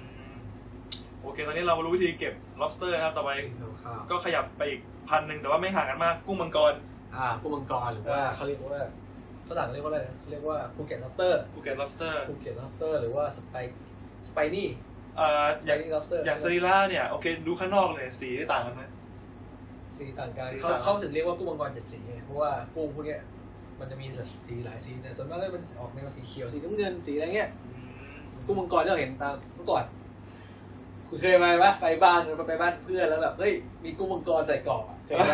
S2: โอเค ตอนนี้เรารู้วิธีเก็บ lobster นะครับต่อไป
S1: ข้าว
S2: ก็ขยับไปอีกพันหนึ่งแต่ว่าไม่ห่างกันมาก กุ้งมังกร
S1: ๆอ่าผู้มังกรหรือว่าเขาเรียกว่าฝรั่งเรียกว่าอะไรนะเรียกว่าภูเก็ตล็อบสเตอร์
S2: ภูเก็ต lobster
S1: ภูเก็ตล็อบสเตอร์หรือว่าสไปสไปนี่
S2: เอ่อ
S1: ส
S2: อ
S1: ไป
S2: ย่าง
S1: นี่ล็อบสเตอร์
S2: อย่างสรีล่าเนี่ย โอเค ดูข้างนอกเนี่ยสีได้ต่างกันไหม
S1: สีต่างกัน
S2: สี
S1: เขา
S2: ต่าง
S1: เขาถึงเรียกว่ากุ้งมังกรเจ็ดสีไงเพราะว่ากุ้งพวกเนี้ยมันจะมีสีหลายสีแต่ส่วนมากก็จะเป็นออกแนวสีเขียวสีน้ำเงินสีอะไรเงี้ย กุ้งมังกรที่เราเห็นตามเมื่อก่อน คุณเคยมาปะไปบ้านไปบ้านเพื่อนแล้วแบบเฮ้ยมีกุ้งมังกรใส่กรอบอะเคยไหม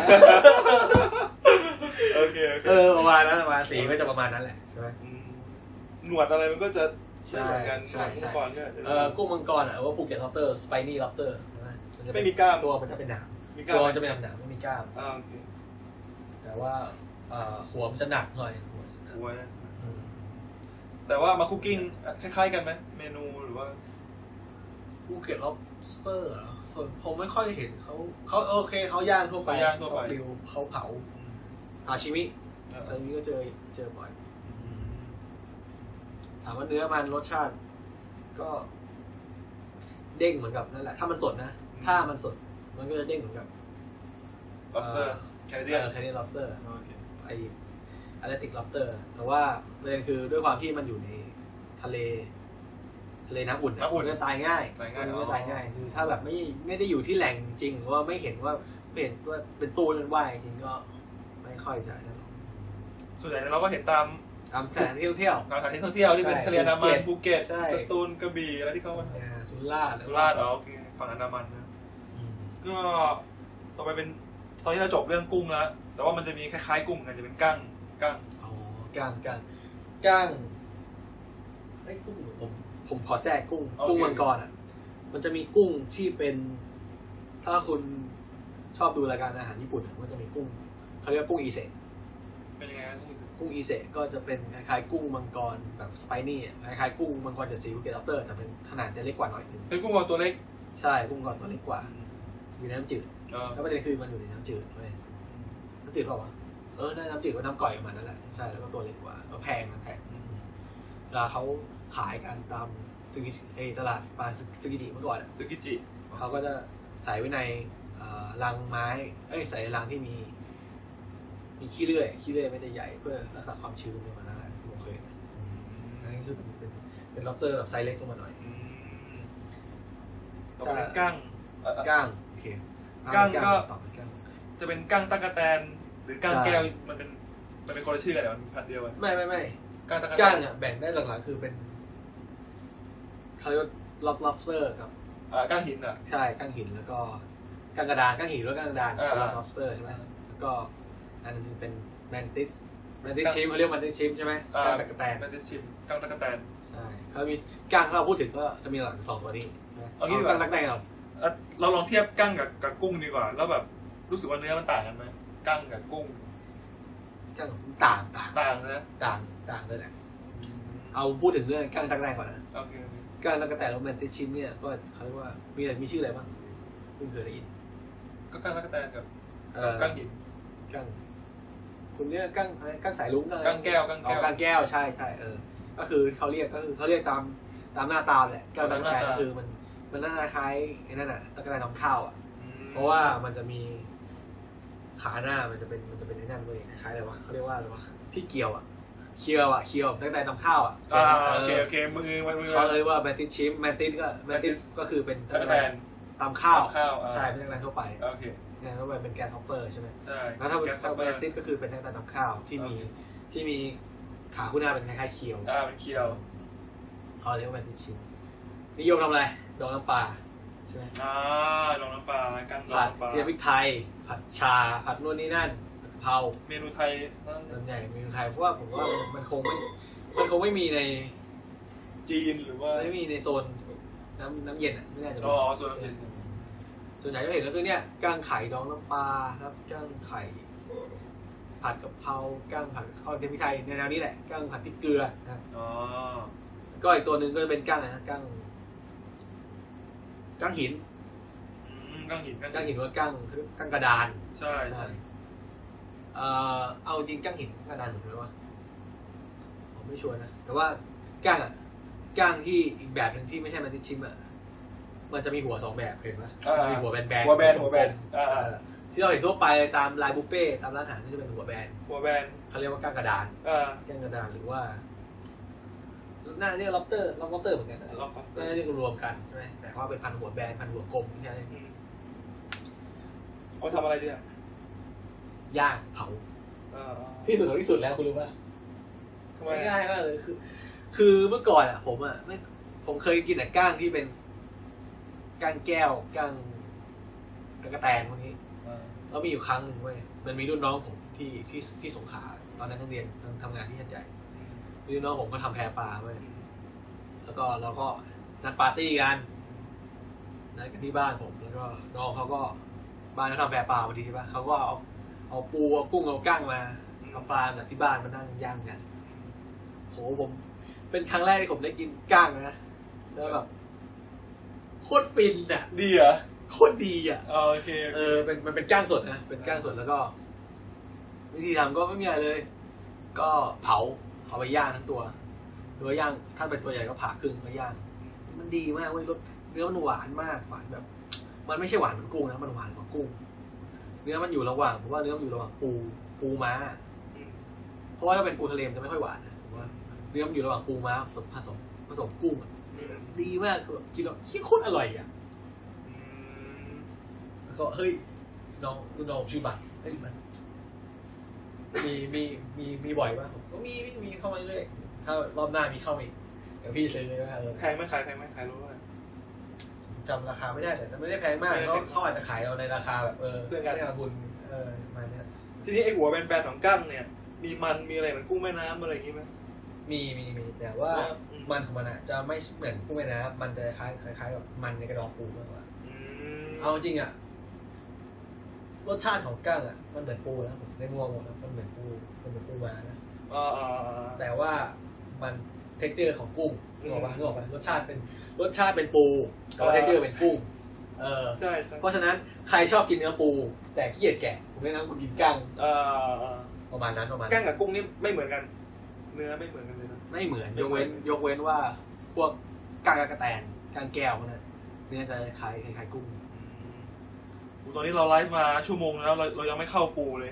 S2: โอเคโอเค
S1: เออประมาณนั้นประมาณสีก็จะประมาณนั้นแหละใช่ไหม
S2: มหนวดอะไรมันก็จะ
S1: ใช่
S2: ไม่เหมือนกัน
S1: ใช่
S2: กุ้ง
S1: ใช่
S2: มังกรก็
S1: เออกุ้งมังกรอ่ะหรือว่าภูเก็ตล็อบสเตอร์สไปนี่ล็อบสเตอร์มันจะเป็
S2: ไม่
S1: น
S2: มีกล้าม
S1: ตัวมันจะเป็นหนาม
S2: มีกล้า
S1: ตัว
S2: ม
S1: มันจะเป็นหนามๆไม่มีกล้าม
S2: อ่าโอเค
S1: แต่ว่าเอ่อหัวมันจะหนักหน่อยหัว
S2: หัวนะ
S1: อืม
S2: แต่ว่ามาคุกกิ้งคล้ายๆกันไหมเมนูหรือว่า
S1: ภูเก็ตล็อบสเตอร์เหรอส่วนผมไม่ค่อยเห็นเขาเขาโอเคเขาย่างทั่วไป
S2: ย่างทั่วไป
S1: เขริวเขาเผาทาชิมิ
S2: เออ
S1: ทาชิมิก็เจอเจอบ่อย ถามว่าเนื้อมันรสชาติก็ เด้งเหมือนกับนั่นแหละ ถ้ามันสดนะ ถ้ามันสด มันก็จะเด้งเหมือนกับ
S2: lobster
S1: เออ
S2: Canadian
S1: เออแคเนียนล็อบสเตอร์
S2: โอเค
S1: ไออะเลติกล็อบสเตอร์ แต่ว่าประเด็นคือด้วยความที่มันอยู่ในทะเล ทะเลน้ำอุ่น
S2: น้ำอุ่น
S1: มัก็ตายง่าย
S2: ตายง่าย
S1: มัน
S2: อ๋
S1: ก็
S2: อ
S1: ตายง่ายคือถ้าแบบไม่ไม่ได้อยู่ที่แหล่งจริงหรือว่าไม่เห็นว่าเห็นว่าเป็นตัวมันว่ายจริงก็ไม่ค่อยจะนั่นหรอก
S2: ส่วนใหญ่เราก็เห็นตาม
S1: ตามสถานที่ท่องเที่ยว
S2: สถานที่ท่องเที่ยวที่เป็น
S1: ใช่
S2: ทะเลอันดามันภูเก็ต
S1: ใช่
S2: สตูลกระบี่อะไรที่เขา
S1: อ่าสุราษฎร์
S2: สุราษฎร์อ๋อโอเคฝั่งอันดามันนะ
S1: อืม
S2: ก็ต่อไปเป็นตอนนี้เราจบเรื่องกุ้งแล้ว แต่ว่ามันจะมีคล้ายๆกุ้งกันจะเป็นกั้งกั้ง
S1: อ๋อก้างก้างก้างไอ้ยกุ้งผมผมขอแทรกกุ้ง กุ้งมังกรอ่ะ มันจะมีกุ้งที่เป็น ถ้าคุณชอบดูรายการอาหารญี่ปุ่นอะมันจะมีกุ้งเขาเรียกว่ากุ้งอีเซะ
S2: เป็นยังไงครับกุ้ง
S1: กุ้งอีเซะก็จะเป็นคล้ายๆกุ้งมังกรแบบสไปนี่อะคล้ายๆกุ้งมังกรเจ็ดสีภูเก็ตล็อบสเตอร์แต่เป็นขนาดจะเล็กกว่าหน่อยนึง
S2: เป็นกุ้งวัวตัวเล็ก
S1: ใช่กุ้งมังกรตัวเล็กกว่า
S2: อืม
S1: อยู่ในน้ำจืด
S2: เออ
S1: แล้วประเด็นคือมันอยู่ในน้ำจืดด้วยน้ำจืดเปล่าวะเออน่าน้ำจืดก็น้ำก่อยประมาณนั้นแหละใช่แล้วก็ตัวเล็กกว่าแล้วแพงนะแพง เวลาเขาขายกันตามซึกิเอยตลาดปลาซึซึกิจิเมื่อก่อนอะ
S2: ซึกิจิ
S1: เขาก็จะใส่ไว้ในเอ่อรังไม้ เอ้ยใส่ในรังที่มี มีขี้เลื่อยขี้เลื่อยไม่ได้ใหญ่เพื่อรักษาความชื้นในมันนั่นแหละผมเคยอันนั่นคือเป็นเป็นเป็น lobster แบบไซส์เล็กลงมาหน่อย
S2: อืมต่อไปเป็นกั้งเอ่อ
S1: ก้างโอเค
S2: ก้างก็
S1: ตอบเป็นก้าง
S2: จะเป็นกั้งตั๊กแตนหรือกั้ง
S1: ใช่
S2: แก้วมันเป็นมันเป็นคนละชื่อกันแต่มันพันเดียวกัน
S1: ไม่ไม่ไม่
S2: กั้งตั๊กแตน
S1: ก้างอ่ะแบ่งได้หลักๆคือเป็นเขาเรียกว่า lob lobster กับ
S2: เอ่อกั้งหินอ่ะ
S1: ใช่ก้างหินแล้วก็ก้างกระดานก้างหินแล้วก้างกระดาน
S2: อ่า
S1: เป็น lobster ใช่ไหมแล้วก็อันนึงเป็นแมนติสแมนติส
S2: ก้าง
S1: ชิมเขาเรียกแมนติสชิมใช่ไหม
S2: อ่า
S1: ก้างตะกะแตน
S2: มันจะชิมกั้งตั๊กแตน
S1: ใช่เขามีก้างที่เราพูดถึงก็จะมีหลังสองตัวนี้
S2: เอางี้ดีกว่า
S1: ก้างตะกะแตนเรา
S2: เอ่อเราลองเทียบกั้งกับกับกุ้งดีกว่า แล้วแบบรู้สึกว่าเนื้อมันต่างกันไหมกั้งกับกุ้ง
S1: ก้างต่างต่าง
S2: ต่างนะ
S1: ต่างต่างเลยแหละเอาพูดถึงเรื่องก้างตะกะแตนก่อนนะ
S2: โอเคโอเค
S1: ก้างตะกะแตนแล้วแมนติสชิมเนี่ยก็เขาเรียกว่ามีอะไรมีชื่ออะไรบ้างเพิ่งเคยได้ยิน
S2: ก็กั้งตั๊กแตนกับ
S1: เออ
S2: กั้งหิน
S1: ก้างคุณเรียกก้างอะไรก้างสายลุ้งก้างอะไร
S2: กั้งแก้วกั้ง
S1: อ๋อ
S2: แก้ว
S1: การแก้วใช่ใช่เออ ก็คือเขาเรียกก็คือเขาเรียกตามตามหน้าตาแหละแก้วตะกั่วแตน
S2: ตามหน้าตา
S1: คือมันมันหน้าตาคล้ายไอ้นั่นน่ะตะกั่วแตนน้ำข้าวอ่ะ เพราะว่ามันจะมีขาหน้ามันจะเป็นมันจะเป็นไอ้นั่นเลยคล้ายๆอะไรวะเขาเรียกว่าอะไรวะที่เกี่ยวอ่ะเคียวอ่ะเคียวตะกั่วแตนน้ำข้าวอ่ะ
S2: อ่า
S1: เอ
S2: โอเค
S1: อ
S2: โอเคมือมือมือ
S1: เขาเลยว่าแมนติสชิมแมนติสก็แมนติสก็คือเป็นตะ
S2: ตะ
S1: กั่ว
S2: แต
S1: แตน
S2: น
S1: ตามข้าว
S2: ข้าวอ่า
S1: ใช่เป็นตะกั่วแตนทั่วไป
S2: โอเค
S1: ตะกั่วแตนทั่วไปเป็นแกนท็อปเปอร์ใช่ไหม
S2: ใช่
S1: แล้วถ้าเป็น
S2: แก๊ส
S1: ซับ
S2: เบ
S1: แม
S2: อร์
S1: นติสก็คือเป็นหน้าตาน้ำข้าวที่มีที่มีขาคู่หน้าเป็นคล้ายๆเคียว
S2: อ่าเป็นเคียว
S1: เขาเรียกว่าแมนติสชิมนิยมทำอะไรดองน้ำปลาใช่ไหม
S2: อ่าลองน้ำปลากั้งลอง
S1: ผัด
S2: น้ำปลา
S1: เทียมพริกไทย ผัดชา ผัดนู่นนี่นั่น เภา
S2: เมนูไทยนั่น
S1: ส่วนใหญ่เมนูไทยเพราะว่าผมว่ามันคงไม่มันคงไม่มีใน
S2: จีนหรือว่า
S1: ไม่มีในโซนน้ำน้ำเย็นอ่ะไม่น่าจะมี
S2: อ๋อส่วนน้ำเย็น
S1: ส่วนใหญ่ก็เห็นก็คือเนี่ยก้างไข่ดองน้ำปลาครับก้างไข่ ผัดกะเพราก้างผัดข้าวเทียมพริกไทยในแนวนี้แหละก้างผัดพริกเกลือนะครับ
S2: อ๋อ
S1: ก็อีกตัวหนึ่งก็จะเป็นก้างอะไรนะก้างก้างหิน
S2: อืมกังหินกัง
S1: ก้าง
S2: หิน
S1: หินหรือว่าก้างก้างกระดาน
S2: ใช่ใช่
S1: เอ่อเอาจริงก้างหินก้างกระดานผมเลยว่าผมไม่ชัวร์นะแต่ว่าก้างอ่ะก้างที่อีกแบบหนึ่งที่ไม่ใช่มันนิชชิมอ่ะมันจะมีหัวสองแบบเห็นไหมมันมีหัวแบนๆ
S2: หัวแบนหัวแบนอ่า
S1: เอ่อที่เราเห็นทั่วไปตามลายบุฟเฟ่ต์ตามร้านอาหารก็จะเป็นหัวแบน
S2: หัวแบน
S1: เขาเรียกว่าก้างกระดาน
S2: อ่า
S1: ก้างกระดานหรือว่าหน้าเรียกล็อบเตอร์ล็อบเตอร์เหมือนกัน
S2: ล็อกครับ
S1: ก็เรียกรวมๆกันใช่ไหมแต่ว่าเป็นพันหัวแบนพันหัวกลมใช่ไหม
S2: อืมเขาทำอะไรดีอ่ะ
S1: ย่างเผา
S2: อ่า
S1: ที่สุดของที่สุดแล้วคุณรู้ป่ะ
S2: ทำไมอ่ะ
S1: ง่ายมากเลยคือ คือเมื่อก่อนอ่ะ ผมอ่ะไม่ผมเคยกินแต่ก้างที่เป็นก้างแก้วก้างกางกระแตนพวกนี้
S2: อ่า
S1: แล้วมีอยู่ครั้งหนึ่งเว้ยมันมีรุ่นน้องผมที่ที่ที่สงขลาตอนนั้นทั้งเรียนทั้งทำงานที่หัดใหญ่ พี่น้องผมก็ทำแพรปลาไว้ยแล้วก็เราก็นัดปาร์ตี้กัน นัดกันที่บ้านผม แล้วก็น้องเขาก็บ้านเขาทำแพรปลาพอดีใช่ปะเขาก็เอาเอาปูเอากุ้งเอากั้งมาเอาปลาจากที่บ้านมานั่งย่างกัน โหผม เป็นครั้งแรกที่ผมได้กินกั้งนะแล้วแบบโคตรฟินอ่ะ
S2: ดีเหรอ
S1: โคตรดีอ่ะ
S2: อ๋อโอเคโอ
S1: เอ
S2: เค
S1: อเป็นมันเป็นก้างสดนะ เป็นก้างสดแล้วก็ วิธีทำก็ไม่มีอะไรเลย ก็เผาเอาไปย่างทั้งตัวหรือว่าย่างถ้าเป็นตัวใหญ่ก็ผ่าครึ่งแล้วย่าง มันดีมากเว้ยรสเนื้อมันหวานมากหวานแบบ มันไม่ใช่หวานเหมือนกุ้งนะมันหวานกว่ากุ้ง เนื้อมันอยู่ระหว่างผมว่าเนื้อมันอยู่ระหว่างปูปูม้า
S2: ม
S1: เพราะว่าถ้าเป็นปูทะเลมันจะไม่ค่อยหวานนะผมว่าเนื้อมันอยู่ระหว่างปูม้าผสมผสมผสมกุ้งอะดีมากคือแบบกินแล้วขี้โคตรอร่อยอ่ะ
S2: อืม
S1: แล้วก็เฮ้ยน้องรุ่นน้องผมชื่อบัตรเฮ้ยบัตรมีมีมีมีบ่อยมากผมก็มีมีมีเข้ามาเรื่อยถ้ารอบหน้ามีเข้ามาอีกเดี๋ยวพี่ซื้อเลยว่าเออ
S2: แพงไหมขายแพงไหมขายรู้ไหม
S1: จำราคาไม่ได้แต่แต่ไม่ได้แพงมากเขาเขาอาจจะขายเราในราคาแบบเออ
S2: เพื่อนกัน
S1: ให้ทุนเออประมาณเนี้ย
S2: ทีนี้ไอ้หัวแบนๆของกั้งเนี่ย มีมันมีอะไรเหมือนกุ้งแม่น้ำอะไรอย่างงี้ไหม
S1: มีมีมีแต่ว่า
S2: ว่าอืม
S1: มันของมันอะจะไม่เหมือนกุ้งแม่น้ำมันจะคล้ายคล้ายๆกับมันในกระดองปูมากกว่า
S2: อืม
S1: เอาจริงอะรสชาติของกั้งอะมันเหมือนปูนะผมในมุมมองผมนะมันเหมือนปูมันเหมือนปูมานะ
S2: อ่าอ่าอ่า
S1: แต่ว่ามันเท็กเจอร์ของกุ้ง
S2: อื
S1: นึ
S2: ม
S1: กออกปะนึกออกปะรสชาติเป็นรสชาติเป็นปูแต่ว่า
S2: เออ
S1: เท็กเจอร์เป็นกุ้งเออ
S2: ใช่ใช่
S1: เพราะฉะนั้นใครชอบกินเนื้อปู แต่ขี้เกียจแกะผมแนะนำคุณกินกั้ง
S2: อ่าอ่า
S1: ประมาณนั้นประมาณ
S2: กั้
S1: นั้
S2: ง
S1: น
S2: กับกุ้งนี่ไม่เหมือนกัน เนื้อไม่เหมือนกันเลยนะ
S1: ไม่เหมือนยกเว้น ยกเว้นว่า พวกกั้งกระแตนกั้งแก้วพวกนั้นเนื้อจะคล้ายคล้ายกุ้ง
S2: อืมตอนนี้เราไลฟ์มาชั่วโมงแล้วเราเรายังไม่เข้าปู เลย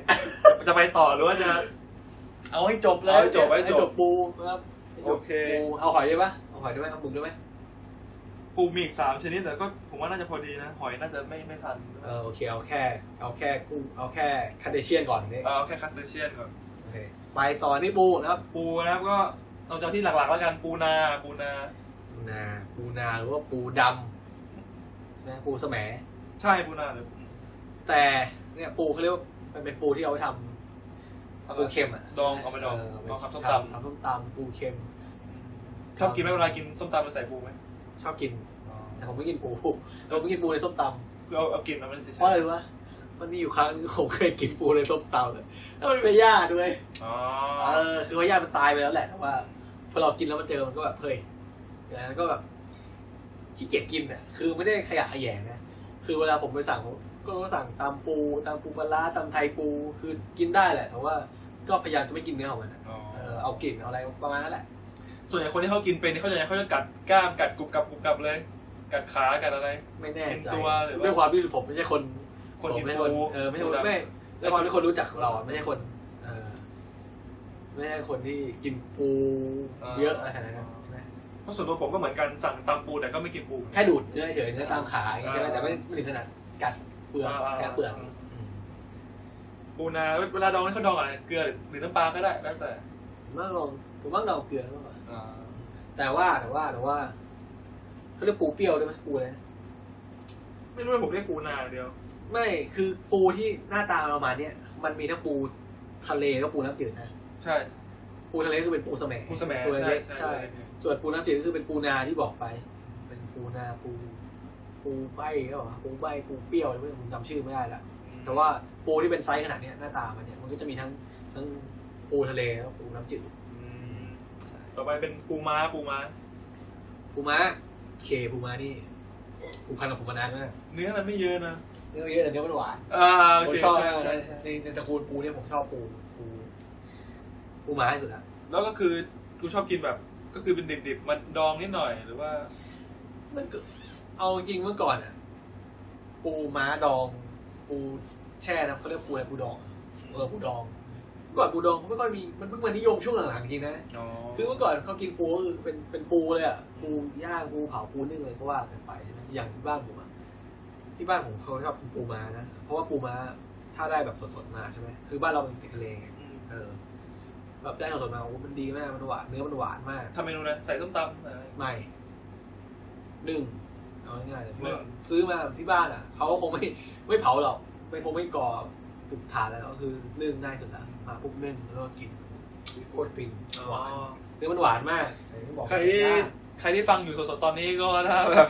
S2: จะจะไปต่อหรือว่าจะ
S1: เอาให้จบเลย
S2: เอาให้จบ
S1: นี่ย
S2: ให้จบ
S1: จบปูนะครับให้จบ
S2: โอเค
S1: ปูเอาหอยได้ปะเอาหอยได้ไหมเอาหมึกได้ไหม
S2: ปูมีอีกสามชนิดแต่ก็ผมว่าน่าจะพอดีนะ หอยน่าจะไม่ไม่ทัน
S1: เออโอเคเอาแค่ เอาแค่กุ้งเอาแค่คาเดเชียนก่อนนี่
S2: เอาแค่คัสเตเชียนก่อน
S1: โอเคไปต่อนี่ปูนะครับ
S2: ปูนะครับก็เอาจากที่หลักๆแล้วกันปูนาปูนา
S1: ปูนาปูนาหรือว่าปูดำใช่ไหมปูแสม
S2: ใช่ปูนาหรือ
S1: แต่เนี่ยปูเขาเรียกว่ามันเป็นปูที่เอาไปทำปูเค็มอ่ะ
S2: ดองเอาไปดองดองครับส้มต
S1: ทำส้มตำปูเค็ม
S2: ำชอบกินไหมเวลากินส้มตำมันใส่ปูไหม
S1: ชอบกินแต่ผมไม่กินปูเราไม่กินปูในส้มต
S2: คือเอาเอากินแล้วมัน
S1: ำ
S2: จะ
S1: เพราะ
S2: ใช่
S1: อะไรรู้ปะมันมีอยู่ครั้งหนึงผมเคยกินปูในส้มตำเลยแล้วมันเป็นย่าด้วย
S2: อ๋อ
S1: เออคือว่าย่ามันตายไปแล้วแหละแต่ว่าพอเรากินแล้วมันเจอมันก็แบบเฮ้ยอย่างนั้นก็แบบขี้เกียจกินอ่ะคือไม่ได้ขยะแขยงนะคือเวลาผมไปสั่งผมก็สั่งตามปูตามปูปลาร้าตามไทยปูคือกินได้แหละ แต่ว่าก็พยายามจะไม่กินเนื้อของมันอะ
S2: อ๋อ
S1: เออเอากลิ่นเอาอะไรประมาณนั้นแหละ
S2: ส่วนใหญ่คนที่เขากินเป็นเขาจะเขาจะกัดกล้ามกัดกรุบกรับกรุบกรับเลย กัดขากัดอะไร
S1: ไม่แน่ใจ
S2: กินตัวหรือว่า
S1: ด้วยความที่ผมไม่ใช่คน
S2: คน
S1: ผม
S2: กิน
S1: ไม่ใช่
S2: ปู
S1: คนเออไม่ใช่คนไม่ด้วยความที่คนรู้จักเราอะไม่ใช่คนเออไม่ใช่คนที่กินปูเยอะอะไรขนาดนั้นใช่ไหม
S2: เพราะส่วนตัวผมก็เหมือนกันสั่งตำปูแต่ก็ไม่กินปู
S1: แค่ดูดเนื้อเฉยๆเนื้อตามขาอย่างงี้ใช่ไหมแต่ไม่ไม่ถึงขนาดกัดเปลือกแค่เปลือก
S2: ปูนาเวลาดองนี่เขาดองอะไรเกลือหรือน้ำปลาก็ได้แล้วแต่
S1: ผมว่าลองผมว่าเราเกลือมากกว่าแต่ว่าแต่ว่าแต่ว่าเขาเรียกปูเปรี้ยวได้ไหมปูอะไรนะ
S2: ไม่รู้เลยผมเรียกปูนาอย่างเดียว
S1: ไม่คือปูที่หน้าตาประมาณเนี้ยมันมีทั้งปู ทะเลก็ปูน้ำจืดนะ
S2: ใช่
S1: ปูทะเลคือเป็นปูสแหม
S2: ผู้สมัย
S1: ตัว
S2: ใช่
S1: เล็ก
S2: ใช่
S1: ใช่ ส่วนปูน้ำจืดก็คือเป็นปูนาที่บอกไป เป็นปูนาปู ปูใบก็บอกว่าปูใบปูเปรี้ยวอะไรพวกนี้ผมจำชื่อไม่ได้ละ แต่ว่าปูที่เป็นไซส์ขนาดเนี้ยหน้าตามันเนี่ยมันก็จะมีทั้งทั้งปูทะเลแล้วก็ปูน้ำจืด
S2: อืมต่อไปเป็นปูม้าปูม้า
S1: ปูม้าเคปูม้านี่ปูพันกับปูมานานมาก
S2: เนื้อมันไม่เยอะนะ
S1: เนื้อเยอะแต่เนื้อมันหวาน
S2: อ่า
S1: ผ
S2: โเค
S1: มชอบ
S2: ใ
S1: มาก
S2: ใช่
S1: นะในในตระกูลปูเนี่ยผมชอบปูปูปูม้าที่สุดละ
S2: แล้วก็คือกูชอบกินแบบ ก็คือเป็นดิบๆ มันดองนิดหน่อยหรือว่า
S1: มันก็เอาจริงเมื่อก่อนอะปูม้าดอง ปูแช่นะเขาเรียกปูอะไรปูดอง เออปูดองเมื่อก่อนปูดองเขาไม่ค่อยมีมันเพิ่งมานิยมช่วงหลังๆจริงนะ
S2: อ๋อ
S1: คือเมื่อก่อนเขากินปูก็คือเป็นเป็นปูเลยอ่ะปูย่างปูเผาปูนึ่งเลยก็ว่ากันไปใช่ไหมอย่างที่บ้านผมอะที่บ้านผมเขาชอบกินปูม้านะเพราะว่าปูม้าถ้าได้แบบสดๆมาใช่ไหมคือบ้านเรามันติดทะเลไง
S2: ม
S1: เออแบบได้สดๆมาโอ้มันดีมากมันหวานเนื้อมันหวานมาก
S2: ทำเมนูนั้นใส่ส้มตำอะไร
S1: ใหม่นึ่งเอาง่ายๆเลย
S2: นึ่ง
S1: ซื้อมาที่บ้านอ่ะเขาก็คงไม่ไม่เผาหรอกไม่คงไม่ก่อตุกฐานแล้วก็คือนึ่งได้จนละมาปุ๊บนึ่งแล้วก็กินโคตรฟินหวาน คือมันหวานมากบอก
S2: ใครที่ใครที่ฟังอยู่สดๆตอนนี้ก็ถ้าแบบ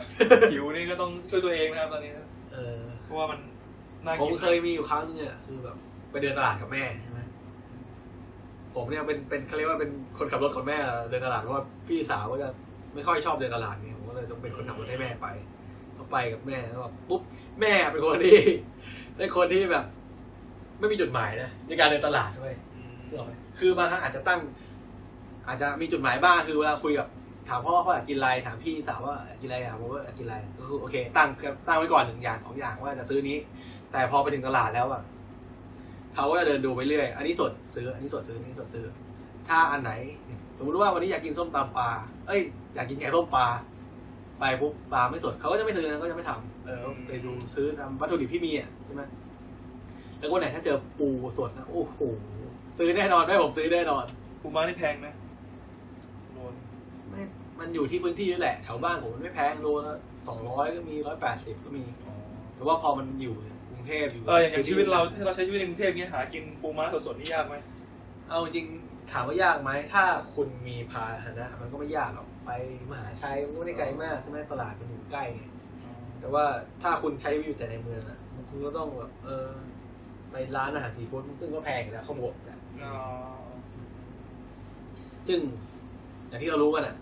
S2: หิวนี่ก็ต้องช่วยตัวเองนะครับตอนนี้นะ
S1: เออ
S2: เพราะว่ามันน่า
S1: ผม
S2: กิน
S1: เคยมีอยู่ครั้งเนี่ยคือแบบไปเดินตลาดกับแม่ใช่ไหมผมเนี่ยเป็นเป็นเขาเรียกว่าเป็นคนขับรถของแม่เดินตลาดเพราะว่าพี่สาวก็จะไม่ค่อยชอบเดินตลาดเนี่ยผมก็เลยต้องเป็นคนขับรถให้แม่ไปก็ไปกับแม่แล้วแบบปุ๊บแม่เป็นคนที่ เป็นคนที่แบบ ไม่มีจุดหมายนะในการเดินตลาดด้วย
S2: อืม
S1: นึกออกไหมคือบางครั้งอาจจะตั้ง อาจจะมีจุดหมายบ้างคือเวลาคุยกับถามพ่อว่าพ่ออยากกินอะไรถามพี่สาวว่าอยากกินอะไรถามผมว่าอยากกินอะไรก็คือโอเค ตั้งตั้งไว้ก่อนหนึ่งอย่างสองอย่างว่าจะซื้อนี้ แต่พอไปถึงตลาดแล้วอะเขาก็จะเดินดูไปเรื่อย อันนี้สดซื้อ อันนี้สดซื้ออันนี้สดซื้อ ถ้าอันไหน สมมติว่าวันนี้อยากกินส้มตำปลาเอ้ยอยากกินแกงส้มปลาไปปุ๊บปลาไม่สดเขาก็จะไม่ซื้อนะเขาจะไม่ทำเออไปดูซื้อตามวัตถุดิบที่มีอะใช่ไหม แล้ววันไหนถ้าเจอปูสดนะโอ้โหซื้อแน่นอนได้ผมซื้อแน่นอน
S2: ปูม้านี่แพงไหมโลน
S1: ไม่มันอยู่ที่พื้นที่นี่แหละแถวบ้านผมมันไม่แพงโลละสองร้อยก็มีร้อยแปดสิบก็มีแต่ว่าพอมันอยู่กรุงเทพอยู่
S2: เอออย่างอย่างชีวิตเราที่เราใช้ชีวิตในกรุงเทพเนี่ยหากินปูม้าสดๆนี่ยากไหม
S1: เอาจริงถามว่ายากไหมถ้าคุณมีพาหนะ มันก็ไม่ยากหรอกไปมหาชัยมันก็ไม่ได้ไกลมากใช่ไหมตลาดมันอยู่ใกล้ไงแต่ว่าถ้าคุณใช้ชีวิตอยู่แต่ในเมืองอ่ะคุณก็ต้องแบบเออไปร้านอาหารซีฟู้ดซึ่งก็แพงอยู่แล้วเขาบวกนะ
S2: อ๋อ
S1: ซึ่งอย่างที่เรารู้กันอ่ะ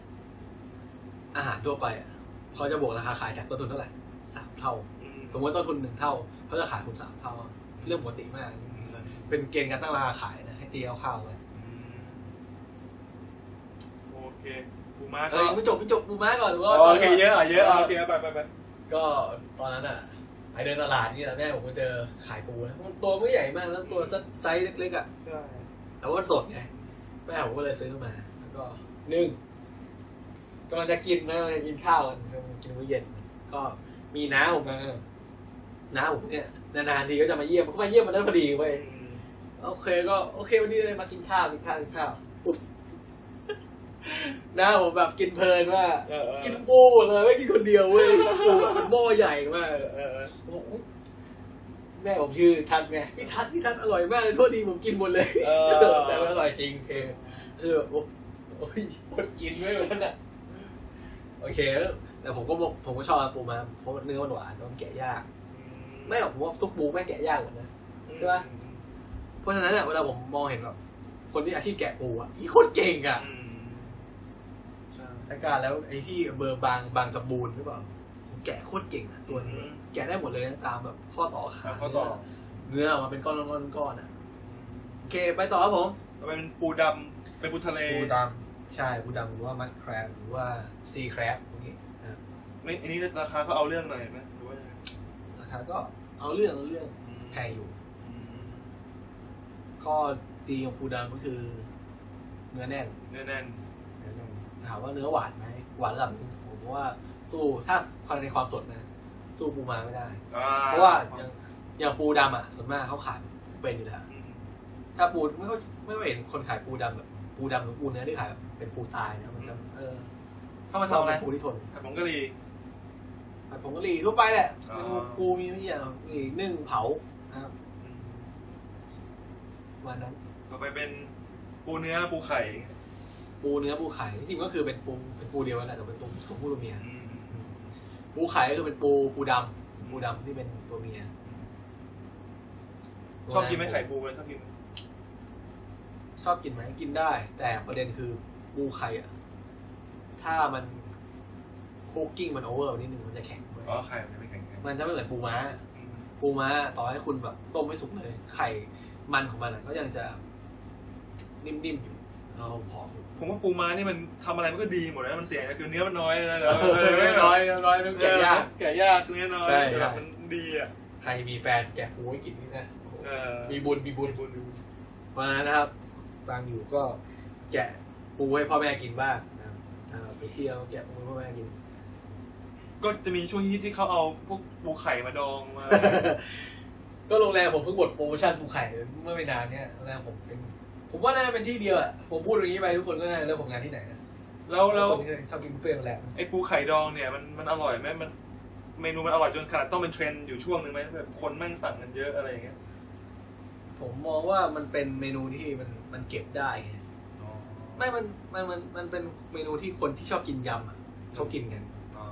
S1: อาหารทั่วไปอะเขาจะบวกราคาขายจากต้นทุนเท่าไหร่สามเท่า
S2: อืม
S1: สมมติว่าต้นทุนหนึ่งเท่าเขาจะขายคุณสามเท่าอะเรื่องปกติมาก เป็นเกณฑ์การตั้งราคาขายนะให้ตีเอาข้าวเลย
S2: โอเคปูม้า
S1: เอ
S2: ก็
S1: อยังไม่จบไม่จบปูม้าก่อนหรือว่า
S2: โอเคเยอะอ่ะเยอะอ่ะโอเคไปไปไป
S1: ก็ตอนนั้นอ่ะไปเดินตลาดนี่แหละแม่ผมก็เจอขายปูนะมันตัวไม่ใหญ่มากแล้วตัวสักไซส์เล็กๆอ่ะ
S2: ใช่
S1: แต่ว่ามันสดไงแม่ผมก็เลยซื้อมา แล้วก็นึ่งกำลังจะกินนะกำลังจะกินข้าวกันกินมื้อเย็น ก็มีน้าผมนะน้าผมเนี่ยนานๆทีก็จะมาเยี่ยมเขามาเยี่ยมมันนั้นพอดีเว้ย
S2: อืม
S1: โอเคก็โอเควันนี้เลยมากินข้าวกินข้าวกินข้าว อุ๊ยน้าผมแบบกินเพลินว่าก
S2: เออเออ
S1: กินปูเลยไม่กินคนเดียวเว้ยปูแบบเป็นหม้อใหญ่มาก
S2: เออเออเออ
S1: ผมบอกอุ๊ยแม่ผมชื่อทัศน์ไงพี่ทัศน์พี่ทัศน์อร่อยมากเลยโทษดีผมกินหมดเลย
S2: เออ
S1: แต่มันอร่อยจริงเออคือแบบโอ้โอ้ยอดกินไม่หมดน่ะโอเคแล้วแต่ผมก็บอกผมก็ชอบปูมาเพราะเนื้อมันหวานแล้วมันแกะยากไม่หรอกผมว่าทุกปูแม่งแกะยากหมดนะ ใช่ปะ เพราะฉะนั้นเนี่ยเวลาผมมองเห็นแบบคนที่อาชีพแกะปูอ่ะอีโคตรเก่งอ่ะ
S2: อืมใช่
S1: อาการแล้วไอ้ที่เบอร์บางบางตะบูนหรือเปล่าผมแกะโคตรเก่งอ่ะตัวนี้
S2: อืม
S1: แกะได้หมดเลยนะตามแบบข้อต่อขา
S2: แล้วก็ต่อ
S1: เนื้อออกมาเป็นก้อนๆๆๆอ่ะโอเคไปต่อครับผม
S2: ต่อไปเป็นปูดำเป็นปูทะเล
S1: ปูดำใช่ปูดำหรือว่ามัดแครบหรือว่าซีแครบพวกนี้นะครับ
S2: ไม่อันนี้ราคาเขาเอาเรื่องหน่อยไหมหรือว่ายังไง
S1: ราคาก็เอาเรื่องเอาเรื่องแพงอยู่
S2: อืม
S1: ข้อดีของปูดำก็คือเนื้อแน่น
S2: เนื้อแน่น
S1: เนื้อแน่นถามว่าเนื้อหวานไหมหวานระดับหนึงผมว่าสู้ถ้าความในความสดนะ สู้ปูมาไม่ได้
S2: อ่
S1: เพราะว่าอย่างอย่างปูดำอ่ะส่วนมากเขาขายเป็นอยู่แล้ว
S2: อืม
S1: ถ้าปูไม่ค่อยไม่ค่อยเห็นคนขายปูดำแบบปูดำหรือปูเนื้อที่ขายแบบเป็นปูตายนะมันจะเออ
S2: เข้ามาทำอะไร
S1: เป็นปูที่ทน
S2: ผัดผงกะหรี่
S1: ผัดผงกะหรี่ทั่วไปแหละ
S2: อ๋อ
S1: เมนูปูมีไม่เยอะหรอกมีนึ่งเผานะครับ ประมาณนั้น
S2: ต่อไปเป็นปูเนื้อปูไข่
S1: ปูเนื้อปูไข่ที่จริงก็คือเป็นปูเป็นปูเดียวกันแหละแต่เป็นตัวตัวผู้ตัวเมีย
S2: อืม
S1: ปูไข่ก็คือเป็นปูปูดำปูดำที่เป็นตัวเมีย
S2: ชอบกินไหมไข่ปูเลยชอบกิน
S1: ชอบกินไหมกินได้ แต่ประเด็นคือปูไข่อะถ้ามันคุกกิ้งมันโอเวอร์นิดนึงมันจะแข็งเว้ย
S2: อ๋อไข่มันไม่แข็งแข็ง
S1: มันจะไม่เหมือนปูม้า
S2: อืม
S1: ปูม้าต่อให้คุณแบบต้มไม่สุกเลย ไข่มันของมันอะก็ยังจะนิ่มๆอยู่เราหอมอยู่
S2: ผมว่าปูม้านี่มันทำอะไรมันก็ดีหมดนะมันเสียอย่างเดียวคือเนื้อมันน้อย นะเดี๋ยว
S1: น้อยน้อยแกะยาก
S2: แกะยากเนื้อน้อย
S1: ใช่ใช่
S2: แต่มันดีอ่ะ
S1: ใครมีแฟนแกะปูให้กินนี่นะโอ้โห
S2: เออ
S1: มีบุญมีบุญ
S2: บุญดู
S1: มานะครับฟังอยู่ก็แกะปูให้พ่อแม่กินบ้างนะครับอ่าไปเที่ยวแกะปูให้พ่อแม่กิน
S2: ก็จะมีช่วงฮิตที่เขาเอาพวกปูไข่มาดอง มา
S1: ก็โรงแรมผมเพิ่งหมดโปรโมชั่นปูไข่ไปเมื่อไม่นานเนี่ยโรงแรมผมเป็นผมว่าน่าจะเป็นที่เดียวอ่ะผมพูดอย่างนี้ไปทุกคนก็น่าจะเริ่มผมงานที่ไหนนะ
S2: แล้วแล้ว
S1: คนที่ชอบกินบุฟเฟ่ต์โรงแรม
S2: ไอ้ปูไข่ดองเนี่ยมันมันอร่อยไหมมันเมนูมันอร่อยจนขนาดต้องเป็นเทรนด์อยู่ช่วงหนึ่งไหมแบบคนแม่งสั่งกันเยอะอะไรอย่างเงี้ย
S1: ผมมองว่ามันเป็นเมนูที่มันมันเก็บได้ไงไม่มันมันมันมันเป็นเมนูที่คนที่ชอบกินยำอ่ะชอบกินกัน
S2: อ๋อ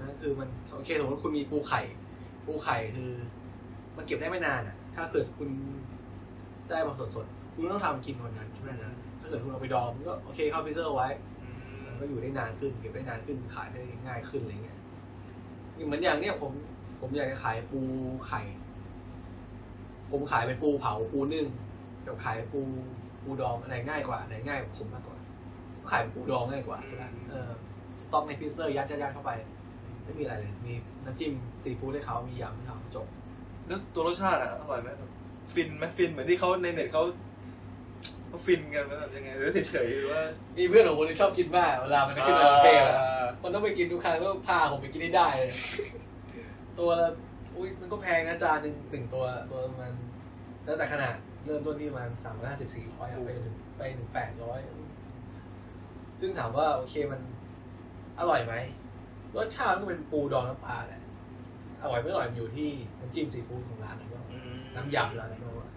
S1: นั่นคือมันโอเคสมมติคุณมีปูไข่ ปูไข่คือ มันเก็บได้ไม่นานอ่ะ ถ้าเกิดคุณได้มาสดๆคุณต้องทำกินวันนั้นใช่ไหมนะถ้าเกิดคุณเอาไปดองมันก็โอเคเข้าฟรีเซอร์ไว้
S2: อืม
S1: มันก็อยู่ได้นานขึ้น เก็บได้นานขึ้นขายได้ง่ายขึ้นอะไรเงี้ยเหมือนอย่างเนี้ยผมผมอยากจะขายปูไข่ ผมขายเป็นปูเผาปูนึ่งกับขายปูปูดองอะไรง่ายกว่าอะไรง่ายกว่าผมมากกว่าขายเป็นปูดองง่ายกว่าใช่ไหมเออสต็อกในฟรีเซอร์ยัดยัดยัดเข้าไป ไม่มีอะไรเลย มีน้ำจิ้มซีฟู้ดให้เขามียำให้เขาจบ
S2: แล้วตัวรสชาติอ่ะอร่อยไหมแบบฟินไหมฟินเหมือนที่เขาในเน็ตเขาเขาฟินกันแล้วแบบยังไงหรือเฉยๆหรือว่า
S1: มีเพื่อนของคนที่ชอบกินมากเวลามันไปขึ้นไปกรุงเทพอะมันต้องไปกินทุกครั้งก็พาผมไปกินให้ได้เลย ตัวละอุ้ยมันก็แพงนะจานหนึ่งหนึ่งตัวตัวมันแล้วแต่ขนาดเริ่มต้นที่ประมันสามร้อยห้าสิบสี่ร้อยไปถึงไปถึงแปดร้อยซึ่งถามว่าโอเคมันอร่อยไหมรสชาติก็เป็นปูดองน้ำปลาแหละอร่อยไม่อร่อยมันอยู่ที่น้ำจิ้มซีฟู้ดของร้านนะว่า
S2: อืม
S1: น้ำยำร้านนั้นว่า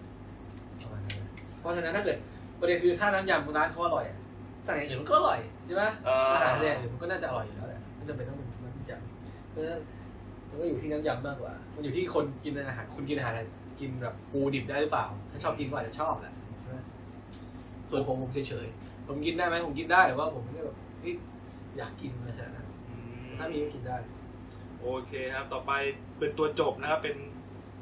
S1: ประมาณนั้นนะเพราะฉะนั้นถ้าเกิดประเด็นคือถ้าน้ำยำของร้านเขาอร่อยอะสั่งอย่างอื่นมันก็อร่อยใช่ไหม
S2: อ่า
S1: อาหารอะไรอย่างอื่นมันก็น่าจะอร่อยอยู่แล้วแหละไม่จำเป็นต้องเป็นน้ำยำเพราะฉะนั้นมันก็อยู่ที่น้ำยำมากกว่า มันอยู่ที่คนกินอาหารคุณกินอาหารอะไรกินแบบปูดิบได้หรือเปล่า ถ้าชอบกินก็อาจจะชอบแหละใช่ไหมส่วนผมผมเฉยๆผมกินได้ไหมผมกินได้แต่ว่าผมไม่ได้แบบเฮ้ยอยากกินอะไรขนาดนั้น
S2: อืม
S1: ถ้ามีก็กินได้
S2: โอเคครับ ต่อไปเป็นตัวจบนะครับเป็น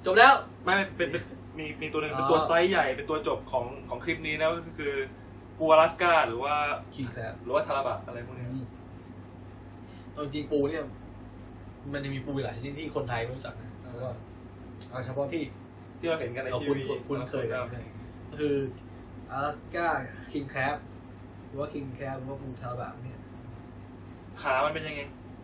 S1: จบแล้ว
S2: ไม่เป็นเป็นมีมีตัวหนึ่งเป็น
S1: อ๋อ
S2: ตัวไซส์ใหญ่เป็นตัวจบของของคลิปนี้นะก็คือปูอลาสกาหรือว่า
S1: คิดแล้ว
S2: หรือว่าทาราบะอะไรพวกเนี้ย
S1: เอาจริงๆปูเนี่ย มันจะมีปูหลายชนิดที่คนไทยไม่รู้จักนะแล้วก็เอาเฉพาะที่
S2: ที่เราเห็นกันใน
S1: เรา
S2: ที
S1: คุ้น
S2: วี
S1: คุ้นเคยกัน
S2: ราเห็น
S1: คืออลาสก้าคิงแคปหรือว่าคิงแคปหรือว่าปูทาราบะเนี่ย
S2: ขา มันเป็นยังไง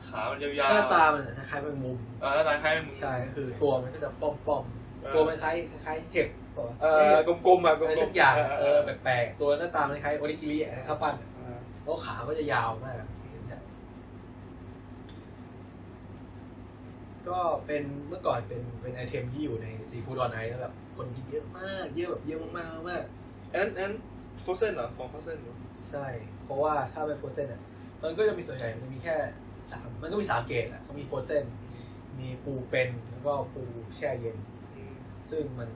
S2: ขา มันยาว
S1: ห
S2: ๆ
S1: น้าตามันจะคล้ายๆแมงมุม
S2: เออหน้าตาคล้ายเป็นมือ
S1: ใช่ก็คือตัวมันก็จะป้อมๆ
S2: เออ
S1: ตัวมันคล้ายคล้ายเห็บเปล่าวะ
S2: เออกลมๆแบบกล
S1: อะไร
S2: มๆ
S1: สักอย่างอะ
S2: เอ
S1: เอ
S2: อ
S1: อ
S2: เออ
S1: แปลกๆตัวหน้าตามันคล้ายโอริกิริอะข้าวปั้นอะ
S2: เออ
S1: แล้วขาก็จะยาวมาก ก็เป็นเมื่อก่อนเป็นเป็นไอเทมที่อยู่ในซีฟู้ดออนไลน์แล้วแบบคนกินเยอะมาก เยอะแบบเยอะมากๆมาก
S2: อันนั้นอันนั้นโฟเซนเหรอ ของโฟเซนเหรอ
S1: ๆใช่ เพราะว่าถ้าเป็นโฟรเซนอ่ะ มันก็จะมีส่วนใหญ่มันจะมีแค่สามมันก็มีสามเกรดอ่ะเขามีโฟรเซนมีปูเป็นแล้วก็ปูแช่เย็น
S2: อืม
S1: ซึ่งมัน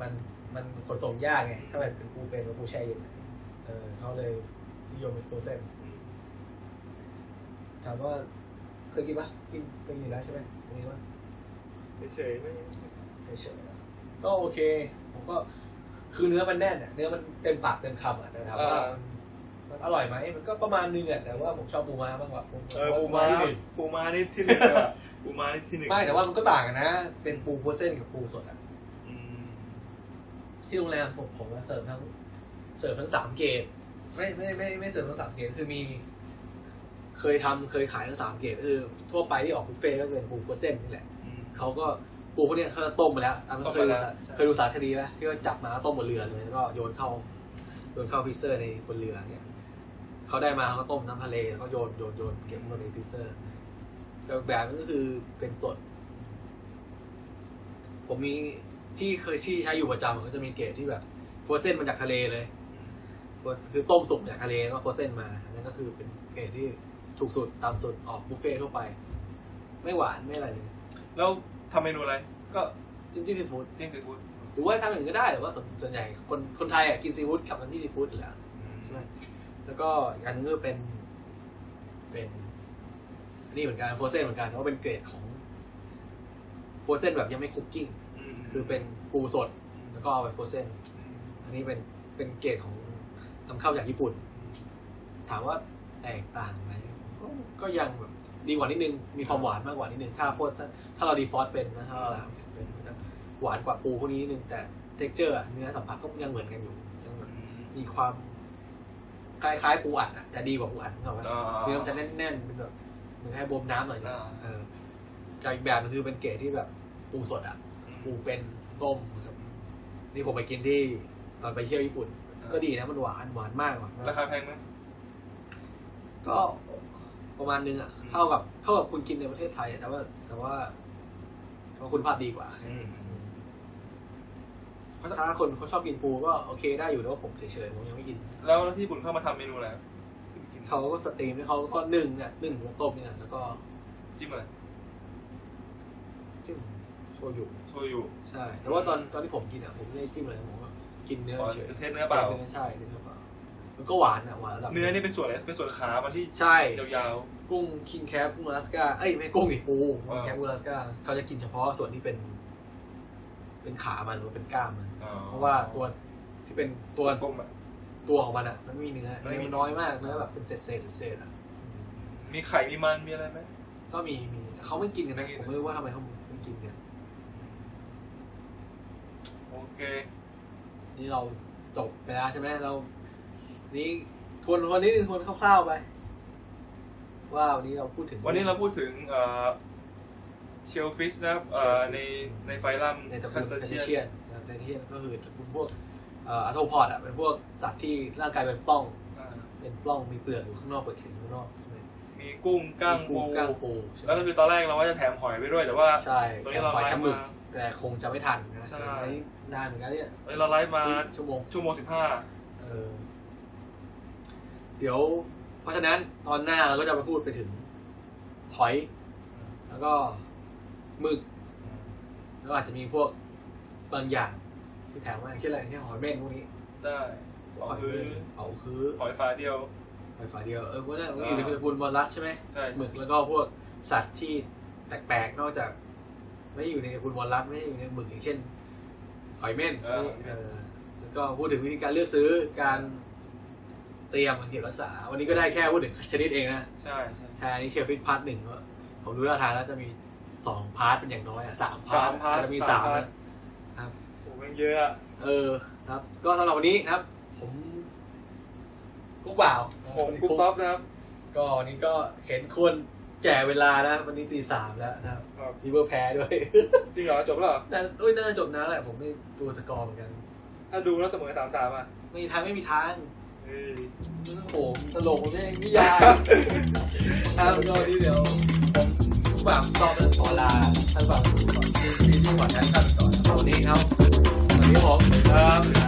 S1: มันมันขนส่งยากไง ถ้าเป็นปูเป็นกับปูแช่เย็นอะเออเขาเลยนิยมเป็นโฟรเซน
S2: อืม
S1: ถามว่าเคยกินปะกินเคยกินอยู่แล้วใช่ไหมเคยกินปะ
S2: เฉยๆไม่
S1: เฉยๆนะก็โอเค ผมก็คือเนื้อมันแน่นอะเนื้อมันเต็มปากเต็มคำอะนะครับ
S2: เอ
S1: ว่า
S2: อ
S1: มันอร่อยไหมมันก็ประมาณนึงอะแต่ว่าผมชอบปูม้ามากกว่าผม
S2: เออ
S1: ผ
S2: ปู
S1: ว่
S2: ม้า
S1: ที่หนึ่ง
S2: ปูม้านี่ที่หนึ่งเลยว่ะปูม้านี่ที่หนึ่ง
S1: ไม่แต่ว่ามันก็ต่างกันนะ เป็นปูโฟรเซนกับปูสดอะ
S2: อืม
S1: ที่โรงแรมส่งผมมาเสิร์ฟทั้งเสิร์ฟทั้งสามเกรดไม่ไม่ไม่ไม่ไม่เสิร์ฟทั้งสามเกรดคือมี เคยทำเคยขายทั้งสามเกรดคือทั่วไปที่ออกบุฟเฟ่ต์ก็จะเป็นปูโฟรเซนนี่แหละ
S2: อืม
S1: เขาก็ปูพวกเนี้ยเขาจะต้มไปแล้วอ่ะมัน
S2: ต้ม
S1: เค
S2: ไป
S1: ย
S2: แล้
S1: ดู
S2: ว
S1: เคยดูสารคดีไหมที่ว่าจับมาต้มบนเรือเลยแล้วก็โยนเข้าโยนเข้าฟรีเซอร์ในบนเรือเนี่ยเขาได้มาเขาก็ต้มน้ำทะเลแล้วก็โยนโยนโยนเก็บลงในฟรีเซอร์แต่แบบนึงก็คือเป็นสด ผมมี ที่เคยที่ใช้อยู่ประจำก็จะมีเกรดที่แบบโฟรเซนมาจากทะเลเลย คือต้มสุกจากทะเลแล้วก็โฟรเซนมาอันนั่นก็คือเป็นเกรดที่ถูกสุดตามสุดออกบุฟเฟ่ทั่วไป ไม่หวานไม่อะไรเลย
S2: แล้วทำเมนูอะไร ก็
S1: จิ้มจิ้มซีฟู้ด
S2: เตี้ยงซีฟู้ด
S1: หรือว่าทำอย่างอื่นก็ได้แต่ว่าส่วนส่วนใหญ่คนคนไทยอ่ะกินซีฟู้ดกับน้ำจิ้มซีฟู้ดอยู่แล้ว ใช่ไหมแล้วก็อีกอันนึงก็เป็น เป็นอันนี่เหมือนกันโฟรเซนเหมือนกันแต่ว่าเป็นเกรดของโฟรเซนแบบยังไม่คุกกิ้ง คือเป็นปูสดแล้วก็เอาไปโฟรเซนอันนี้เป็นเป็นเกรดของนำเข้าจากญี่ปุ่น ถามว่าแตกต่างไหมก็ก็ยังแบบดีกว่านิดนึง มีความหวานมากกว่านิดนึง ถ้าโฟรเซนถ้าเราดีฟอสเป็นนะถ้าเราล้างเป็นมันจะหวานกว่าปูพวกนี้นิดนึง แต่เท็กเจอร์เนื้อสัมผัสก็ยังเหมือนกันอยู่ยังแบบ มีความคล้ายๆปูอัดอะแต่ดีกว่าปูอัดเนกอะเนื้อมันจะแน่นๆเป็นแบบเหมือนให้บวมน้ำหน่อยนะ
S2: อ่า
S1: เออกับอีกแบบนึงคือเป็นเกรดที่แบบปูสดอะปูเป็นต้มครับนี่ผมไปกินที่ตอนไปเที่ยวญี่ปุ่น ก็ดีนะมันหวานหวานมากหวานมาก
S2: ราคาแพงไหม
S1: ก็ประมาณนึงอะเท่ากับเท่ากับคุณกินในประเทศไทยอะแต่ว่า แต่ว่าแต่ว่าคุณภาพดีกว่า เพราะถ้าคนเขาชอบกินปูก็โอเคได้อยู่แต่ว่าผมเฉยๆผมยังไม่กิน
S2: แล้วที่ญี่ปุ่นเข้ามาทำเมนูอะไรที่กิน
S1: เขาก็สตรีมให้เขาก็นึ่งเนี่ยนึ่งหัวต้มเนี่ยแล้วก็
S2: จิ้มอะไร
S1: จิ้มโชยุ
S2: โชยุ
S1: ใช่ แต่ว่าตอนตอนที่ผมกินอ่ะผมไม่ได้จิ้มอะไรผมก็กินเนื้อ
S2: อ๋อ
S1: เฉย
S2: เทสเนื้อเปล่า
S1: นื้อใช่เนื้อเปล่ามันก็หวานอ่ะหวานระดับ
S2: เนื้อนี่เป็นส่วนอะไรเป็นส่วนขามาที่
S1: ใช่
S2: ยาว
S1: กุ้งคิงแคปกุ้งอลาสก้าเอ้ยไม่ใช่กุ้งอีกปู
S2: อ่า
S1: แคปกุ้งอลาสก้าเขาจะกินเฉพาะส่วนที่เป็น เป็นขามันหรือเป็นกล้ามมัน
S2: ๆอ๋อ
S1: เพราะว่าตัวที่เป็นตัว
S2: กลมอ่ะ
S1: ตัวของมันอ่ะมันไม่มีเนื้อ
S2: ไม่มี
S1: มันน้อยมากเนื้อแบบเป็นเศษเศษๆเศษๆอ่ะ
S2: มีไข่มีมันมีอะไรไหม
S1: ก็มีมีแต่เขาไม่กินกันนะ
S2: ไม่กิน
S1: ผมไม่รู้ว่าทำไมเขาไม่กินกัน
S2: โอเค
S1: นี่เราจบไปแล้วใช่ไหมเรา นี่ทวนทวนนิดนึงทวนคร่าวๆไป ว่าวันนี้เราพูดถึง
S2: วันนี้เราพูดถึงเชลฟิชนะครับเอ่อในในไฟลัม
S1: ในตระกู
S2: คั
S1: ล
S2: ส
S1: แพน
S2: เชี
S1: เชี
S2: ย
S1: ยนแพนเชียนก็คือตระกูลพวกเอ่ออะโทพอดอ่ะเป็นพวกสัตว์ที่ร่างกายเป็นปล้อง เป็นปล้องมีเปลือกอยู่ข้างนอกเปลือกแข็งอยู่ข้างนอกใช่ไหม
S2: มีกุ้งกั้ง
S1: มี
S2: ปู
S1: ปูก้างปูใช่ไหม
S2: แล้วก็คือตอนแรกเราว่าจะแถมหอยไปด้วยแต่ว่า
S1: ใช่
S2: ตอนนี้
S1: แต่
S2: เรา
S1: ปล่อย
S2: ไลฟ์
S1: แค่หมึก
S2: มา
S1: แต่คงจะไม่ทันนะ
S2: ใช่
S1: อันนี้นานเหมือนกันเนี่ย
S2: เอ้ยเราไลฟ์มา
S1: ชั่วโมง
S2: ชั่วโมงสิบห้า
S1: เออเดี๋ยว เพราะฉะนั้นตอนหน้าเราก็จะมาพูดไปถึงหอย แล้วก็หมึกแล้วอาจจะมีพวกบางอย่าง ที่แถมมาเช่นอะไรที่หอยเม่นพวกนี้
S2: ได้หอยพื้น
S1: หอยคือ
S2: หอยฟ้าเดียว
S1: หอยฝาเดียวเออพวกนั้นมันอยู่ในตระกูลวอลรัสใช่ไหม
S2: ใช่
S1: หมึกแล้วก็พวกสัตว์ที่แปลกๆนอกจาก ไม่ได้อยู่ในตระกูลวอลรัสไม่ได้อยู่ในหมึกอย่างเช่น หอยเม่น
S2: เออ
S1: เออแล้วก็พูดถึงวิธีการเลือกซื้อการเตรียมการเก็บรักษา วันนี้ก็ได้แค่พูดถึงชนิดเองนะ
S2: ใช่ใช่
S1: ใช่อันนี้เชียร์ฟิตพาร์ทหนึ่งก็ผมดูท่าทางแล้วจะมีสองพาร์ทเป็นอย่างน้อยอ่ะสามพา
S2: สา
S1: ร์ท
S2: มพัน
S1: จะมีสาม
S2: พัน
S1: นะ ครับ
S2: โอ้โหแม่งเยอะอะ
S1: เออครับ ก็สำหรับวันนี้นะครับ ผมกุ๊กบ่าว
S2: ผมกุ๊บต๊อบนะครับ
S1: ก็วันนี้ก็เห็นคนแก่เวลานะ วันนี้ตีสามแล้วนะครับ
S2: ครับ
S1: รีเวอร์แพ้ด้วย
S2: จริงเหรอจบแล้วเหรอ
S1: น่าอุ้ยน่าจะจบนะแหละผมไม่ดูสกอร์เหมือนกัน
S2: ถ้าดูแล้วเสมอสามสามอ่ะ
S1: ไม่มีทางไม่มีทาง
S2: เฮ้ย
S1: โอ้โหตลกไม่นิยายครับก็วันนี้เดี๋ยวผมกุ๊กบ่าวตอบแล้วขอลาท่านบ่าวก่อนที่ที่ก่อนนั้นท่านก่อนสวัสดีครับสวัสดีครับผม
S2: ครับ